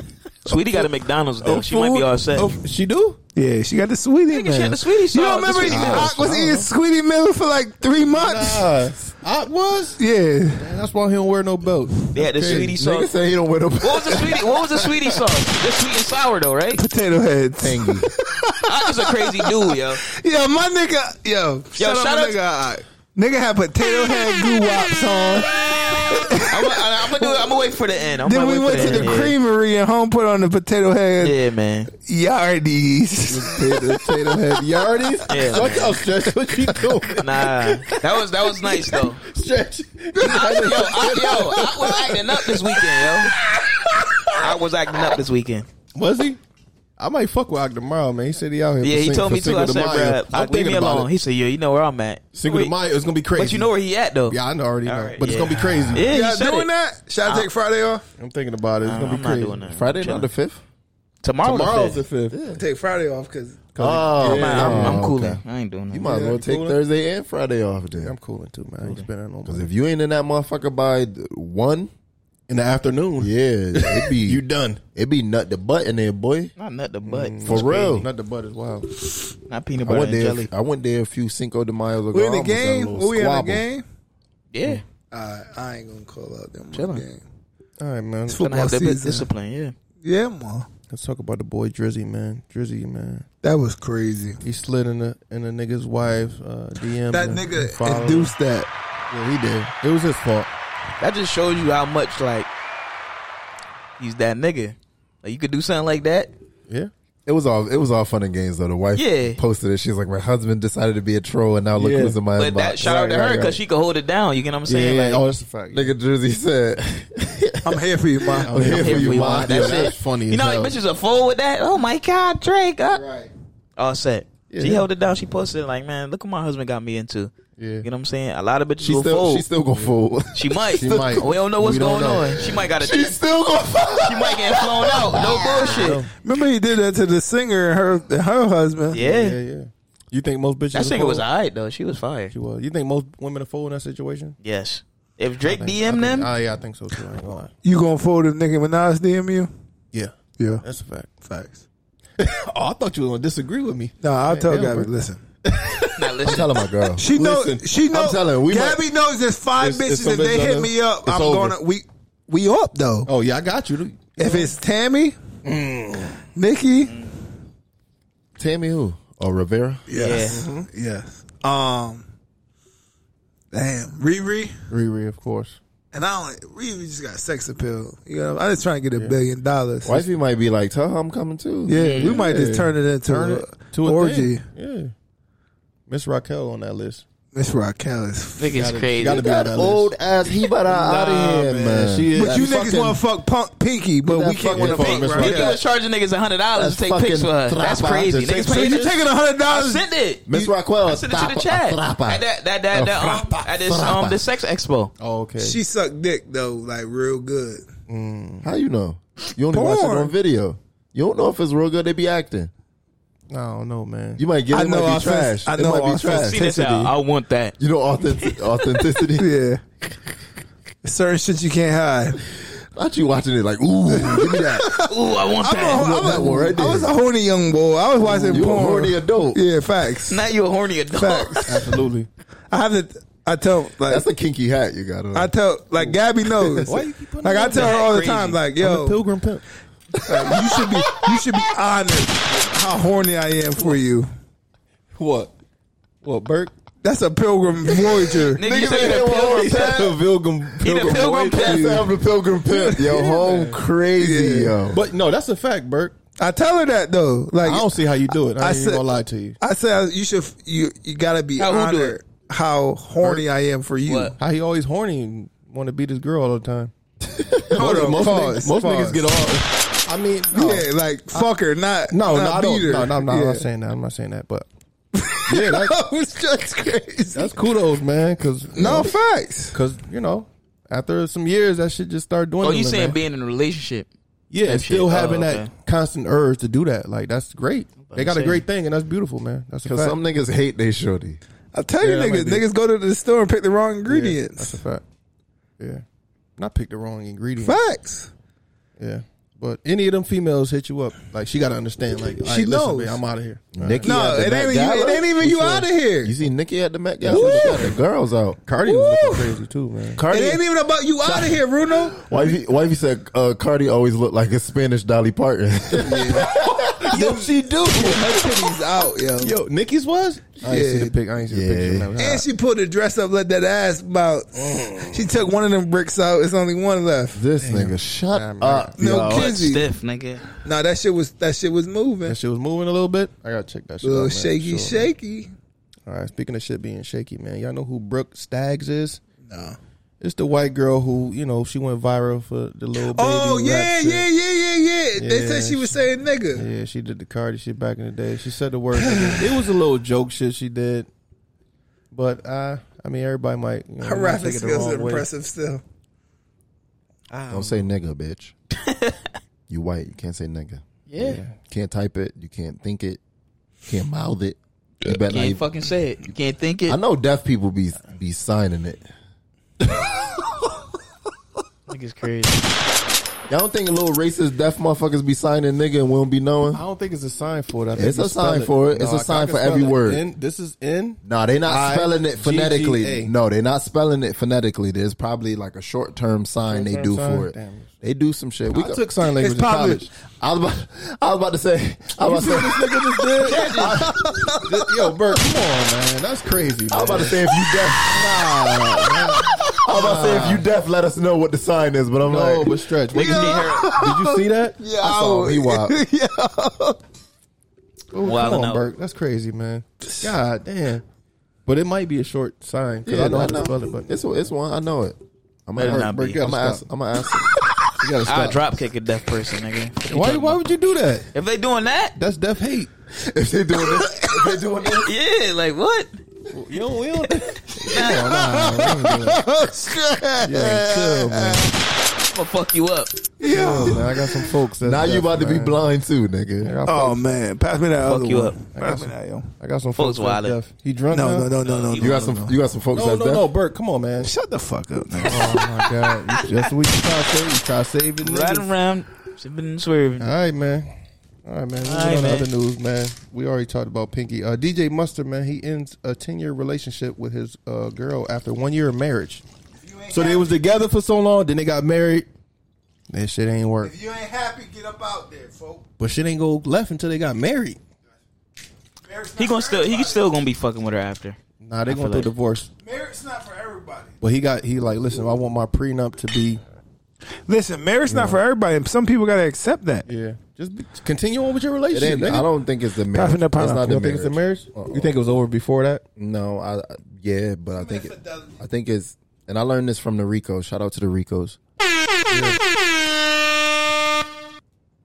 Sweetie got a McDonald's though. She might be
food?
all set.
Oh, she do?
Yeah, she got the sweetie
Nigga, she had
man.
the sweetie sauce.
You don't remember
The sweetie sauce.
Ock was eating Sweetie Miller for like three months?
Nah, I was.
Yeah.
That's why he don't wear no belt.
They had the sweetie
Nigga
sauce.
say he don't wear no.
What was the sweetie? What was the sweetie sauce? The sweet and sour though, right?
Potato heads.
Tangy.
Ock is a crazy dude, yo.
Yo, my nigga. Yo, shout out
shout
my
out
nigga. uh, Ock. Nigga had potato head goo wops on.
I'm gonna do it. I'm gonna wait for the end. I'm
Then
gonna
we
wait
went
for
to the
end, yeah.
creamery and home put on the potato head
Yeah, man.
yardies.
potato, potato head yardies.
Yeah.
What up, stretch? What you doing?
Nah, that was that was nice though.
Stretch.
I, yo, I, yo, I was acting up this weekend, yo. I was acting up this weekend.
Was he? I might fuck with Ock tomorrow, man. He said he out here.
Yeah,
for
he
sing-
told
for
me too.
Cinco
I
de
said,
Mayo.
"Bruh,
I'm
like, leave
thinking
me
about
alone."
It.
He said, "Yo, you know where I'm at."
Cinco de
Wait,
Mayo is gonna be crazy.
But you know where he at though.
Yeah, I know already know,
Alright,
but it's gonna be
yeah.
crazy.
Yeah, he
Y'all
said
doing
it.
that? Should I take Friday off?
I'm thinking about it. It's gonna
I'm
be
not
crazy.
doing that.
Friday,
Chilling.
not the fifth.
Tomorrow,
Tomorrow's
the
the
fifth.
fifth.
Take Friday off because
Oh,
I'm, out. I'm, I'm
okay.
cooling. I ain't doing that.
You might as well take
cooling?
Thursday and Friday off
Yeah, I'm
then.
cooling too, man. I ain't spending no
Because
money.
if you ain't in that motherfucker by one,
In the afternoon,
yeah, it be
you done.
it be nut the butt in there, boy.
Not nut the butt.
For real.
Not the butt as well.
Not
I
peanut butter
went
and
there.
jelly.
I went there a few Cinco de Mayo ago.
we in
I
the
almost got a
game.
little
We in the
squabble.
game.
Yeah,
I, I ain't gonna call out them
Chillin'.
game.
All right, man. Let's,
trying to have that bit
season.
discipline. Yeah,
Yeah, ma.
let's talk about the boy Drizzy, man. Drizzy, man.
That was crazy.
He slid in the in the nigga's wife's uh, DM.
That
and-
nigga
and followed her.
induced that.
Yeah, he did. It was his fault.
that just shows you how much like he's that nigga. Like you could do something like that.
Yeah.
It was all it was all fun and games though. The wife
Yeah.
posted it. She's like, my husband decided to be a troll, and now look
Yeah.
who's in my
But
inbox.
that shout out to her because she could hold it down. You get what I'm saying? Like,
oh, that's a fact.
Nigga Drizzy said,
I'm here for you, ma.
"I'm here for
if
you,
we
ma."
want, That's
Yeah,
it.
funny.
You know, how many bitches are full with that. Oh my God, Drake. Uh, All set. She
Yeah.
held it down. She posted like, man, look what my husband got me into.
Yeah.
You know what I'm saying? A lot of bitches
She
will
still
fold.
she still gonna fold.
she might.
She might.
We don't know what's
We don't
going
know.
on. She might got a.
She still gonna fold.
She might get flown out. No bullshit.
Remember he did that to the singer and her and her husband.
Yeah.
Yeah, yeah. You think most bitches?
That
are
singer was
fold?
alright though. She was fire.
She was. You think most women are fold in that situation?
Yes. If Drake
I think-
DM
I think-
them,
Ah, yeah, I think so too. I ain't gonna lie.
You gonna fold if Nicki Minaj DM you?
Yeah,
Yeah.
that's a fact.
Facts.
Oh, I thought you were gonna disagree with me.
No, I'll tell
damn,
Gabby.
bro.
Listen,
now
I'm
listen.
telling my girl.
she knows.
Listen,
she knows.
I'm telling her, we might-
Gabby knows there's five
It's- it's
bitches. If
something
they hit
done.
me up,
It's
I'm
over.
gonna we we up though.
Oh yeah, I got you.
If it's Tammy, Mm. Nikki,
Tammy who? Oh Rivera.
yes, Mm-hmm. yes. Um, damn, Riri,
Riri, of course.
and I don't. Riri just got sex appeal. You know, I just trying to get a billion dollars.
Wifey might be like, tell her I'm coming too.
Yeah, we might just turn it into
Turn
a,
it to a
orgy.
thing. Yeah. Miss Raquel on that list.
Miss Raquel is
Nigga's
gotta-
crazy.
she gotta be on
That
that list.
old ass, he better outta here, man. She is-
but you
that
niggas want to fuck Punk Pinky, but we can't want to fuck Miss
If you
Raquel.
was charging niggas hundred dollars
That's
to take pics
fucking
for her, that's
trap
crazy.
out.
Niggas
So
paying
you taking $100?
I sent it.
Miss
You-
Raquel
I
is
sent it to the
trap-
chat.
a trapper.
At that that
A
that that um,
trapper,
at this
trapper.
um the sex expo.
Oh okay.
She sucked dick though, like real good. Mm.
How you know? You only watch it
Porn.
on video. You don't know if it's real good. They be acting.
I don't know, man.
You might get
I
it.
know
might be
offense-
trash.
I
it
know
might be
offense-
trash.
See this out. I
want that.
You know authentic, authenticity.
yeah. Certain shit you can't hide.
Not you watching it like, ooh, give me that.
Ooh, I want
I'm
that.
a- I'm a- I was a horny young boy. I was watching
You a
porn.
horny adult.
Yeah, facts.
Now you a horny adult.
Facts.
Absolutely.
I have to. I tell like that's
a kinky hat you got on.
I tell like Gabby knows.
Why you keep putting
like I
that
tell her
hat
all the
crazy?
time. Like
I'm
yo,
a pilgrim pimp.
like, you should be you should be honest how horny I am for you.
What? What, Burke?
That's a pilgrim voyager.
Nigga, you said a pilgrim pimp. Pilgrim, pilgrim,
pilgrim pimp.
I'm the pilgrim pimp. Yo, home crazy, yo.
But no, that's a fact, Burke.
I tell her that though. Like
I don't see how you do it. I, ain't
said-
gonna lie to you.
I said you should you you gotta be
How who do
honored how horny I am for you.
How he always horny and want to beat his girl all the time.
Hold on,
most
pause,
niggas, most
pause.
niggas get all. I mean, no.
Yeah, like fuck her, not
no, no,
not
I don't,
Uh, beat her.
no, no, no, I'm
Yeah.
not saying that. I'm not saying that. But yeah, that,
was just crazy.
that's kudos, man. Because
No, facts.
Because you know, after some years, that shit just started doing.
Oh, you saying being in a relationship?
Yeah,
That
and still
shit. Oh,
having
okay.
that constant urge to do that. Like that's great.
about
They got
to
a
say.
great thing, and that's beautiful, man. That's a
Because
fact.
some niggas hate they shorty.
I tell you
Yeah, that
niggas,
might be.
niggas go to the store and pick the wrong
Yeah, that's
ingredients.
a fact. Yeah, not pick the wrong ingredient.
Facts.
Yeah, but any of them females hit you up, like she got to understand. Like
She
she knows
knows.
I'm out of here.
Nikki
No,
at the
it
Met
ain't even-
Gala?
it ain't even
We
you
saw-
outta here.
You see Nikki at the Met Gala?
Woo!
She got the girls out.
Cardi was looking crazy too, man.
Cardi,
It ain't even about you out of here, Bruno.
wifey, wifey said uh, Cardi always looked like a Spanish Dolly Parton.
yo, she do. Her titties out, yo.
Yo, Nikki's was. I ain't see
Yeah.
the pic. I ain't see the picture. man.
And she pulled the dress up, let that ass bounce.
Mm.
She took one of them bricks out. It's only one left.
this nigga, shut
Nah, man.
up.
No
yo.
kizzy.
Stiff, nigga.
Nah, that shit was that shit was moving.
That shit was moving a little bit. I gotta check that shit. out,
Little
man, for
shaky,
sure.
shaky.
All right. Speaking of shit being shaky, man. Y'all know who Brooke Staggs is?
No.
It's the white girl who you know she went viral for the little. Baby
Oh
rap
yeah,
shit.
yeah, yeah, yeah, yeah, They
Yeah,
said she was
she-
saying nigga.
Yeah, she did the Cardi shit back in the day. She said the word. nigga. it was a little joke shit she did, but uh, I mean everybody might. You know,
Her
might
rapping
take it the
skills
wrong
are
way.
impressive still.
Don't say nigga, bitch. you white. You can't say nigga.
Yeah.
Can't type it. You can't think it. Can't mouth it. You better not
Can't
even-
fucking say it. You can't think it.
I know deaf people be be signing it.
Nigga's crazy.
Y'all don't think little racist deaf motherfuckers be signing nigga and we don't be knowing?
I don't think it's a sign for it. I think
It's
you
a
spell
sign for it. It's a
I- I
sign
can
for
spell
every
it.
word.
N- this is N.
No, they not
I-
spelling it phonetically.
G-G-A.
No, they not spelling it phonetically. There's probably like a short term sign they
Short-term
do
sign?
for it.
Damn.
They do some shit. We
I
go-
took sign language in
probably-
college.
I was about, I was about to say. I was about to say.
Yo, Bert, come on,
Oh,
man. That's crazy.
I
Man.
was about to say if you deaf. I was about to say if you deaf, let us know what the sign is. But I'm
no,
like,
but stretch. What did,
Niggas be hurt.
did you see that?
I saw him. He wild.
Oh,
Wildin'
come on,
out.
Bert. That's crazy, man. God damn. But it might be a short sign because I
Yeah,
know
no,
how to
no.
spell it. But
It's it's one. I know it. I'm
Better
gonna
not
ask.
be.
I'm gonna ask. I'm gonna ask.
you gotta
I
stop.
drop kick a deaf person, nigga.
Why? Why would you do that?
If they doing that,
That's deaf hate.
if they doing this, if they doing this,
yeah, like what?
You don't will. nah, nah, we ain't doing that. yeah, chill, man.
I'ma fuck you up.
Chill, man. I got some folks. That's
now you
deaf,
about to be
man.
blind too,
I
nigga.
got folks-
Oh man, pass me that
Fuck
other
you
one.
up.
Pass me that, yo.
I got some
Folks
folks. that's
wildin'.
deaf. He drunk
No,
now?
no, no, no, no.
You
no,
got
no,
some.
no.
You got some folks
No,
that's
no,
deaf.
no, Bert, come on, man.
Shut the fuck up. Man.
Oh my god, you, that's what you try saving. You try saving.
Right
niggas.
around, sipping and swerving.
All right, man. All right, man. Moving
All right,
on
man.
to other news, man. We already talked about Pinky. Uh, DJ Mustard, man, he ends a ten-year relationship with his uh, girl after one year of marriage. So they was together for so long, then they got married. That shit ain't work.
you ain't happy, get up out there, folks.
But shit ain't go left until they got married.
He gonna still, he still gonna be fucking with her after.
Nah, they
I
going
feel
through
like-
divorce.
Marriage not for everybody.
But he got he like, listen, I want my prenup to be
Listen, marriage not for everybody. and Some people gotta accept that.
Yeah, just be- continue on with your relationship.
ain't- I
don't think it's the
marriage. Popping the That's
not
you don't
the
think it's the marriage? You think it was over before that?
No, I I- yeah, but I think it, I think it's and I learned this from the Ricos. Shout out to the Ricos.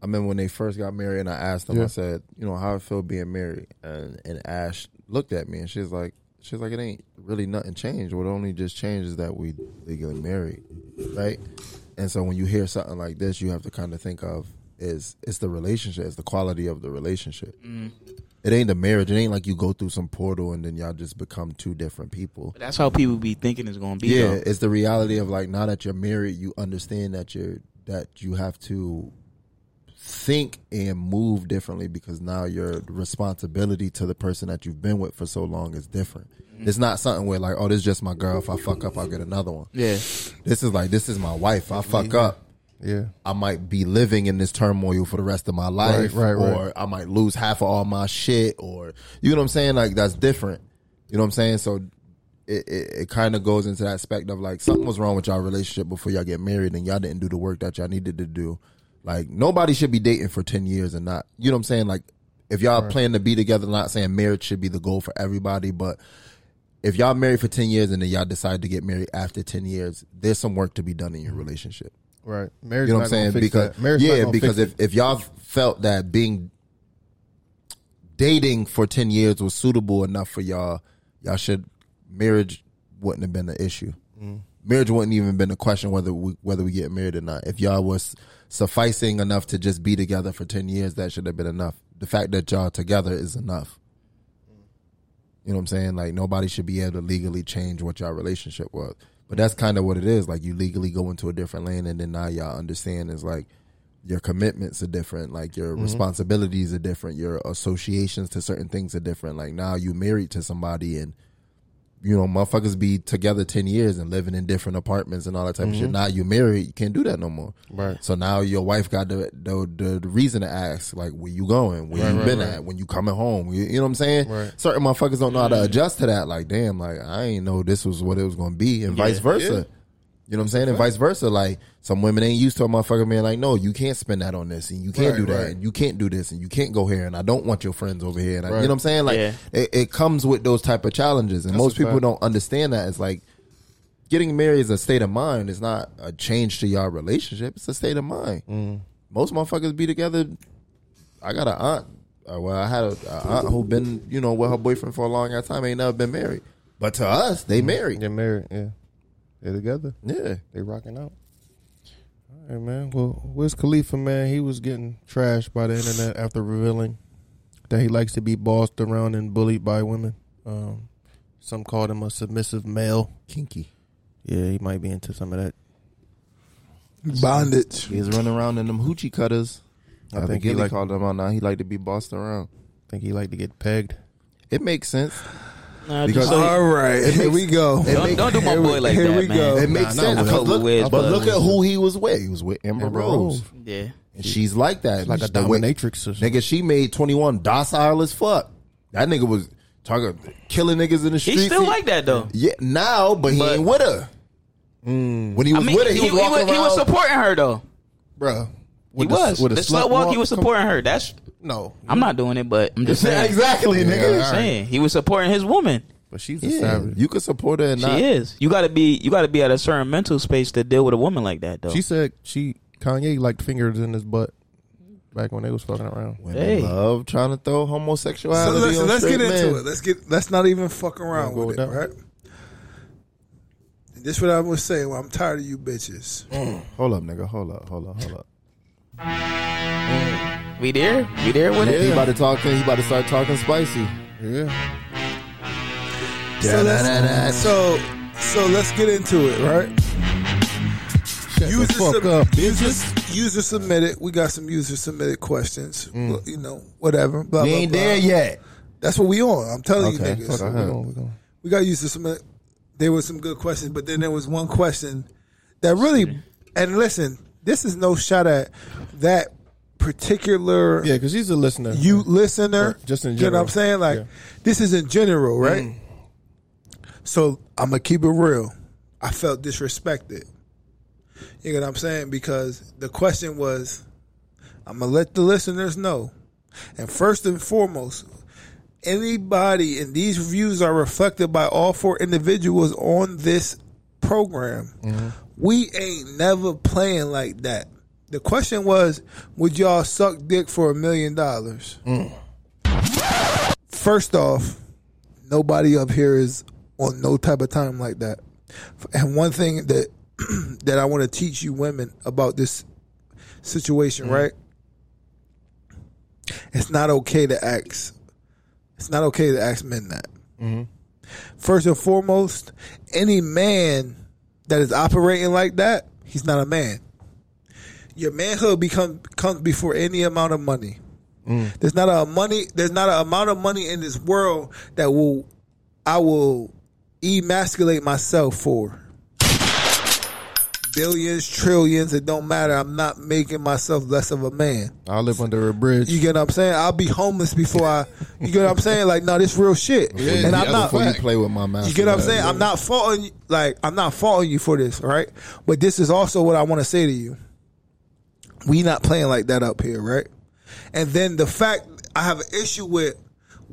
I remember when they first got married, and I asked them.
Yeah.
I said, "You know how I feel being married," and and Ash looked at me, and she's like, "She's like, it ain't really nothing changed. What only just changed is that we legally married, right?" And so when you hear something like this, you have to kind of think of is it's the relationship, it's the quality of the relationship.
Mm.
It ain't the marriage. It ain't like you go through some portal and then y'all just become two different people.
That's how people be thinking it's gonna be.
Yeah,
though.
it's the reality of like now that you're married, you understand that you're that you have to think and move differently because now your responsibility to the person that you've been with for so long is different.
Mm-hmm.
It's not something where like, oh, this is just my girl. If I fuck up, I'll get another one.
Yeah.
This is like this is my wife. If I fuck
Yeah.
up.
Yeah.
I might be living in this turmoil for the rest of my life.
Right, right, right.
Or I might lose half of all my shit or you know what I'm saying? Like that's different. You know what I'm saying? So it, it, it kind of goes into that aspect of like something was wrong with y'all relationship before y'all get married and y'all didn't do the work that y'all needed to do. Like nobody should be dating for 10 years and not, you know what I'm saying? Like if y'all all
Right.
plan to be together, not saying marriage should be the goal for everybody, but if y'all married for 10 years and then y'all decide to get married after 10 years, there's some work to be done in your relationship
Right. Marriage
you
not
know what I'm saying?
gonna fix
Because
that. Marriage not
yeah,
gonna
because
fix
if, if y'all felt that being dating for ten years was suitable enough for y'all, y'all should marriage wouldn't have been an issue.
Mm.
Marriage wouldn't even been a question whether we whether we get married or not. If y'all was sufficing enough to just be together for ten years, that should have been enough. The fact that y'all together is enough. You know what I'm saying? Like nobody should be able to legally change what y'all relationship was. But that's kind of what it is. Like you legally go into a different lane and then now y'all understand is like your commitments are different, like your
Mhm.
responsibilities are different, your associations to certain things are different. Like now you married to somebody and you know, motherfuckers be together ten years and living in different apartments and all that type of shit.
Mhm.
Now you married, you can't do that no more.
Right.
So now your wife got the the, the, the reason to ask, like, where you going? Where
Right,
you
right,
been
right.
at? When you coming home? You, you know what I'm saying?
Right.
Certain motherfuckers don't know how to adjust to that. Like, damn, like I ain't know this was what it was going to be, and
Yeah.
vice versa.
Yeah.
You know what I'm saying? And vice versa. Like some women ain't used to a motherfucker being like, no, you can't spend that on this, and you can't
Right,
do that,
right.
and you can't do this, and you can't go here, and I don't want your friends over here. And I, you
Right.
know what I'm saying? Like
Yeah.
it, it comes with those type of challenges, and
That's
most
a
people
fact.
don't understand that. It's like getting married is a state of mind. It's not a change to your relationship. It's a state of mind.
Mm.
Most motherfuckers be together. I got an aunt. uh, Well, I had a, a aunt who been you know with her boyfriend for a long ass time. Ain't never been married. But to us,
Mm.
they married.
Mm-hmm. They're married. Yeah, they're together.
Yeah,
they rocking out. All right, man. Well, Wiz Khalifa, man, he was getting trashed by the internet after revealing that he likes to be bossed around and bullied by women. Um, some called him a submissive male.
Kinky.
Yeah, he might be into some of that.
Bondage. He's running around in them hoochie cutters.
I
I,
think
think
he
Gilly
like-
called him out. Now he like to be bossed around.
think he like to get pegged.
It makes sense.
Nah,
Because-
just-
All right, here we go.
Don't,
It
don't do my
makes-
boy like
here
that,
we
man.
go. It makes sense,
I
but
fuck with
look-
Wiz,
but look at who he was with. He was with Amber,
Amber
Rose.
Rose. Yeah.
and she's like that.
like a
The way-
dominatrix or
Nigga, she made twenty one docile as fuck. That nigga was talking killing niggas in the
He
streets.
still like that, though.
Yeah, now, but he ain't with her.
Mm.
When he
I
was
mean,
with her, he, was walking
he was
around-
supporting her though,
bro.
He was. The slut walk, he was supporting her. That's
no.
I'm not doing it, but I'm just saying.
Exactly,
Yeah,
nigga.
I'm saying he was supporting his woman.
But she's
a savage. You could support her. And
She
not.
is. You got to be. You got to be at a certain mental space to deal with a woman like that, though.
She said she Kanye liked fingers in his butt back when they was fucking around.
Hey.
love trying to throw homosexuality.
So let's,
on
let's
straight
get into
men.
it. Let's get. Let's not even fuck around
Go
with it,
with
right? This is what I was saying. Well, I'm tired of you bitches.
Mm.
Hold up, nigga. Hold up. Hold up. Hold up.
We there? We there with it?
He about to talk. He about to start talking spicy.
Yeah.
So let's, so so let's get into it, right? user
fuck
sub-
up,
user, user submitted. We got some user submitted questions.
Mm.
Well, You know, whatever. Blah,
Mm. We
blah,
ain't
blah.
there yet.
That's what we on. I'm telling
Okay,
you,
fuck
niggas.
it. We going, we
going.
We got user submitted. There was some good questions, but then there was one question that really. And listen, this is no shot at that particular.
Yeah, because he's a listener.
You listener,
Just in
You know
general.
what I'm saying? Like
Yeah.
this is in general, right? So I'm gonna keep it real. I felt disrespected. You get what I'm saying? Because the question was, I'm gonna let the listeners know, and first and foremost, anybody and these reviews are reflected by all four individuals on this program. We ain't never playing like that. The question was, would y'all suck dick for a million dollars? First off, nobody up here is on no type of time like that. And one thing that that I want to teach you women about this situation, right? It's not okay to ask. It's not okay to ask men that. First and foremost, any man that is operating like that, he's not a man. Your manhood become comes before any amount of money. There's not a money. There's not an amount of money in this world that will I will emasculate myself for. Billions, trillions, it don't matter. I'm not making myself less of a man.
I live under a bridge.
You get what I'm saying? I'll be homeless before I. You get what I'm saying? Like, no, this real shit. and I'm not.
Before you play with my mouth.
You get what I'm saying? I'm not faulting. you- Like, I'm not faulting you for this, all right? But this is also what I want to say to you. We not playing like that up here, right? And then the fact I have an issue with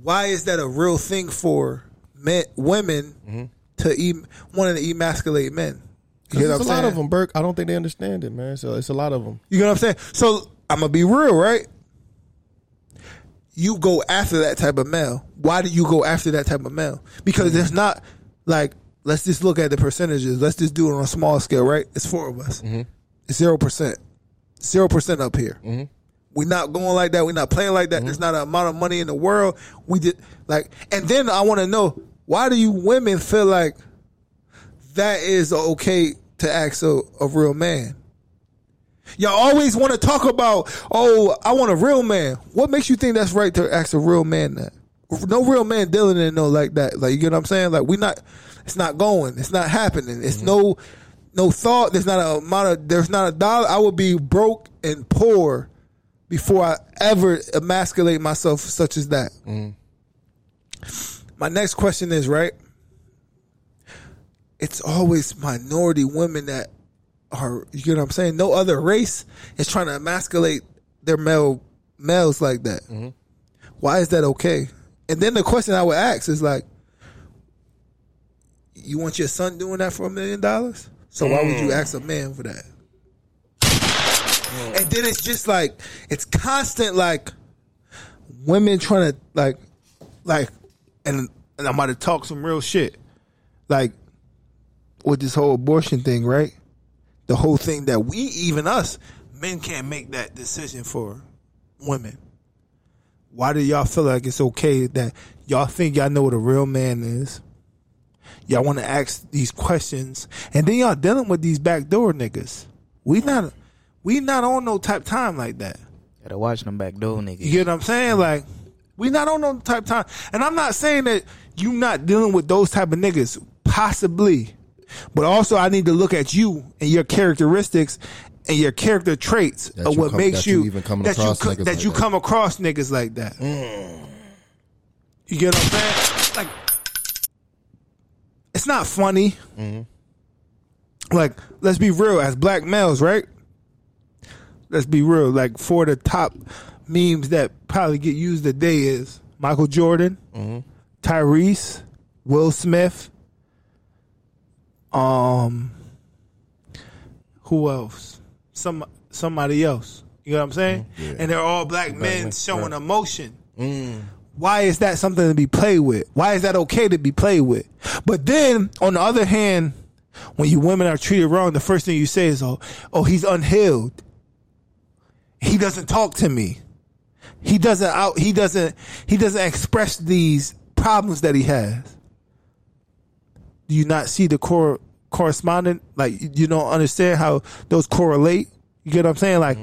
why is that a real thing for men, women to em wanting to emasculate men? You get what
There's
I'm
a
saying?
lot of them, Burke. I don't think they understand it, man. So it's a lot of them.
You know what I'm saying? So I'm gonna be real, right? You go after that type of male. Why do you go after that type of male? Because it's not like let's just look at the percentages. Let's just do it on a small scale, right? It's four of us. It's zero percent. Zero percent up here. We're not going like that. We're not playing like that. There's not an amount of money in the world. We did like, and then I want to know why do you women feel like that is okay to ask a, a real man? Y'all always want to talk about, oh, I want a real man. What makes you think that's right to ask a real man that? No real man dealing in no like that. Like you get what I'm saying? Like we not, it's not going. It's not happening. It's no, no thought. There's not a amount of. There's not a dollar. I would be broke and poor before I ever emasculate myself such as that.
Mm.
My next question is right. It's always minority women that are you get what I'm saying? No other race is trying to emasculate their male males like that. Why is that okay? And then the question I would ask is like, you want your son doing that for a million dollars? So why would you
Mm.
ask a man for that? And then it's just like it's constant like women trying to like like and and I'm about to talk some real shit. Like with this whole abortion thing, right? The whole thing that we even us men can't make that decision for women. Why do y'all feel like it's okay that y'all think y'all know what a real man is? Y'all want to ask these questions, and then y'all dealing with these backdoor niggas. We not, we not on no type time like that.
Gotta watch them back door niggas.
You get what I'm saying? Like, we not on no type time. And I'm not saying that you not dealing with those type of niggas, possibly. But also, I need to look at you and your characteristics and your character traits
That
of
you
what
come-
makes
that
you,
you even coming
that you
across
co-
niggas
that
like
you
that. Mm.
come across niggas like that. You get what I'm saying? Like, it's not funny. Like, let's be real. As black males, right? let's be real. Like four of the top memes that probably get used today is Michael Jordan, Tyrese, Will Smith. Um, who else? Some somebody else. You know what I'm saying? And they're all black, men showing emotion. Why is that something to be played with? Why is that okay to be played with? But then, on the other hand, when you women are treated wrong, the first thing you say is, "Oh, oh, he's unhealed." he doesn't talk to me. He doesn't out. He doesn't. He doesn't express these problems that he has. Do you not see the cor- correspondent? Like you don't understand how those correlate. You get what I'm saying? Like,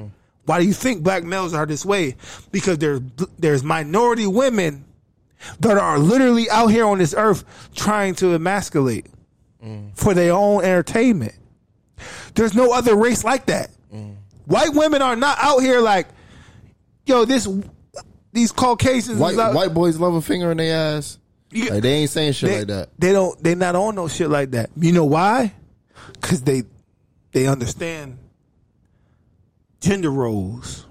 why do you think black males are this way? Because there's there's minority women that are literally out here on this earth trying to emasculate for their own entertainment. There's no other race like that. White women are not out here like, yo, this these Caucasians.
White
is out-
white boys love a finger in their ass.
You-
Like, they ain't saying shit
they,
like that.
They don't. They not on no shit like that. You know why? Because they They understand gender roles.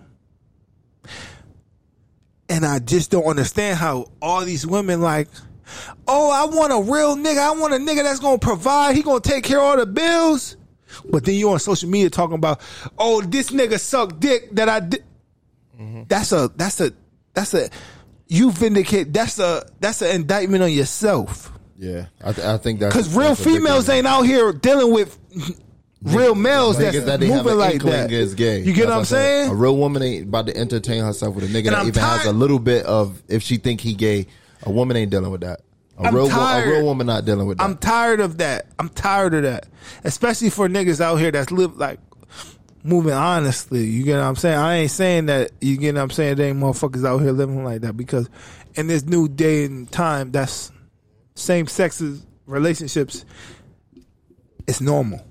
And I just don't understand how all these women like, oh, I want a real nigga. I want a nigga that's gonna provide. He gonna take care of all the bills. But then you on social media talking about, oh, this nigga suck dick that I did. That's a that's a that's a you vindicate. That's a that's an indictment on yourself.
Yeah, I, th- I think that's
Because real
that's a big
females
thing.
ain't out here dealing with real males
Niggas
that's
that they have
moving
an
like
inkling
that.
Is gay.
You
That's
get what I'm
I said.
saying?
A real woman ain't about to entertain herself with a nigga
And
that
I'm
even has a little bit of if she think he gay. A woman ain't dealing with that. A
I'm
real, wo- a
tired.
real woman not dealing with that.
I'm tired of that. I'm tired of that. Especially for niggas out here that's live like moving honestly. You get what I'm saying? I ain't saying that you get what I'm saying there ain't motherfuckers out here living like that because in this new day and time that's same sexes relationships it's normal.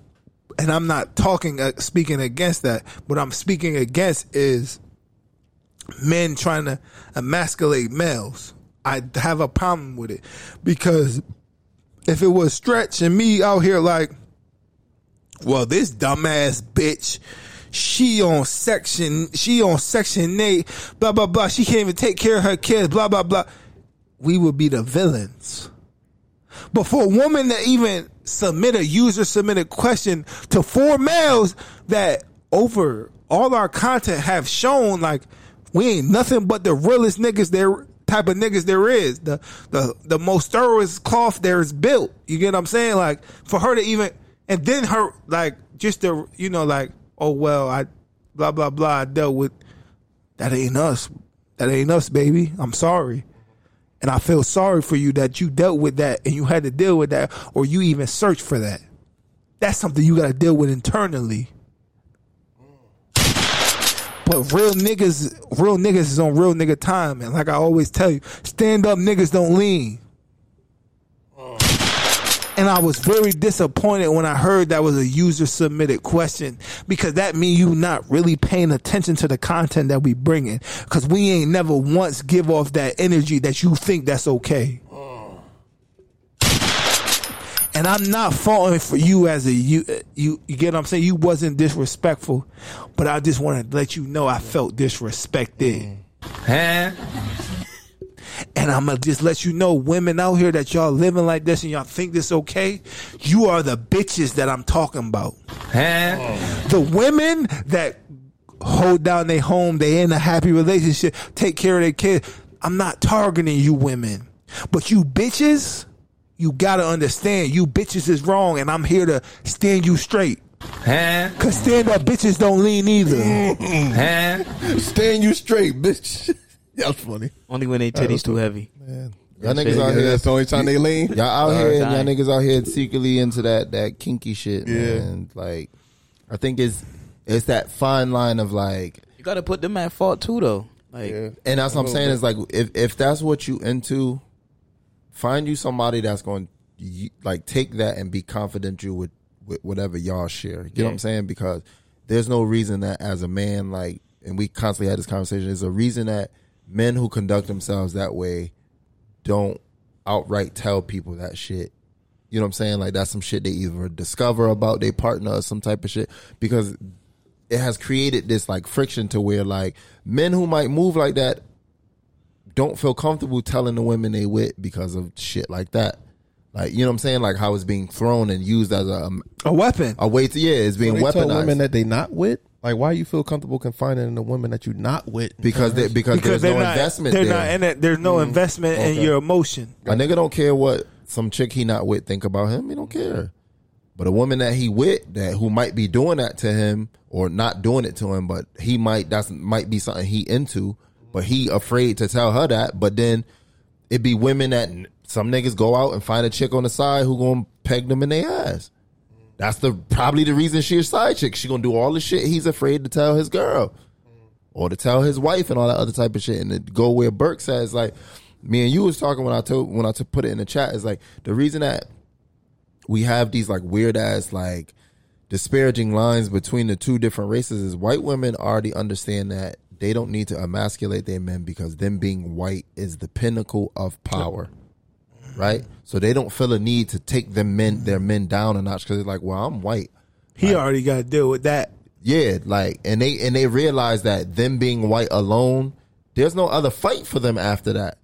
And I'm not talking uh, speaking against that. What I'm speaking against is men trying to emasculate males. I have a problem with it because if it was Stretch and me out here like, well, this dumbass bitch, she on section, she on section eight, blah blah blah. She can't even take care of her kids, blah blah blah. We would be the villains. But for a woman to even submit a user submitted question to four males that over all our content have shown like we ain't nothing but the realest niggas there type of niggas there is. The the the most thoroughest cloth there is built. You get what I'm saying? Like for her to even and then her like just the you know like oh well I blah blah blah I dealt with that ain't us. That ain't us, baby. I'm sorry. And I feel sorry for you that you dealt with that and you had to deal with that or you even searched for that. That's something you got to deal with internally. But real niggas, real niggas is on real nigga time. And like I always tell you, stand up niggas don't lean. And I was very disappointed when I heard that was a user submitted question because that mean you not really paying attention to the content that we bringing because we ain't never once give off that energy that you think that's okay. And I'm not faulting for you as a you you you get what I'm saying. You wasn't disrespectful, but I just want to let you know I felt disrespected. And I'm gonna just let you know, women out here that y'all living like this and y'all think this okay, you are the bitches that I'm talking about. The women that hold down their home, they in a happy relationship, take care of their kids. I'm not targeting you women, but you bitches, you gotta understand, you bitches is wrong, and I'm here to stand you straight. Cause stand up bitches don't lean either. stand you straight, bitch.
That's funny.
Only when they titties too heavy.
Y'all niggas out here.
That's the only time they lean.
Y'all out here. and Y'all
Time.
niggas out here secretly into that that kinky shit.
Yeah.
Man. Like, I think it's it's that fine line of like,
You gotta put them at fault too, though. Like,
and that's what I'm saying is like, if if that's what you into, find you somebody that's going to like take that and be confident you with, with whatever y'all share. You know what
Yeah.
I'm saying? Because there's no reason that as a man, like, and we constantly had this conversation. There's a reason that men who conduct themselves that way don't outright tell people that shit. You know what I'm saying? Like that's some shit they either discover about their partner or some type of shit because it has created this like friction to where like men who might move like that don't feel comfortable telling the women they with because of shit like that. Like you know what I'm saying? Like how it's being thrown and used as a um,
a weapon,
a way to yeah, it's being
So they tell
weaponized.
women that they not with. Like, why you feel comfortable confining in the women that you not with?
Because they- because Because there's they're no not- investment
They're
there. Mm-hmm.
not in it. There's no investment in
Okay.
your emotion.
A nigga don't care what some chick he not with think about him. He don't care. But a woman that he with that who might be doing that to him or not doing it to him, but he might that's might be something he into, but he afraid to tell her that. But then it be women that some niggas go out and find a chick on the side who gonna peg them in their ass. That's the probably the reason she a side chick. She gonna do all the shit he's afraid to tell his girl or to tell his wife and all that other type of shit and to go where Burke says like me and you was talking when I told when I to put it in the chat is like the reason that we have these like weird ass like disparaging lines between the two different races is white women already understand that they don't need to emasculate their men because them being white is the pinnacle of power right? So they don't feel a need to take them men their men down a notch because they're like, well, I'm white.
He already got to deal with that.
Yeah, like and they and they realize that them being white alone, there's no other fight for them after that.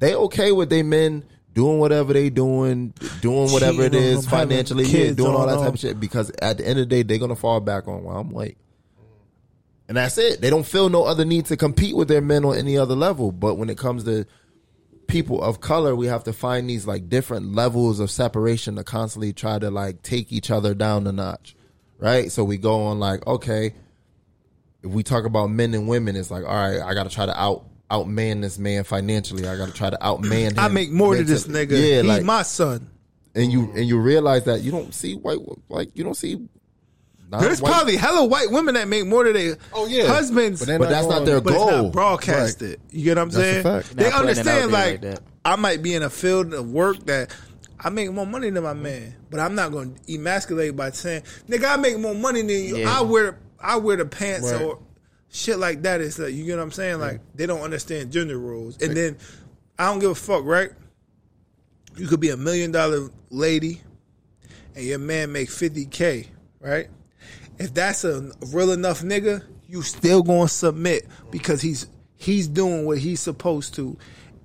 They okay with they men doing whatever they doing, doing whatever it
Cheating on
is
them, having
financially, yeah,
kids
doing all
on
that type
them.
of shit because at the end of the day they're gonna fall back on well, I'm white. And that's it. They don't feel no other need to compete with their men on any other level. But when it comes to people of color, we have to find these like different levels of separation to constantly try to like take each other down a notch, right? So we go on like, okay, if we talk about men and women, it's like, all right, I got to try to out outman this man financially. I got to try to outman. Him
I make more than this
mentally.
nigga.
Yeah,
He's
like
my son.
and you and you realize that you don't see white like you don't see.
There's
non-white-
probably hella white women that make more than their
Oh, yeah.
husbands,
But they're But not that's not going- their
But it's not
goal.
broadcasted.
Right.
You get what I'm
That's a
saying?
fact.
They
Not putting it out
understand
there
like,
like that.
I might be in a field of work that I make more money than my man, but I'm not going to emasculate by saying, "Nigga, I make more money than you.
Yeah.
I wear I wear the pants
Right.
or shit like that." It's like you get what I'm saying? Like they don't understand gender roles, and then I don't give a fuck, right? You could be a million dollar lady, and your man make fifty k, right? If that's a real enough nigga, you still gonna submit because he's he's doing what he's supposed to,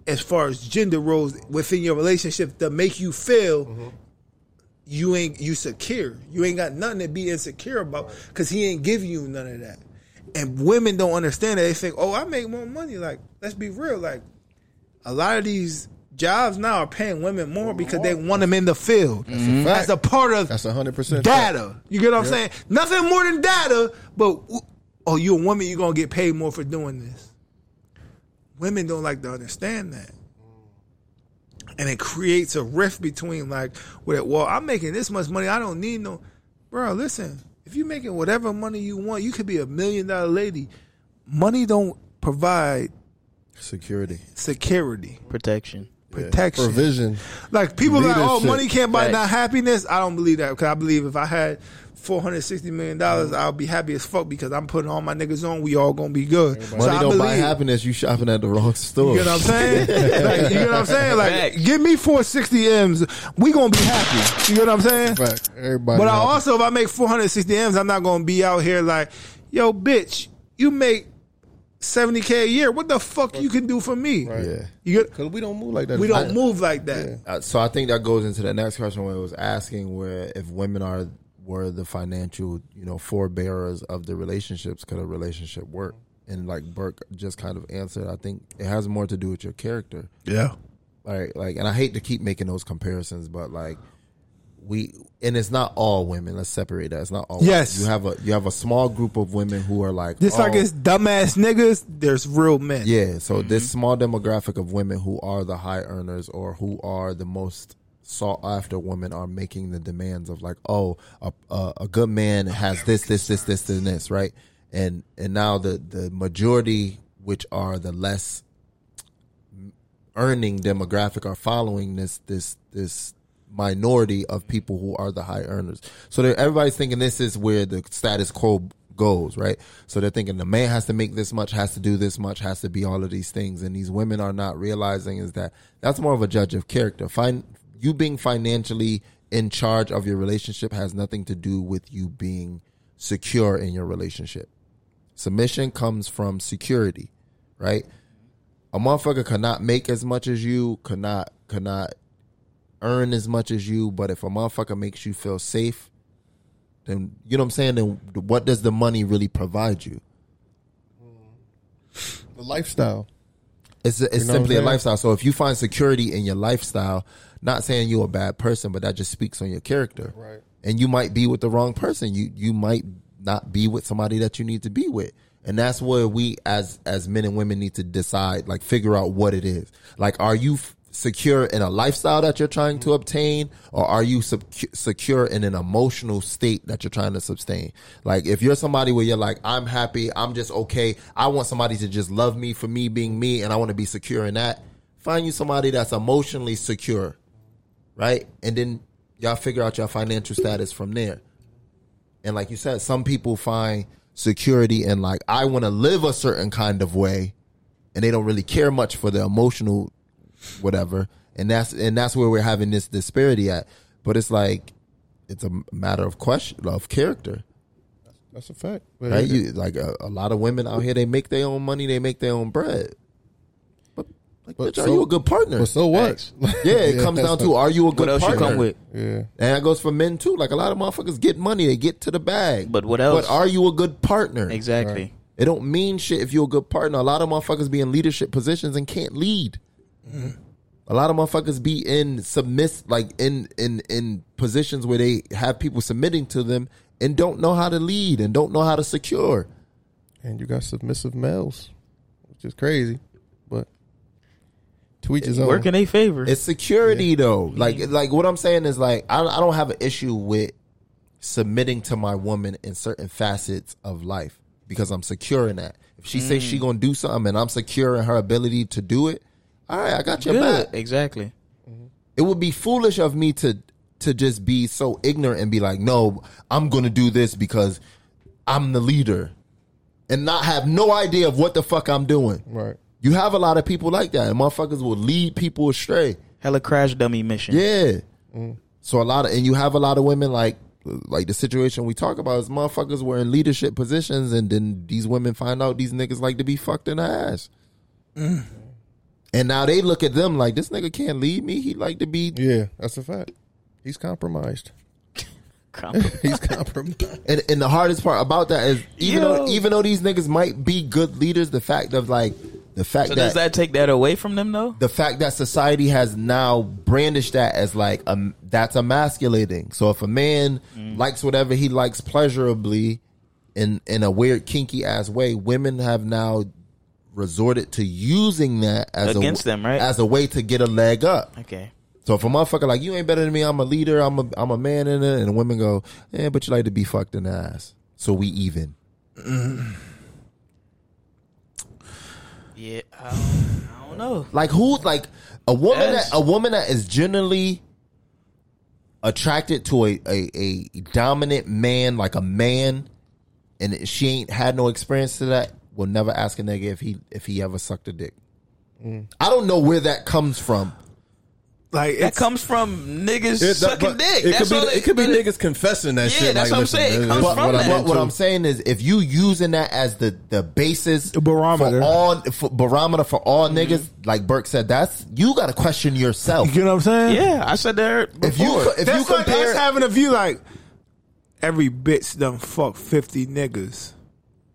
as far as gender roles within your relationship to make you feel you ain't you secure. You ain't got nothing to be insecure about because he ain't giving you none of that. And women don't understand that. They think, oh, I make more money. Like, let's be real. Like, a lot of these jobs now are paying women more because they want them in the field
a fact.
as a part of
That's hundred percent
data. You get what I'm
Yeah.
saying? Nothing more than data, but oh, you a woman, you're gonna get paid more for doing this. Women don't like to understand that. And it creates a rift between like, where well, I'm making this much money, I don't need no bro, listen, if you're making whatever money you want, you could be a million dollar lady. Money don't provide
Security.
security.
Protection.
Protection.
provision.
Like people are like, oh,
Leadership.
money can't buy
Facts.
not happiness. I don't believe that because I believe if I had four hundred sixty million dollars,
Mm.
I'll be happy as fuck because I'm putting all my niggas on. We all gonna be good.
Money
I
don't buy happiness. You shopping at the wrong store.
You know what I'm saying? like, you know what I'm saying? Like, give me four sixty m's, we gonna be happy. You know what I'm saying?
Everybody
but I
happy.
also, if I make four hundred sixty m's, I'm not gonna be out here like, yo, bitch, you make seventy k a year. What the fuck you can do for me?
Yeah.
You
because we don't move like that.
We don't
I-
move like that.
Uh, so I think that goes into the next question where it was asking where if women are were the financial you know forebearers of the relationships could a relationship work and like Burke just kind of answered I think it has more to do with your character
Yeah.
like like and I hate to keep making those comparisons but like we and it's not all women let's separate that it's not all
Yes.
women. you have a you have a small group of women who are like
Just like
oh,
it's dumbass niggas, there's real men.
yeah, so
Mm-hmm.
this small demographic of women who are the high earners or who are the most sought after women are making the demands of like, oh, a a, a good man has this, this, this, this, and this, right? And and now the the majority, which are the less earning demographic, are following this this this minority of people who are the high earners. So they're- everybody's thinking this is where the status quo goes, right? So they're thinking the man has to make this much, has to do this much, has to be all of these things. And these women are not realizing is that that's more of a judge of character. Find you being financially in charge of your relationship has nothing to do with you being secure in your relationship. Submission comes from security, right? A motherfucker could not make as much as you, could not could not earn as much as you, but if a motherfucker makes you feel safe, then you know what I'm saying. Then what does the money really provide you?
The lifestyle.
It's it's
You know what
simply a
I'm saying?
lifestyle. So if you find security in your lifestyle, not saying you're a bad person, but that just speaks on your character. Right. And you might be with the wrong person. You you might not be with somebody that you need to be with. And that's where we as as men and women need to decide, like figure out what it is. Like are you f- secure in a lifestyle that you're trying to obtain or are you sub- secure in an emotional state that you're trying to sustain? Like if you're somebody where you're like I'm happy, I'm just okay. I want somebody to just love me for me being me and I want to be secure in that. Find you somebody that's emotionally secure right? And then y'all figure out your financial status from there. And like you said, some people find security in like I want to live a certain kind of way, and they don't really care much for the emotional whatever. And that's and that's where we're having this disparity at. But it's like it's a matter of question of character.
That's a fact.
Right? You, like a, a lot of women out here, they make their own money, they make their own bread. But, like,
But
bitch, are
so-
you a good partner?
but so what?
Yeah, it
Yeah,
comes
that's
down
not-
to are you a
What
good
else you
partner?
come with? Yeah.
and that goes for men too. Like a lot of motherfuckers get money, they get to the bag. But
what else?
But are you a good partner?
Exactly. Right.
It don't mean shit if you're a good partner. A lot of motherfuckers be in leadership positions and can't lead.
Mm-hmm.
A lot of motherfuckers be in submiss like in in in positions where they have people submitting to them and don't know how to lead and don't know how to secure.
And you got submissive males, which is crazy. But to each his own.
favor.
It's security though. Like like what I'm saying is like I, I don't have an issue with submitting to my woman in certain facets of life because I'm secure in that. If she says
Mm.
she gonna do something and I'm secure in her ability to do it, all right, I got your
Good,
back.
Exactly.
It would be foolish of me to to just be so ignorant and be like, no, I'm gonna do this because I'm the leader, and not have no idea of what the fuck I'm doing.
Right.
You have a lot of people like that, and motherfuckers will lead people astray.
Hella crash dummy mission.
Yeah.
Mm.
So a lot of and you have a lot of women like like the situation we talk about is motherfuckers were in leadership positions and then these women find out these niggas like to be fucked in the ass. Mm. And now they look at them like this nigga can't lead me. He like to be
Yeah, that's a fact. He's compromised. He's compromised.
And and the hardest part about that is even though even though these niggas might be good leaders, the fact of like the fact
So
that
does that take that away from them though?
the fact that society has now brandished that as like um that's emasculating. So if a man
Mm.
likes whatever he likes pleasurably in in a weird kinky ass way, women have now resorted to using that as
Against
a,
them, right?
As a way to get a leg up.
Okay.
So if a motherfucker like you ain't better than me, I'm a leader, I'm a I'm a man in it, and women go, eh, but you like to be fucked in the ass, so we even. Mm.
Yeah. I don't, I don't know.
Like who? Like a woman
Yes.
that a woman that is generally attracted to a, a a dominant man, like a man, and she ain't had no experience to that. Will never ask a nigga if he if he ever sucked a dick. I don't know where that comes from.
Like
that comes from niggas sucking
but
dick.
It
that's
could
all
be it could be niggas confessing that
Yeah,
shit. like,
that's what I'm
listen,
saying. It
this-
comes
this is
from
what
that.
I'm
But what
into.
I'm saying is, if you using that as the the basis, the barometer, for all for barometer for all
Mm-hmm.
niggas, like Burke said, that's you got to question yourself.
You know what I'm saying?
Yeah, I said that.
If you
before.
if
That's
you compare,
like us having a view like every bitch done fuck fifty niggas.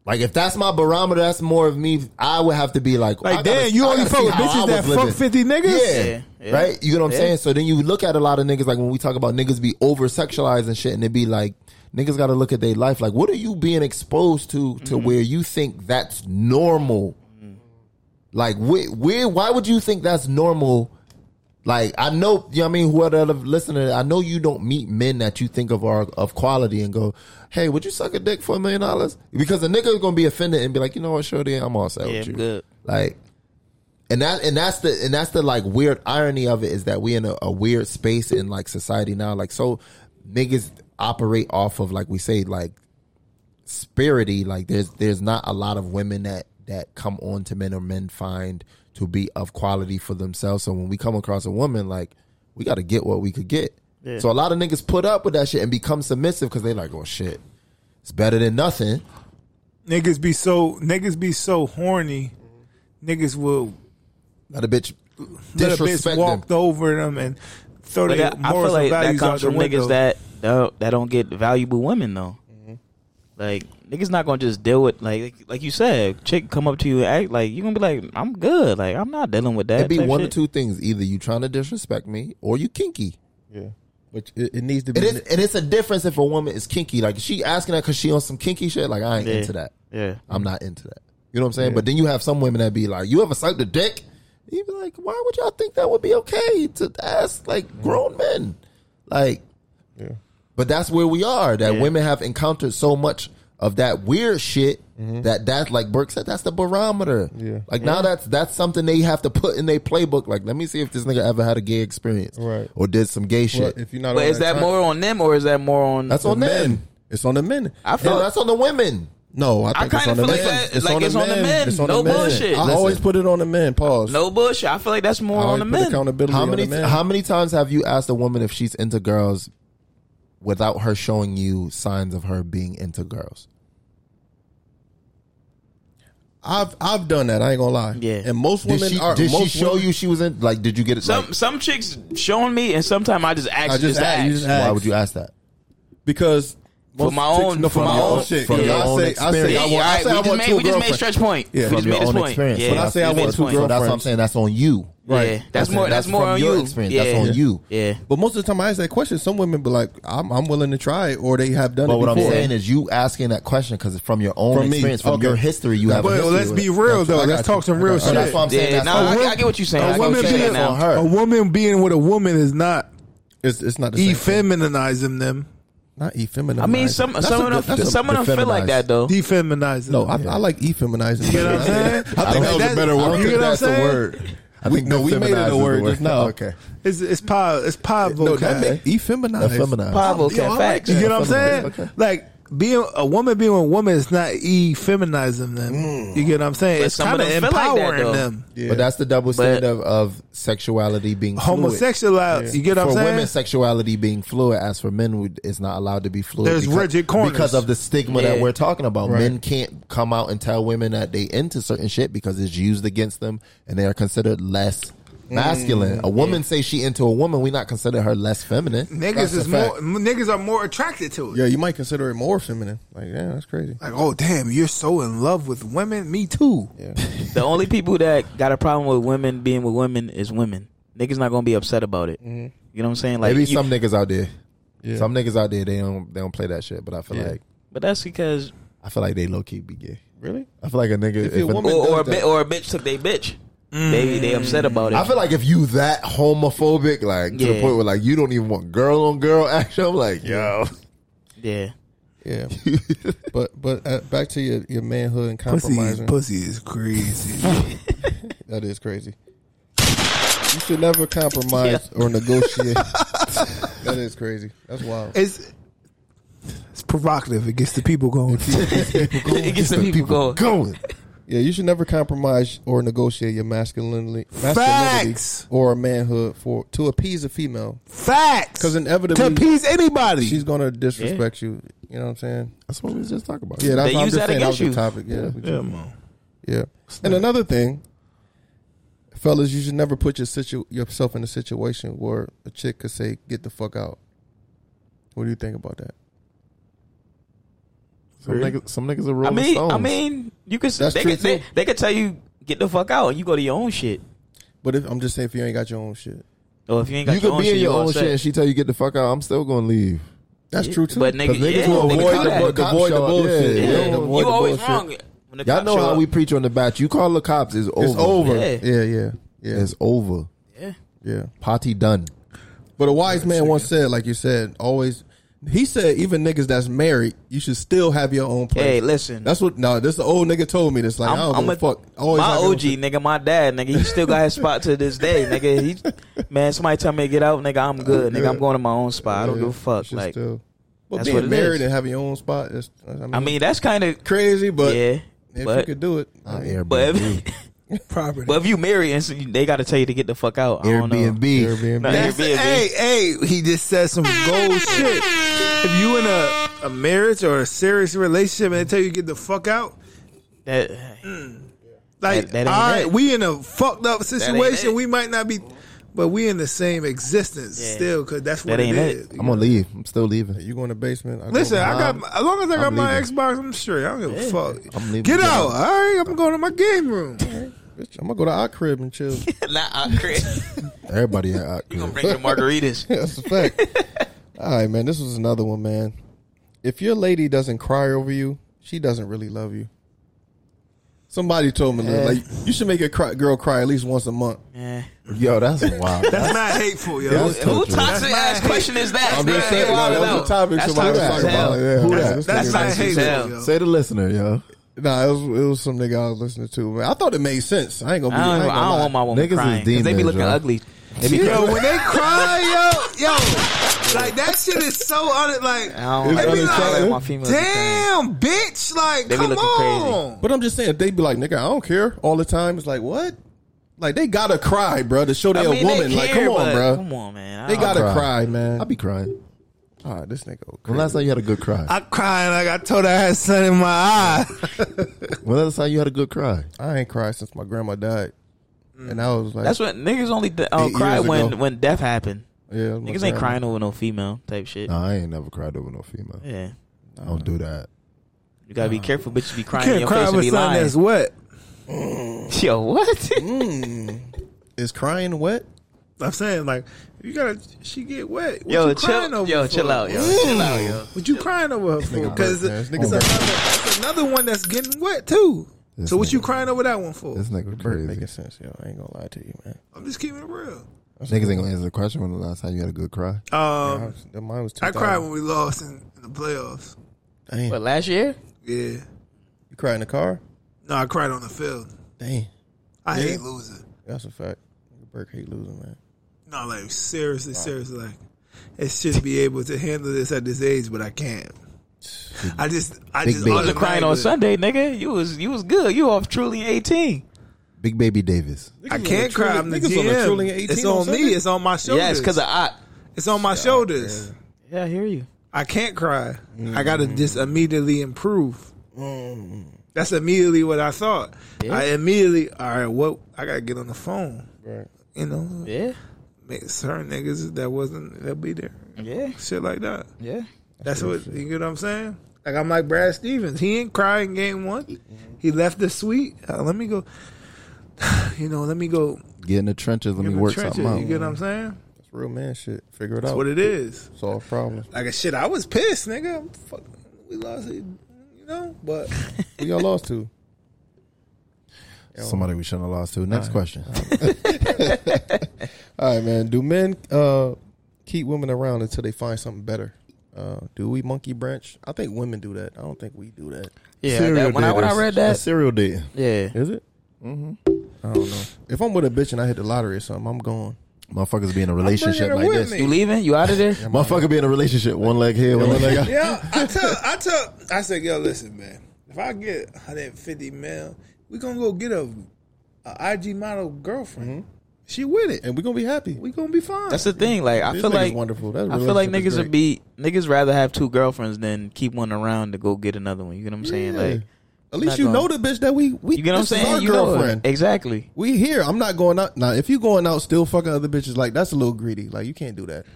Like if that's my barometer, that's more of me. I would have to be like,
Like,
I gotta-
damn, you
I
only
gotta
fuck
see
with
how
bitches
I
that
was
fuck
living.
50 niggas?
Yeah.
Yeah, yeah.
right. You know what I'm
Yeah.
saying? So then you look at a lot of niggas like when we talk about niggas be over sexualized and shit, and it be like niggas got to look at their life. Like, what are you being exposed to
Mm-hmm.
to where you think that's normal?
Mm-hmm.
Like, where, where? Why would you think that's normal? Like I know, you know what I mean, whoever the listener, I know you don't meet men that you think of are of quality and go, "Hey, would you suck a dick for a million dollars?" Because a nigga is gonna be offended and be like, "You know what, shorty, I'm all set
Yeah,
with you."
good.
Like, and that and that's the and that's the like weird irony of it is that we in a, a weird space in like society now. Like, so niggas operate off of like we say like spirity. Like, there's there's not a lot of women that that come on to men or men find to be of quality for themselves. So when we come across a woman, like we got to get what we could get.
Yeah.
So a lot of niggas put up with that shit and become submissive because they like, oh shit, it's better than nothing.
Niggas be so niggas be so horny. Niggas will
let a bitch
disrespect them.
walked over them and throw
But
their
that- I feel
morals
like
and
that
values out
comes
the
from
window. Mm-hmm.
niggas that don't, that don't get valuable women though. Like niggas not gonna just deal with like like you said, chick come up to you and act like you gonna be like, I'm good. Like I'm not dealing with that.
It'd be
type
one
shit.
or two things: either you trying to disrespect me, or you kinky.
Yeah, but it, it needs to
It is, and it's a difference if a woman is kinky. Like she asking that because she on some kinky shit. Like I ain't
Yeah.
into that.
Yeah.
I'm not into that. You know what I'm saying?
Yeah.
But then you have some women that be like, "You ever sucked a dick?" You be like, "Why would y'all think that would be okay to ask
Mm.
like grown men?" Like,
Yeah.
But that's where we are. That
Yeah.
women have encountered so much of that weird shit that that's like Burke said. That's the barometer.
Mm-hmm. Yeah.
Like now that's that's something they have to put in their playbook. Like, let me see if this nigga ever had a gay experience,
Right.
Or did some gay shit.
if you're not
But
on
is that
time-
more on them or is that more on
That's on
the men?
them.
It's on the men.
I feel-
no, that's on the women.
No, I
I
think it's
kinda
on the
feel
men.
like that- like it's on the men.
It's on
No
the men.
bullshit.
I always put it on the men. Pause.
No bullshit. I feel like that's more on the men.
How many how many times have you asked a woman if she's into girls without her showing you signs of her being into girls.
I've I've done that. I ain't gonna lie. Yeah. And most
Did
women
she-
are.
did she
most
show
women-
you she was in? Like, did you get it?
Some
like,
some chicks showing me, and sometimes I just ask.
I just asked- you just asked. Why would you ask that?
Because
for
most
my
chicks-
own,
no,
for my own
shit.
From
Yeah, I say- I say I
Yeah,
want- I
yeah, alright,
say I
we just
want
made-
two
we just made
girlfriends.
stretch point.
Yeah.
We
From
just
your
made this
own
point.
experience.
Yeah.
When I say I
We just made
want
this
two
point.
girlfriends, that's what I'm saying. That's on you.
Right. Yeah, that's more- that's more
from
on
your
you.
Experience.
Yeah.
That's on you.
Yeah.
But most of the time I ask that question, some women be like, I'm, I'm willing to try it, or they have done
But
it
what I'm
before.
saying is, you asking that question because from your own
From me.
experience, from
Okay.
your history, you have. a
But
history
let's
with
be
it.
real,
That's what
though.
I
Let's
got
talk some
I got
real
you.
shit.
That's what I'm saying.
Yeah,
That's
nah,
on
I-
her.
I get what you're saying. I
A
get what
woman,
you're
being,
saying now.
a woman being with a woman is not
it's it's not
effeminizing them.
Not effeminizing.
I mean, some some of them some of them feel like that though.
Defeminizing.
No, I, I like effeminizing. You
know what I'm saying?
I think that was a better
I don't
word.
think that's a word.
I think no, we made it a word just now.
Okay.
It's it's pop it's pop
No,
vocab.
that make effeminized.
Effeminized.
Pablo
Yo, I
can
like
fact.
that. You get what I'm saying?
Effeminized,
Like being a woman being with a woman is not effeminizing them. You get what I'm saying?
But
it's
some of
kind of
them feel like that,
empowering
though.
them.
But that's the double standard of, of sexuality being fluid.
Homosexual- you get what I'm
for
saying?
women, sexuality being fluid. As for men, we- it's not allowed to be fluid.
There's rigid corners.
because of the stigma that
Yeah.
we're talking about.
Right.
Men can't come out and tell women that they into certain shit because it's used against them, and they are considered less
Mm.
masculine. a woman say she into a woman, we not consider her less feminine.
Niggas
That's
is
a
more
fact.
niggas are more attracted to it.
Yeah, you might consider it more feminine. Like, yeah, that's crazy.
Like, oh damn, you're so in love with women. Me too.
The only people that got a problem with women being with women is women. Niggas not gonna be upset about it. You know what I'm saying? Like
Maybe
you-
some niggas out there.
Yeah.
Some niggas out there they don't they don't play that shit. But I feel
Yeah.
like
But that's because
I feel like they low key be gay.
Really?
I feel like a nigga
or, or, a, bi- or a bitch took they bitch.
Mm.
They they upset about it.
I feel like if you that homophobic, like to the
Yeah.
point where like you don't even want girl on girl action, I'm like, yo,
yeah.
Yeah, but but uh, back to your, your manhood and
Pussy,
compromising.
pussy is crazy.
That is crazy. You should never compromise or negotiate. that is crazy. That's wild.
it's it's provocative. It gets the people going.
it gets the people going.
Yeah, you should never compromise or negotiate your masculinity, masculinity
Facts.
or manhood for to appease a female.
Facts.
Because inevitably,
to appease anybody.
she's gonna disrespect you. You know what I'm saying?
that's what we was just talking about.
Yeah, that's
They
what I'm
use
just
that
saying. That was
against
the
you.
topic. Yeah, we
yeah,
just-
man.
yeah. And another thing, fellas, you should never put your situ- yourself in a situation where a chick could say, "Get the fuck out." What do you think about that?
some niggas, some niggas are
I
rolling
mean,
stones.
I mean, you could
That's
they
true,
could, they,
too.
they could tell you get the fuck out. and You go to your own shit.
But if, I'm just saying, if you ain't got your own shit,
Or Oh, if you ain't got
you
your
could
own
be
shit,
in your
you
own
upset.
shit, and she tell you get the fuck out. I'm still gonna leave.
that's true too.
But
'Cause
nigga,
niggas
yeah,
will
nigga
avoid
do
the
that.
bu- the
Cops
boy- the
show up.
bullshit.
Yeah,
They don't
You
avoid the
always
bullshit.
wrong. When the
Y'all
cops
know
show
how
up.
we preach on the batch. You call the cops, it's over.
It's over.
Yeah.
Yeah, yeah, yeah,
It's over.
Yeah.
yeah.
Potty done.
But a wise man once said, like you said, always. He said, even niggas that's married, you should still have your own place.
Hey, listen.
That's what. No, this old nigga told me this. Like I'm, I do not
I'm
give
a
a fuck. Always
my
have your own
OG nigga, my dad nigga, he still got his spot to this day, nigga. He man, somebody tell me to get out, nigga, I'm good, nigga. I'm going to my own spot. I don't
Yeah,
give a fuck.
shit
Like,
still. But
that's
being
what it
married
is.
and having your own spot, that's, I mean,
I mean, that's kind of
crazy. But
yeah,
if you
but
could do it, I mean,
but if,
Property.
but if you marry and so you- they got to tell you to get the fuck out, I don't know.
Airbnb.
Airbnb.
Not
That's
Airbnb.
hey, hey, he just said some gold shit. If you in a, a marriage or a serious relationship and they tell you to get the fuck out,
That,
like
That- that ain't
all right,
it.
we in a fucked up situation.
it.
We might not be, but we in the same existence
Yeah.
still because that's
That
what
ain't
it
it.
is.
I'm gonna leave. I'm still leaving.
you go in the basement. I go-
Listen, I got
I'm-
as long as I got
I'm
my
leaving.
Xbox, I'm straight. I don't give a fuck.
I'm leaving.
Get out! All right, I'm going to my game room.
bitch, I'm gonna go to our crib and chill.
not our crib.
Everybody out.
You gonna bring the margaritas?
That's a fact. All right, man. This was another one, man. If your lady doesn't cry over you, she doesn't really love you. Somebody told me
Yeah.
like you should make a cry, girl cry at least once a month.
Yeah.
Yo, that's wild.
That's not hateful, yo.
That's
Who
toxic.
toxic ass question is that? I'm just saying,
that was a topic
That's
somebody was
toxic as
talking
hell.
about. Yeah.
Who
That's-
that?
this nigga
That's not
toxic as
hateful,
hell.
yo.
Say the listener, yo.
Nah, it was, it was some nigga I was listening to. Man, I thought it made sense. I ain't gonna
I
be. I,
don't,
ain't gonna
I don't
lie.
want my woman
Niggas is
crying 'cause they be
demons,
looking
yo.
ugly.
They be
Yo, when they cry, yo, yo, like that shit is so un- like.
I don't
they
like,
be
I don't like my
like,
females.
damn, bitch, like,
They be
come
looking
on.
But I'm just saying, they be like, nigga, I don't care all the time. It's like what? Like they gotta cry, bro, to show they
I mean,
a woman.
they
like,
care,
come on,
but
bro.
Come on, man. I
They
don't-
gotta
cry.
cry, man.
I be crying.
Ah, this nigga. go
When last time you had a good cry?
I crying like I told her I had sun in my eye.
when last time you had a good cry?
I ain't cried since my grandma died, and I was like,
That's when niggas only uh,
Eight
cry
years
when
ago.
when death happened.
Yeah, I'm
niggas
like,
ain't
"Damn."
crying over no female type shit.
No, I ain't never cried over no female.
Yeah.
I don't do that.
You gotta be careful, bitch. You be crying in
Can't
your
cry
face and
with
be
something
lying.
that's wet.
Mm.
Yo, what?
Is crying wet?
I'm saying like you gotta. She get wet. What
Yo,
you
chill-
crying over
yo,
for?
chill out, yo, chill out, yo.
What you crying over her for?
nigga
Because
burnt, man.
it's,
This nigga burnt.
another, it's another one that's getting wet too.
This
so what
nigga-
you crying over that one for?
This nigga
Bert
crazy.
making sense, yo. I ain't gonna lie to you, man.
I'm just keeping it real.
Niggas ain't gonna answer the question when the last time you had a good cry.
Yeah, I
Um,
was- the- mine was
I cried
2000.
when we lost in, in the playoffs.
Damn.
But last year,
Yeah.
You cried in the car?
No, I cried on the field.
Damn.
I
Yeah.
hate losing.
That's a fact. Nigga Burke hate losing, man.
No, like seriously, seriously, like it should be able to handle this at this age, but I can't. I just, I
Big
just
baby.
I was crying on
automatically-
Sunday, nigga. You was you was good. You off truly eighteen.
Big baby Davis.
I can't
Truly-
cry. I'm the
niggas on the
GM.
Truly 18
it's
on
on me.
Sunday?
It's on my shoulders.
Yeah, it's because of I.
It's on my shoulders.
Yeah, I hear you.
I can't cry. I gotta just immediately improve.
Mm-hmm.
That's immediately what I thought.
Yeah.
I immediately, all right, what I gotta get on the phone.
Right.
You know,
Yeah,
make certain niggas that wasn't they'll be there.
yeah,
Shit like that.
yeah.
That's what you get. What I'm saying. Like I'm like Brad Stevens. He ain't crying game one. He left the suite. Uh, let me go. You know, let me go.
Get in the trenches. Let
in
me
the
work
trenches.
something out.
You get what I'm saying?
That's real man shit. Figure it
That's
out.
what it is.
Solve problems.
Like shit, I was pissed, nigga. I'm fuck, we lost it. You know, but
Who y'all lost to?
Somebody we shouldn't have lost to. Next question.
All right, man. Do men uh, keep women around until they find something better? Uh, do we monkey branch? I think women do that. I don't think we do that.
Yeah, that, when I when I
daters.
read
A
that,
serial date.
yeah,
Is it? Mm-hmm. I don't know. If I'm with a bitch and I hit the lottery or something, I'm gone.
Motherfuckers be in a relationship
her
like
with
this.
me.
you leaving? You out of there?
Motherfucker be in a relationship. One leg here, one leg out.
yeah, I tell, I tell, I said, yo, listen, man. If I get 150 mil, we gonna go get a, a IG model girlfriend. She with it.
And we're gonna be happy.
Mm-hmm. We gonna be fine.
That's the thing. Like I
This
feel
nigga's
like
wonderful. That
I feel like
relationship is
niggas would be niggas rather have two girlfriends than keep one around to go get another one. You get what I'm saying?
Yeah.
Like
At least
not
you
gonna-
know the bitch that we we.
you get what I'm
this is
saying?
Our
you know it.
girlfriend.
exactly.
We here. I'm not going out now. If you going out still fucking other bitches, like that's a little greedy. Like you can't do that.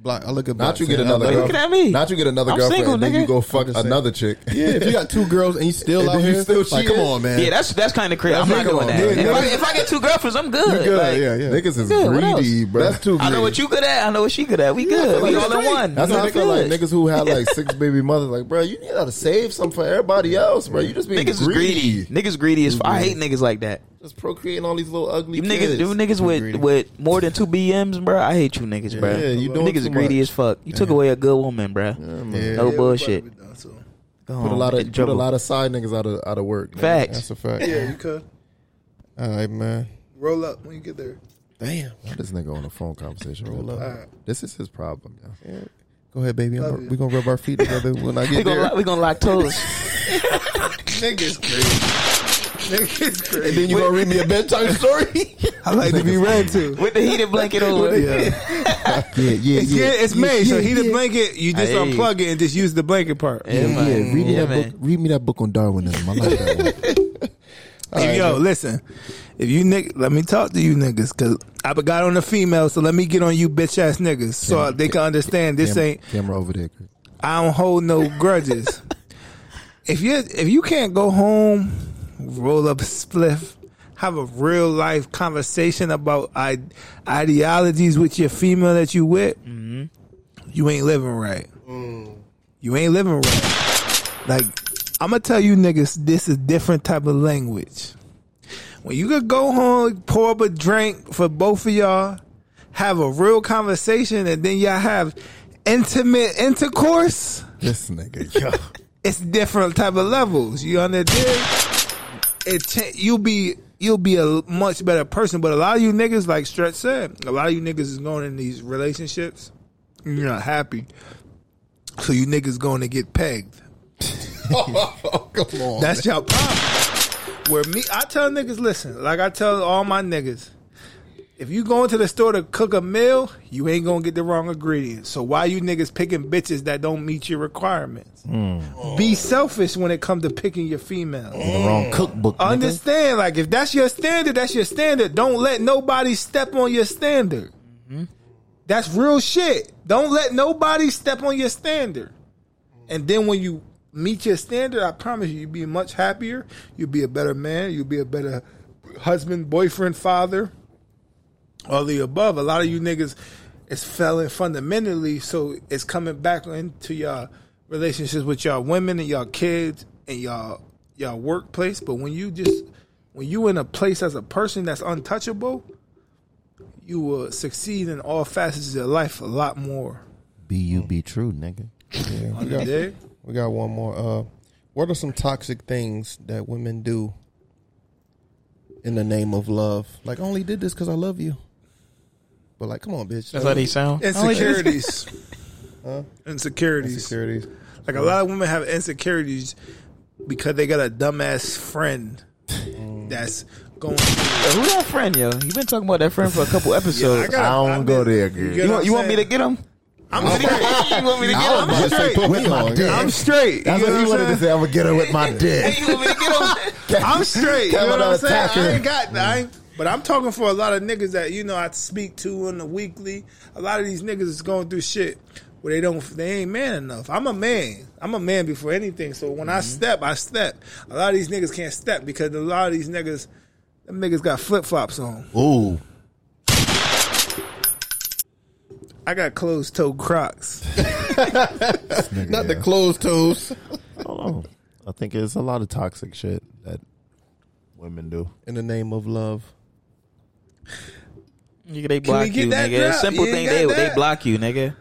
Block. I look at
Not
block
you get
saying,
another
I'm like,
Look
girlfriend.
at me.
Not you get another
I'm
girlfriend
single,
and then you
nigga.
go fuck another chick.
Yeah, if you got two girls and you still
And
out
then you
here,
still
like, come
cheating?
on, man.
Yeah, that's that's kind of crazy. I'm
That's
not doing
nigga
that.
on. Yeah,
If I,
nigga.
if I get two girlfriends, I'm good.
good,
Like,
yeah, yeah.
Niggas is
Good, what
greedy, bro.
That's too
I know what you good at. I know what she good at. We good. We all in one.
That's
You
how
know
I feel like
good.
niggas who had like six baby mothers. Like, bro, you need to save some for everybody else, bro. You just being
Niggas is greedy. Niggas greedy as f- I hate niggas like that.
Just procreating all these little ugly
You niggas,
kids.
you niggas with with more than two BMs, bro. I hate you niggas, bro.
yeah, you
You
doing
niggas
too
greedy
much.
as fuck. You took away a good woman, bro. no bullshit. Go
Put a
home,
lot
get in
of put a
trouble.
lot of side niggas out of out of work. man.
facts.
That's a fact.
Yeah, you could
All right, man.
roll up when you get there.
Damn.
Why This nigga on a phone conversation. Roll up. This is his problem. Yo.
Go ahead, baby.
Love
I'm,
you.
we gonna rub our feet together when I
We
get
gonna
there.
lock- we gonna lock toes.
Niggas crazy. Niggas crazy.
And then you gonna read me a bedtime story?
I like to be read to.
with the heated blanket over.
yeah, yeah,
It's, yeah, it's May, so heat the blanket. You just
Hey.
unplug it and just use the blanket part.
Yeah,
Yeah, man.
read me
Yeah,
that
man.
book. Read me that book on Darwinism. I like that one.
Hey, yo, listen. If you nick, let me talk to you niggas because I got on the female, so let me get on you bitch ass niggas so they can understand this
Cam-
ain't.
camera over there. Chris.
I don't hold no grudges. if you if you can't go home, roll up a spliff, have a real life conversation about I- ideologies with your female that you with,
Mm-hmm.
you ain't living right. You ain't living right. Like I'm gonna tell you niggas, this is different type of language. When you could go home, pour up a drink for both of y'all, have a real conversation, and then y'all have intimate intercourse.
This nigga, yo.
It's different type of levels. You understand? It cha- you'll be you'll be a much better person. But a lot of you niggas, like Stretch said, a lot of you niggas is going in these relationships. and You're not happy, so you niggas going to get pegged.
Come on.
That's your problem. Where me, I tell niggas, listen, like I tell all my niggas, If you go into the store to cook a meal, you ain't gonna get the wrong ingredients. So why you niggas picking bitches that don't meet your requirements? Be selfish when it comes to picking your females.
The wrong cookbook. nigga.
Understand? Like if that's your standard, that's your standard. Don't let nobody step on your standard. That's real shit. Don't let nobody step on your standard. And then when you meet your standard, I promise you, you'll be much happier. You'll be a better man. You'll be a better husband, boyfriend, father. All the above. A lot of you niggas is failing fundamentally, so it's coming back into y'all relationships with y'all women and y'all kids and y'all y'all workplace. But when you just when you in a place as a person that's untouchable, you will succeed in all facets of your life a lot more.
Be you be true, nigga.
Yeah, we
You dig?
got, we got one more. Uh, what are some toxic things that women do in the name of love? Like, I only did this because I love you. But like, come on, bitch.
That's how they sound?
Insecurities.
Huh?
Insecurities.
Insecurities.
Like a lot of women have insecurities because they got a dumbass friend that's going.
Who that friend, yo? You been talking about that friend for a couple episodes.
I gotta- I don't I go mean, there, girl. you get
You,
what
want, you
I'm
want me to
saying?
get him?
I'm straight. you want me to get him? I'm straight. I'm straight.
That's
You
what
know
he
what I'm
wanted to say. I'm gonna get her with my dick.
You want me to get him? I'm straight. You
Tell
know
her
what
to
I'm saying?
attack
I
her.
ain't got. I ain't, but I'm talking for a lot of niggas that you know I speak to on the weekly. A lot of these niggas is going through shit where they don't. They ain't man enough. I'm a man. I'm a man before anything. So when
Mm-hmm.
I step, I step. A lot of these niggas can't step because a lot of these niggas, them niggas got flip flops on.
Ooh.
I got closed toe Crocs.
Not the closed toes.
I don't know. I think it's a lot of toxic shit that women do
in the name of love.
Nigga,
Can we
they block
get
you,
that
nigga.
drop?
Simple
You
thing,
ain't
they
got
they
that?
block you, nigga.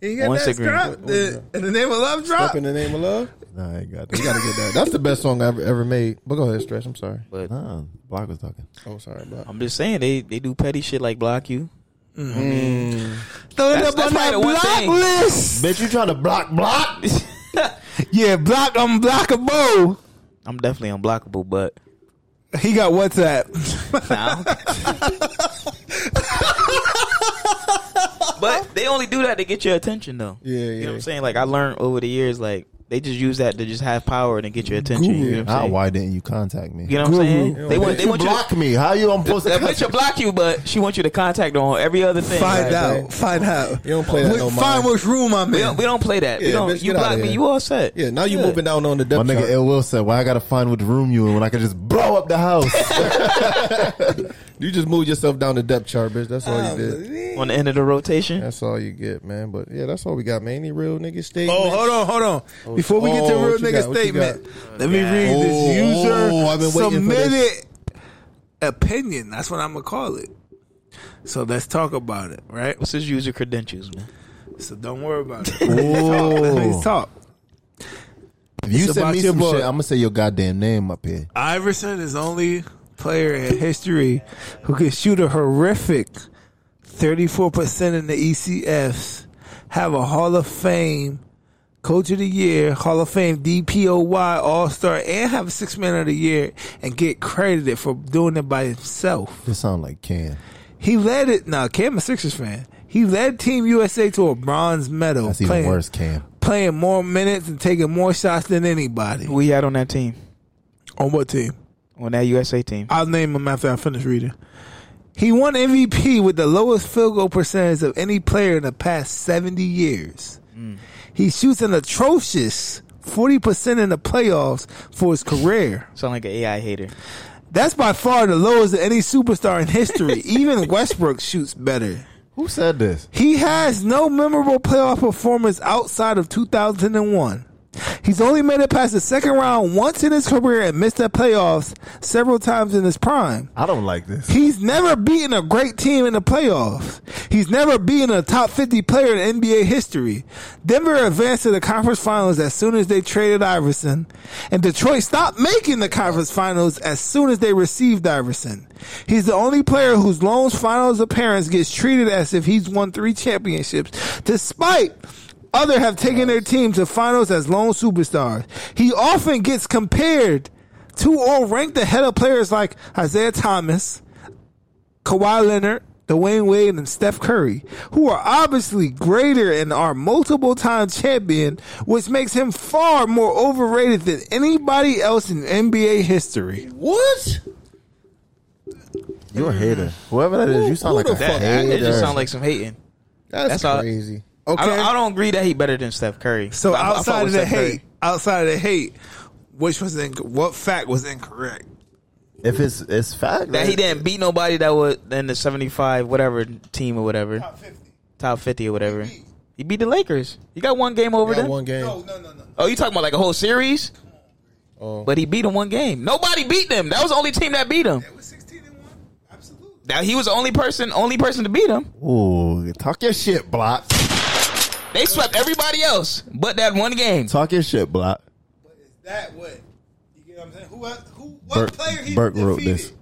You got
On
that
Instagram.
drop? The, in the name of love drop.
Step in the name of love.
Nah, I ain't got
You gotta get that. That's the best song I've ever made. But go ahead, stretch. I'm sorry.
But
Nah, Block was talking.
Oh, sorry, Block.
I'm just saying they they do petty shit like block you. I mean,
Throw
it That's- up that's on probably that the one block thing.
list.
Bitch, you trying to block block?
yeah, block unblockable.
I'm definitely unblockable, but
He got WhatsApp.
now. but they only do that to get your attention, though.
Yeah, yeah.
You know what I'm saying? Like I learned over the years, like they just use that to just have power and to get your attention. You know what
Ah,
I'm saying?
why didn't you contact me?
You know what I'm saying? They want they
you
want you
block
to,
me. How you? I'm supposed
they
to
want you to block you, but she wants you to contact her on every other thing.
Find
Like,
out. Find out.
You don't play that no mind.
find which room I'm
We
in.
don't, we don't play that. we
Yeah,
don't,
bitch,
you
get outta
block me,
here.
you all set.
Yeah, now you moving down on the
My
depth
nigga
chart.
Ill Will said, "Why I gotta find which room you in when I could just blow up the house?"
You just moved yourself down the depth chart, bitch. That's all you
Oh,
did.
On the end of the rotation.
That's all you get, man. But yeah, that's all we got, man. Any real nigga statements?
Oh, hold on, hold on.
Oh,
Before we get to
oh,
real
what you
nigga
got, what you
statement,
got?
let me read this
Oh,
user
oh, I've been waiting for
submitted
this.
opinion. That's what I'm gonna call it. So let's talk about it, right?
What's his user credentials, man?
So don't worry about it. Let's talk.
If you
It's
send
about
me
your
some
boy.
shit, I'm gonna say your goddamn name up here.
Iverson is only player in history who can shoot a horrific 34% in the ECFs, have a Hall of Fame Coach of the Year, Hall of Fame DPOY All Star, and have a Six Man of the Year, and get credited for doing it by himself.
This sound like Cam.
He led it. Now, Cam a Sixers fan. He led Team USA to a bronze medal,
That's even
playing,
worse, Cam.
playing more minutes and taking more shots than anybody.
Who he had on that team?
On what team?
On that USA team.
I'll name him after I finish reading. He won MVP with the lowest field goal percentage of any player in the past 70 years.
Mm.
He shoots an atrocious 40% in the playoffs for his career.
Sound like an AI hater.
That's by far the lowest of any superstar in history. Even Westbrook shoots better.
Who said this?
He has no memorable playoff performance outside of 2001. He's only made it past the second round once in his career and missed the playoffs several times in his prime.
I don't like this.
He's never beaten a great team in the playoffs. He's never beaten a top 50 player in NBA history. Denver advanced to the conference finals as soon as they traded Iverson, and Detroit stopped making the conference finals as soon as they received Iverson. He's the only player whose lone finals appearance gets treated as if he's won three championships, despite other have taken their team to finals as lone superstars. He often gets compared to or ranked ahead of players like Isaiah Thomas, Kawhi Leonard, Dwayne Wade, and Steph Curry, who are obviously greater and are multiple time champion, which makes him far more overrated than anybody else in NBA history.
What?
You're a hater. Whoever that is, you sound like a
that,
hater.
It just sound like some hating.
That's
all-
crazy.
I don't,
Okay.
I don't agree that he better than Steph Curry.
So
I- I fuck
outside of
with
the
Steph Curry.
hate, outside of the hate, which was inc- what fact was incorrect?
If it's it's fact
that he didn't beat nobody that was in the seventy five whatever team or whatever top fifty, top fifty or whatever. He beat the Lakers. He got one game over them.
One game.
Oh, you talking about like a whole series?
Oh.
But he beat him one game. Nobody beat them. That was the only team that beat him. That was sixteen and one. Absolutely. Now he was the only person, only person to beat him.
Ooh, talk your shit, block.
They swept everybody else, but that one game.
Talk your shit, block.
That what? You get what I'm saying? Who? else- Who? What
Burke,
player he
Burke
defeated?
wrote this.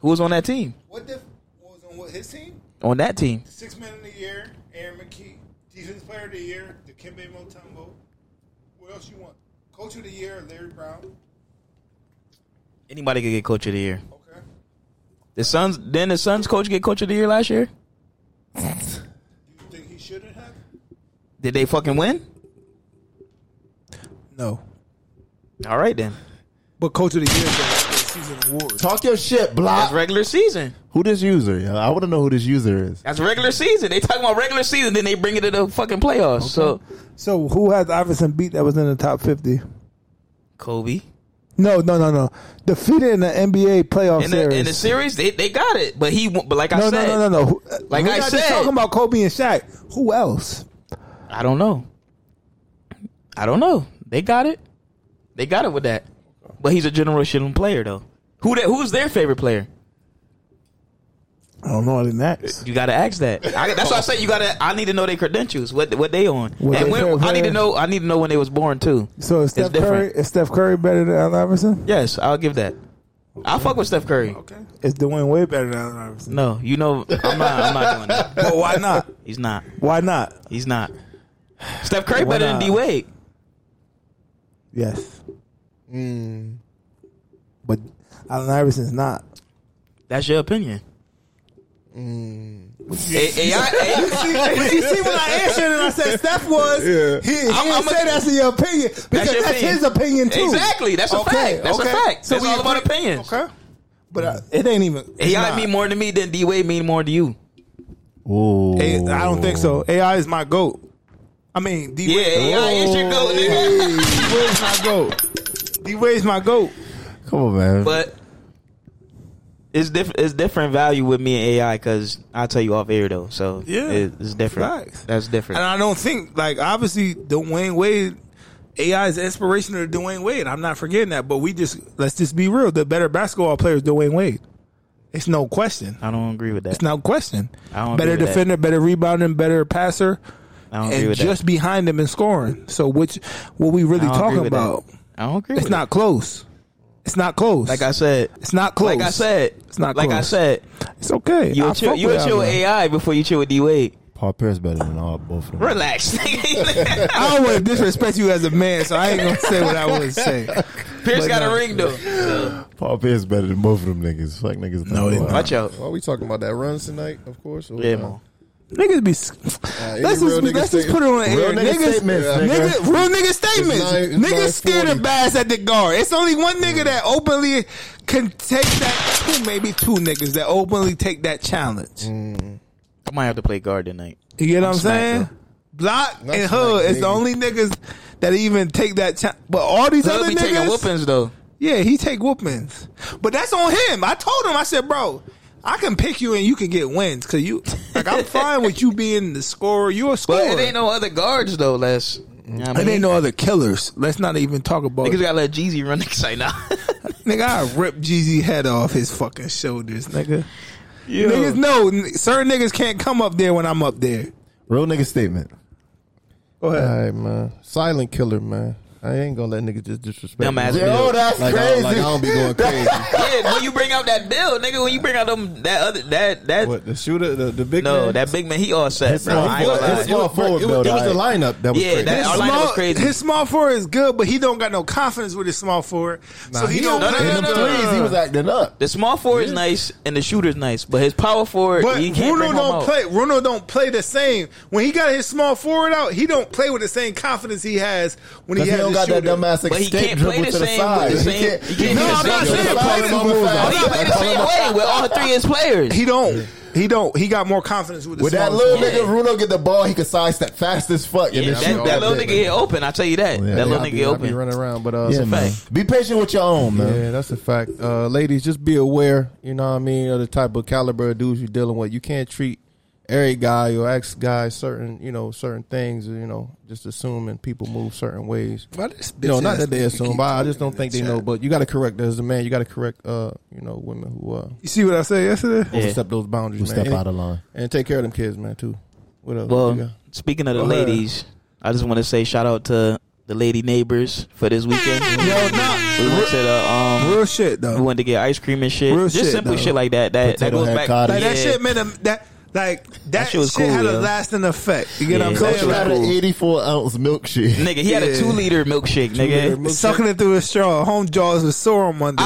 Who was on that team?
What the? What was on what his team?
On that team.
Six men of the year, Aaron McKee, defense player of the year, Dikembe Mutombo. What else you want? Coach of the year, Larry Brown.
Anybody could get coach of the year. Okay. The Suns. Then the Suns coach get coach of the year last year.
Think he shouldn't have?
Did they fucking win?
No.
All right then.
But coach of the year is the season award.
Talk your shit, block.
That's regular season.
Who this user? Yeah, I want to know who this user is.
That's regular season. They talking about regular season, then they bring it to the fucking playoffs. So
So who has Iverson beat that was in the top fifty?
Kobe
No, no, no, no. Defeated in the NBA playoff
in the,
series.
in the series, they, they got it, but he won- but like I
Oh, no,
said,
no, no, no, no. Who-
Like
we're
I
not
said.
just talking about Kobe and Shaq. Who else?
I don't know. I don't know. They got it. They got it with that. But he's a generational player though. Who that? Who's their favorite player?
I don't know. I didn't ask.
You got to ask that. I, that's why I say you got to. I need to know their credentials. What what they on?
What
and
they
when,
favorite
I need
player.
to know. I need to know when they was born too.
So is
It's
Steph Curry?
different.
Is Steph Curry better than Allen Iverson?
Yes, I'll give that. I fuck with Steph Curry.
Is Dwayne Wade better than Allen Iverson?
No, you know I'm not. I'm not doing that.
But why not?
He's not.
Why not?
He's not. Steph Curry
Why
better than
not?
D Wade.
Yes. But Allen Iverson's not.
That's your opinion.
Eh,
Hey, hey, I- hey,
Mm. But you see when I answered and I said Steph was,
Yeah.
he, he
I'm-
didn't
I'm a-
say that's in your opinion because that's,
your opinion.
his opinion too.
Exactly. That's a fact. That's a fact. That's all about
agree-
opinions.
Okay, but uh, it ain't even. it's
AI
not.
mean more to me than D Wade mean more to you.
Ooh.
A- I don't think so. AI is my goat. I mean, D Wade.
Yeah, AI is your goat, nigga.
D Wade's my goat. D Wade's my goat.
Come on, man.
But it's different. It's different value with me and AI because I tell you off air though. So
Yeah.
it- it's different.
Facts.
That's different.
And I don't think like obviously Dwayne Wade AI is inspiration to Dwayne Wade. I'm not forgetting that, but we just let's just be real. The better basketball player is Dwayne Wade. It's no question.
I don't agree with that.
It's no question.
I don't
Better
agree with that.
defender, better rebounding, better passer,
I don't agree
and
with that.
just behind him in scoring. So which what we
I
really
don't agree
talking
with that.
about?
I don't agree.
It's
with
not close. It's not close.
Like I said,
it's not close.
Like I said,
it's not.
Like I
close.
said,
it's okay.
you
I
would chill,
fuck
you
with
would chill with
Allen.
AI before you chill with D Wade.
Paul Pierce better than all both of them.
Relax. Pierce
I don't want to disrespect you as a man, so I ain't gonna say what I would say. But
got
no.
a ring though. So,
Paul Pierce better than both of them niggas. Fuck niggas.
No, they not.
watch out.
Why are we talking about that runs tonight? Of course. Or
Yeah,
what?
man.
Niggas be. s-
Uh, any
Let's
real
just,
nigga
let's just
statement-
put it on
Real
air.
nigga
Niggas,
statements, nigga.
nigga, real nigga statements.
nine- it's
niggas
9:40.
scared of bass at the guard. It's only one nigga that openly can take that. Two, maybe two niggas that openly take that challenge.
I might have to play guard tonight.
You get what I'm,
smacked,
saying?
though.
Block
Not
and
smacked,
hood is
nigga.
the only niggas that even take that. Cha- but all these
He'll
other
be taking
niggas,
whoopings though.
yeah, he take whoopings. But that's on him. I told him, I said, bro, I can pick you and you can get wins because you. Like I'm fine with you being the scorer. You're a scorer.
But it ain't no other guards though. Les. You know what I
It
mean?
ain't no other killers. Let's not even talk about
Niggas
it.
gotta let Jeezy run the side now.
Nigga, I rip Jeezy head off his fucking shoulders, nigga.
Yo.
Niggas know n- certain niggas can't come up there when I'm up there.
Real nigga statement.
Go
All right,
ahead.
man. Silent killer, man. I ain't gonna let niggas just disrespect.
Dumbass
me.
Yo, bill. that's
like, I, like I don't be going crazy.
yeah, when you bring out that bill, nigga, when you bring out them that other that that
what the shooter the, the big
no
man?
that big man he all set.
His
Bro.
small
I ain't gonna
forward-
lie.
his small forward It was- it was the
though,
lineup that was
yeah,
crazy.
That,
His
our lineup was
small-
crazy.
His small forward is good, but he don't got no confidence with his small forward. so he, don't.
no, no, no, no, no, no. The small four is nice and the shooter's nice, but his power forward,
But
he
Bruno
can't bring him
don't
out.
play. Bruno don't play the same. When he got his small forward out, he don't play with the same confidence he has when he
'Cause
has
he don't
his
got that
shooter.
dumbass But he escape can't dribble play the to the same side. with the He same- can't- he can't
No,
do the
I'm
same
not
thing.
saying
He
play
play
the
him over fast. He
same
play the same way
with all three of his players.
He don't. He don't. He got more confidence with the
With that
small
little
forward.
nigga Bruno get the ball, he could sidestep fast as fuck.
Yeah,
and then
that,
shoot
that
all
little nigga
day.
hit open. I tell you
Oh,
that.
Yeah,
that little
I
nigga
be-
hit
I
open.
be running around, but uh,
Yeah, man.
Be patient with your own, man.
Yeah, that's a fact. Uh, ladies, just be aware. You know what I mean of the type of caliber of dudes you're dealing with. You can't treat every guy or ex guy certain you know certain things. You know, just assuming people move certain ways.
Why this
You know,
bitch
not
ass
that they
nigga
assume,
keep
but I
talking
just don't
in
think
the
they know.
chat?
But you got to correct as a man. You got to correct uh you know women who uh
You see what I say yesterday?
overstep those boundaries.
Who
man.
step
And-
out of line.
and take care of them kids, man. Too. What else? What you got?
Well, speaking of the
Go ahead.
ladies, I just want to say shout out to the lady neighbors for this weekend.
Yo, nah.
We went to the um,
real shit though.
We went to get ice cream and shit.
Real
just
shit,
simple
though.
shit like that. That
Potato
that goes
head
back.
cottage. Like,
yeah.
that shit meant a, that like that,
shit was
shit
cool,
had a
yo.
lasting effect. You get
Yeah.
what I'm
Coach
saying?
had an
84 ounce milkshake.
Nigga, he had a two liter milkshake. Nigga,
Sucking it through his straw. Home jaws was sore on Monday.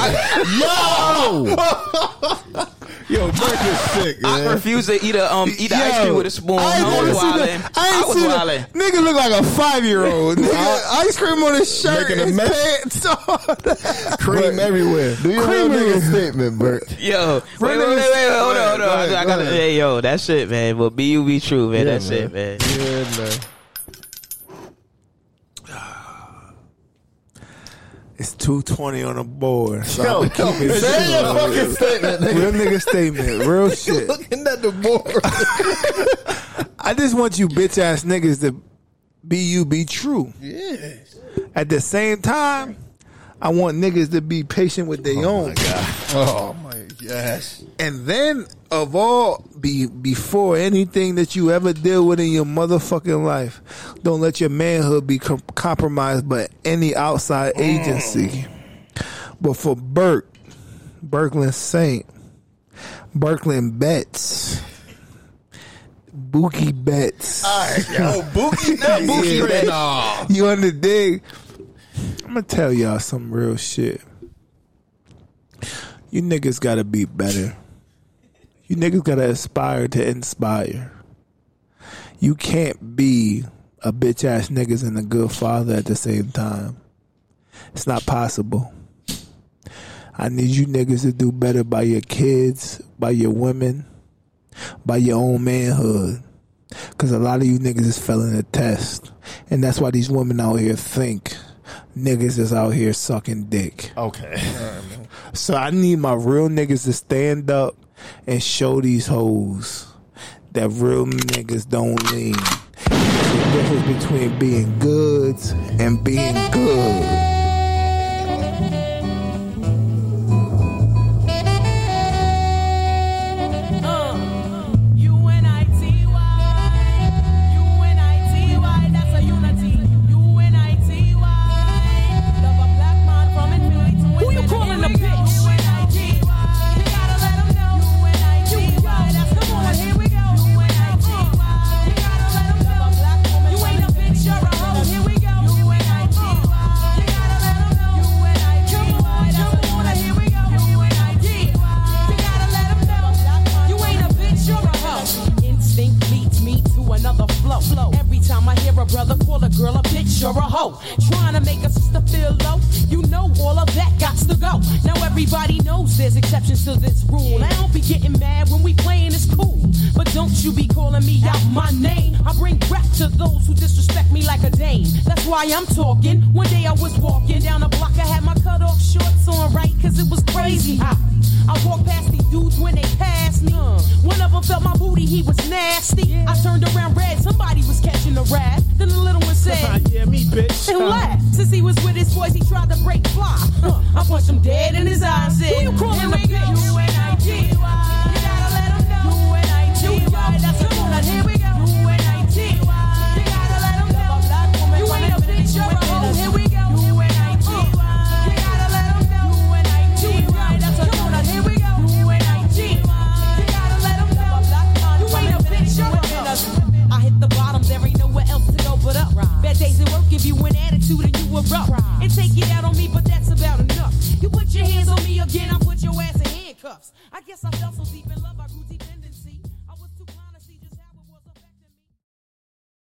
Yo,
yo, Drake is sick.
I refuse to eat a um eat a ice cream with a spoon.
I
I,
ain't never
was
seen
wilding.
that. I
I,
ain't
was
seen that.
wilding.
Nigga look like a five year old. Nigga, ice cream on his shirt,
Making a
his
mess.
pants, all that.
Cream everywhere. Do you
Cream
hear nigga statement, Bert?
Yo, wait, wait,
Brandon
wait, wait,
was-
wait, hold on, hold on.
Go
I,
ahead,
got- I
go
gotta,
ahead.
hey, yo, that shit, man. But be you, be true, man. That's it, man.
Yeah, man.
It's two twenty on the board. So
Yo,
I'ma
yo,
keep it
say your
real.
fucking statement, nigga.
Real nigga statement. Real shit.
Looking at the board.
I just want you bitch ass niggas to be you, be true.
Yeah.
At the same time, I want niggas to be patient with their own.
Oh my gosh.
And then of all be before anything that you ever deal with in your motherfucking life, don't let your manhood be com- compromised by any outside agency. But for Burke, Berkland Saint, Berkland Betts, Bookie Betts.
Yo, Bookie, not
Yeah,
Bookie
that-
right now.
You under dig? I'm gonna tell y'all some real shit. You niggas gotta be better. You niggas gotta aspire to inspire. You can't be a bitch ass niggas and a good father at the same time. It's not possible. I need you niggas to do better by your kids, by your women, by your own manhood. Cause a lot of you niggas is failing the test. And that's why these women out here think niggas is out here sucking dick.
Okay.
So I need my real niggas to stand up and show these hoes that real niggas don't lean. There's a difference between being goods and being good.
Who you calling a bitch?
Instinct leads me to another flow. flow. Every time I hear a brother call a girl a bitch or a hoe, trying to make a sister feel low, you know all of that got to go. Now everybody knows there's exceptions to this rule. I don't be getting mad when we playing, it's cool. But don't you be calling me out my name. I bring breath to those who disrespect me like a dame. That's why I'm talking. One day I was walking down the block, I had my cut off shorts on, right? Cause it was crazy hot. I walked past these dudes when they passed me. One of them felt my booty, he was nasty. I turned around red, somebody was catching a rat. Then the little one said, Yeah, me, bitch. And laughed. Since he was with his boys, he tried to break fly. Huh. I punched him dead in his eyes. Said, Who you calling a bitch? You and I, G. You gotta let 'em know. You and I, G. That's the one. Here we go. You and I, G. You gotta let 'em know. You ain't a bitch, you're a hoe. Here we go. Uh. an attitude and you erupt and take it out on me, but that's about enough. You put your hands on me again, I put your ass in handcuffs. I guess I fell so deep in love. I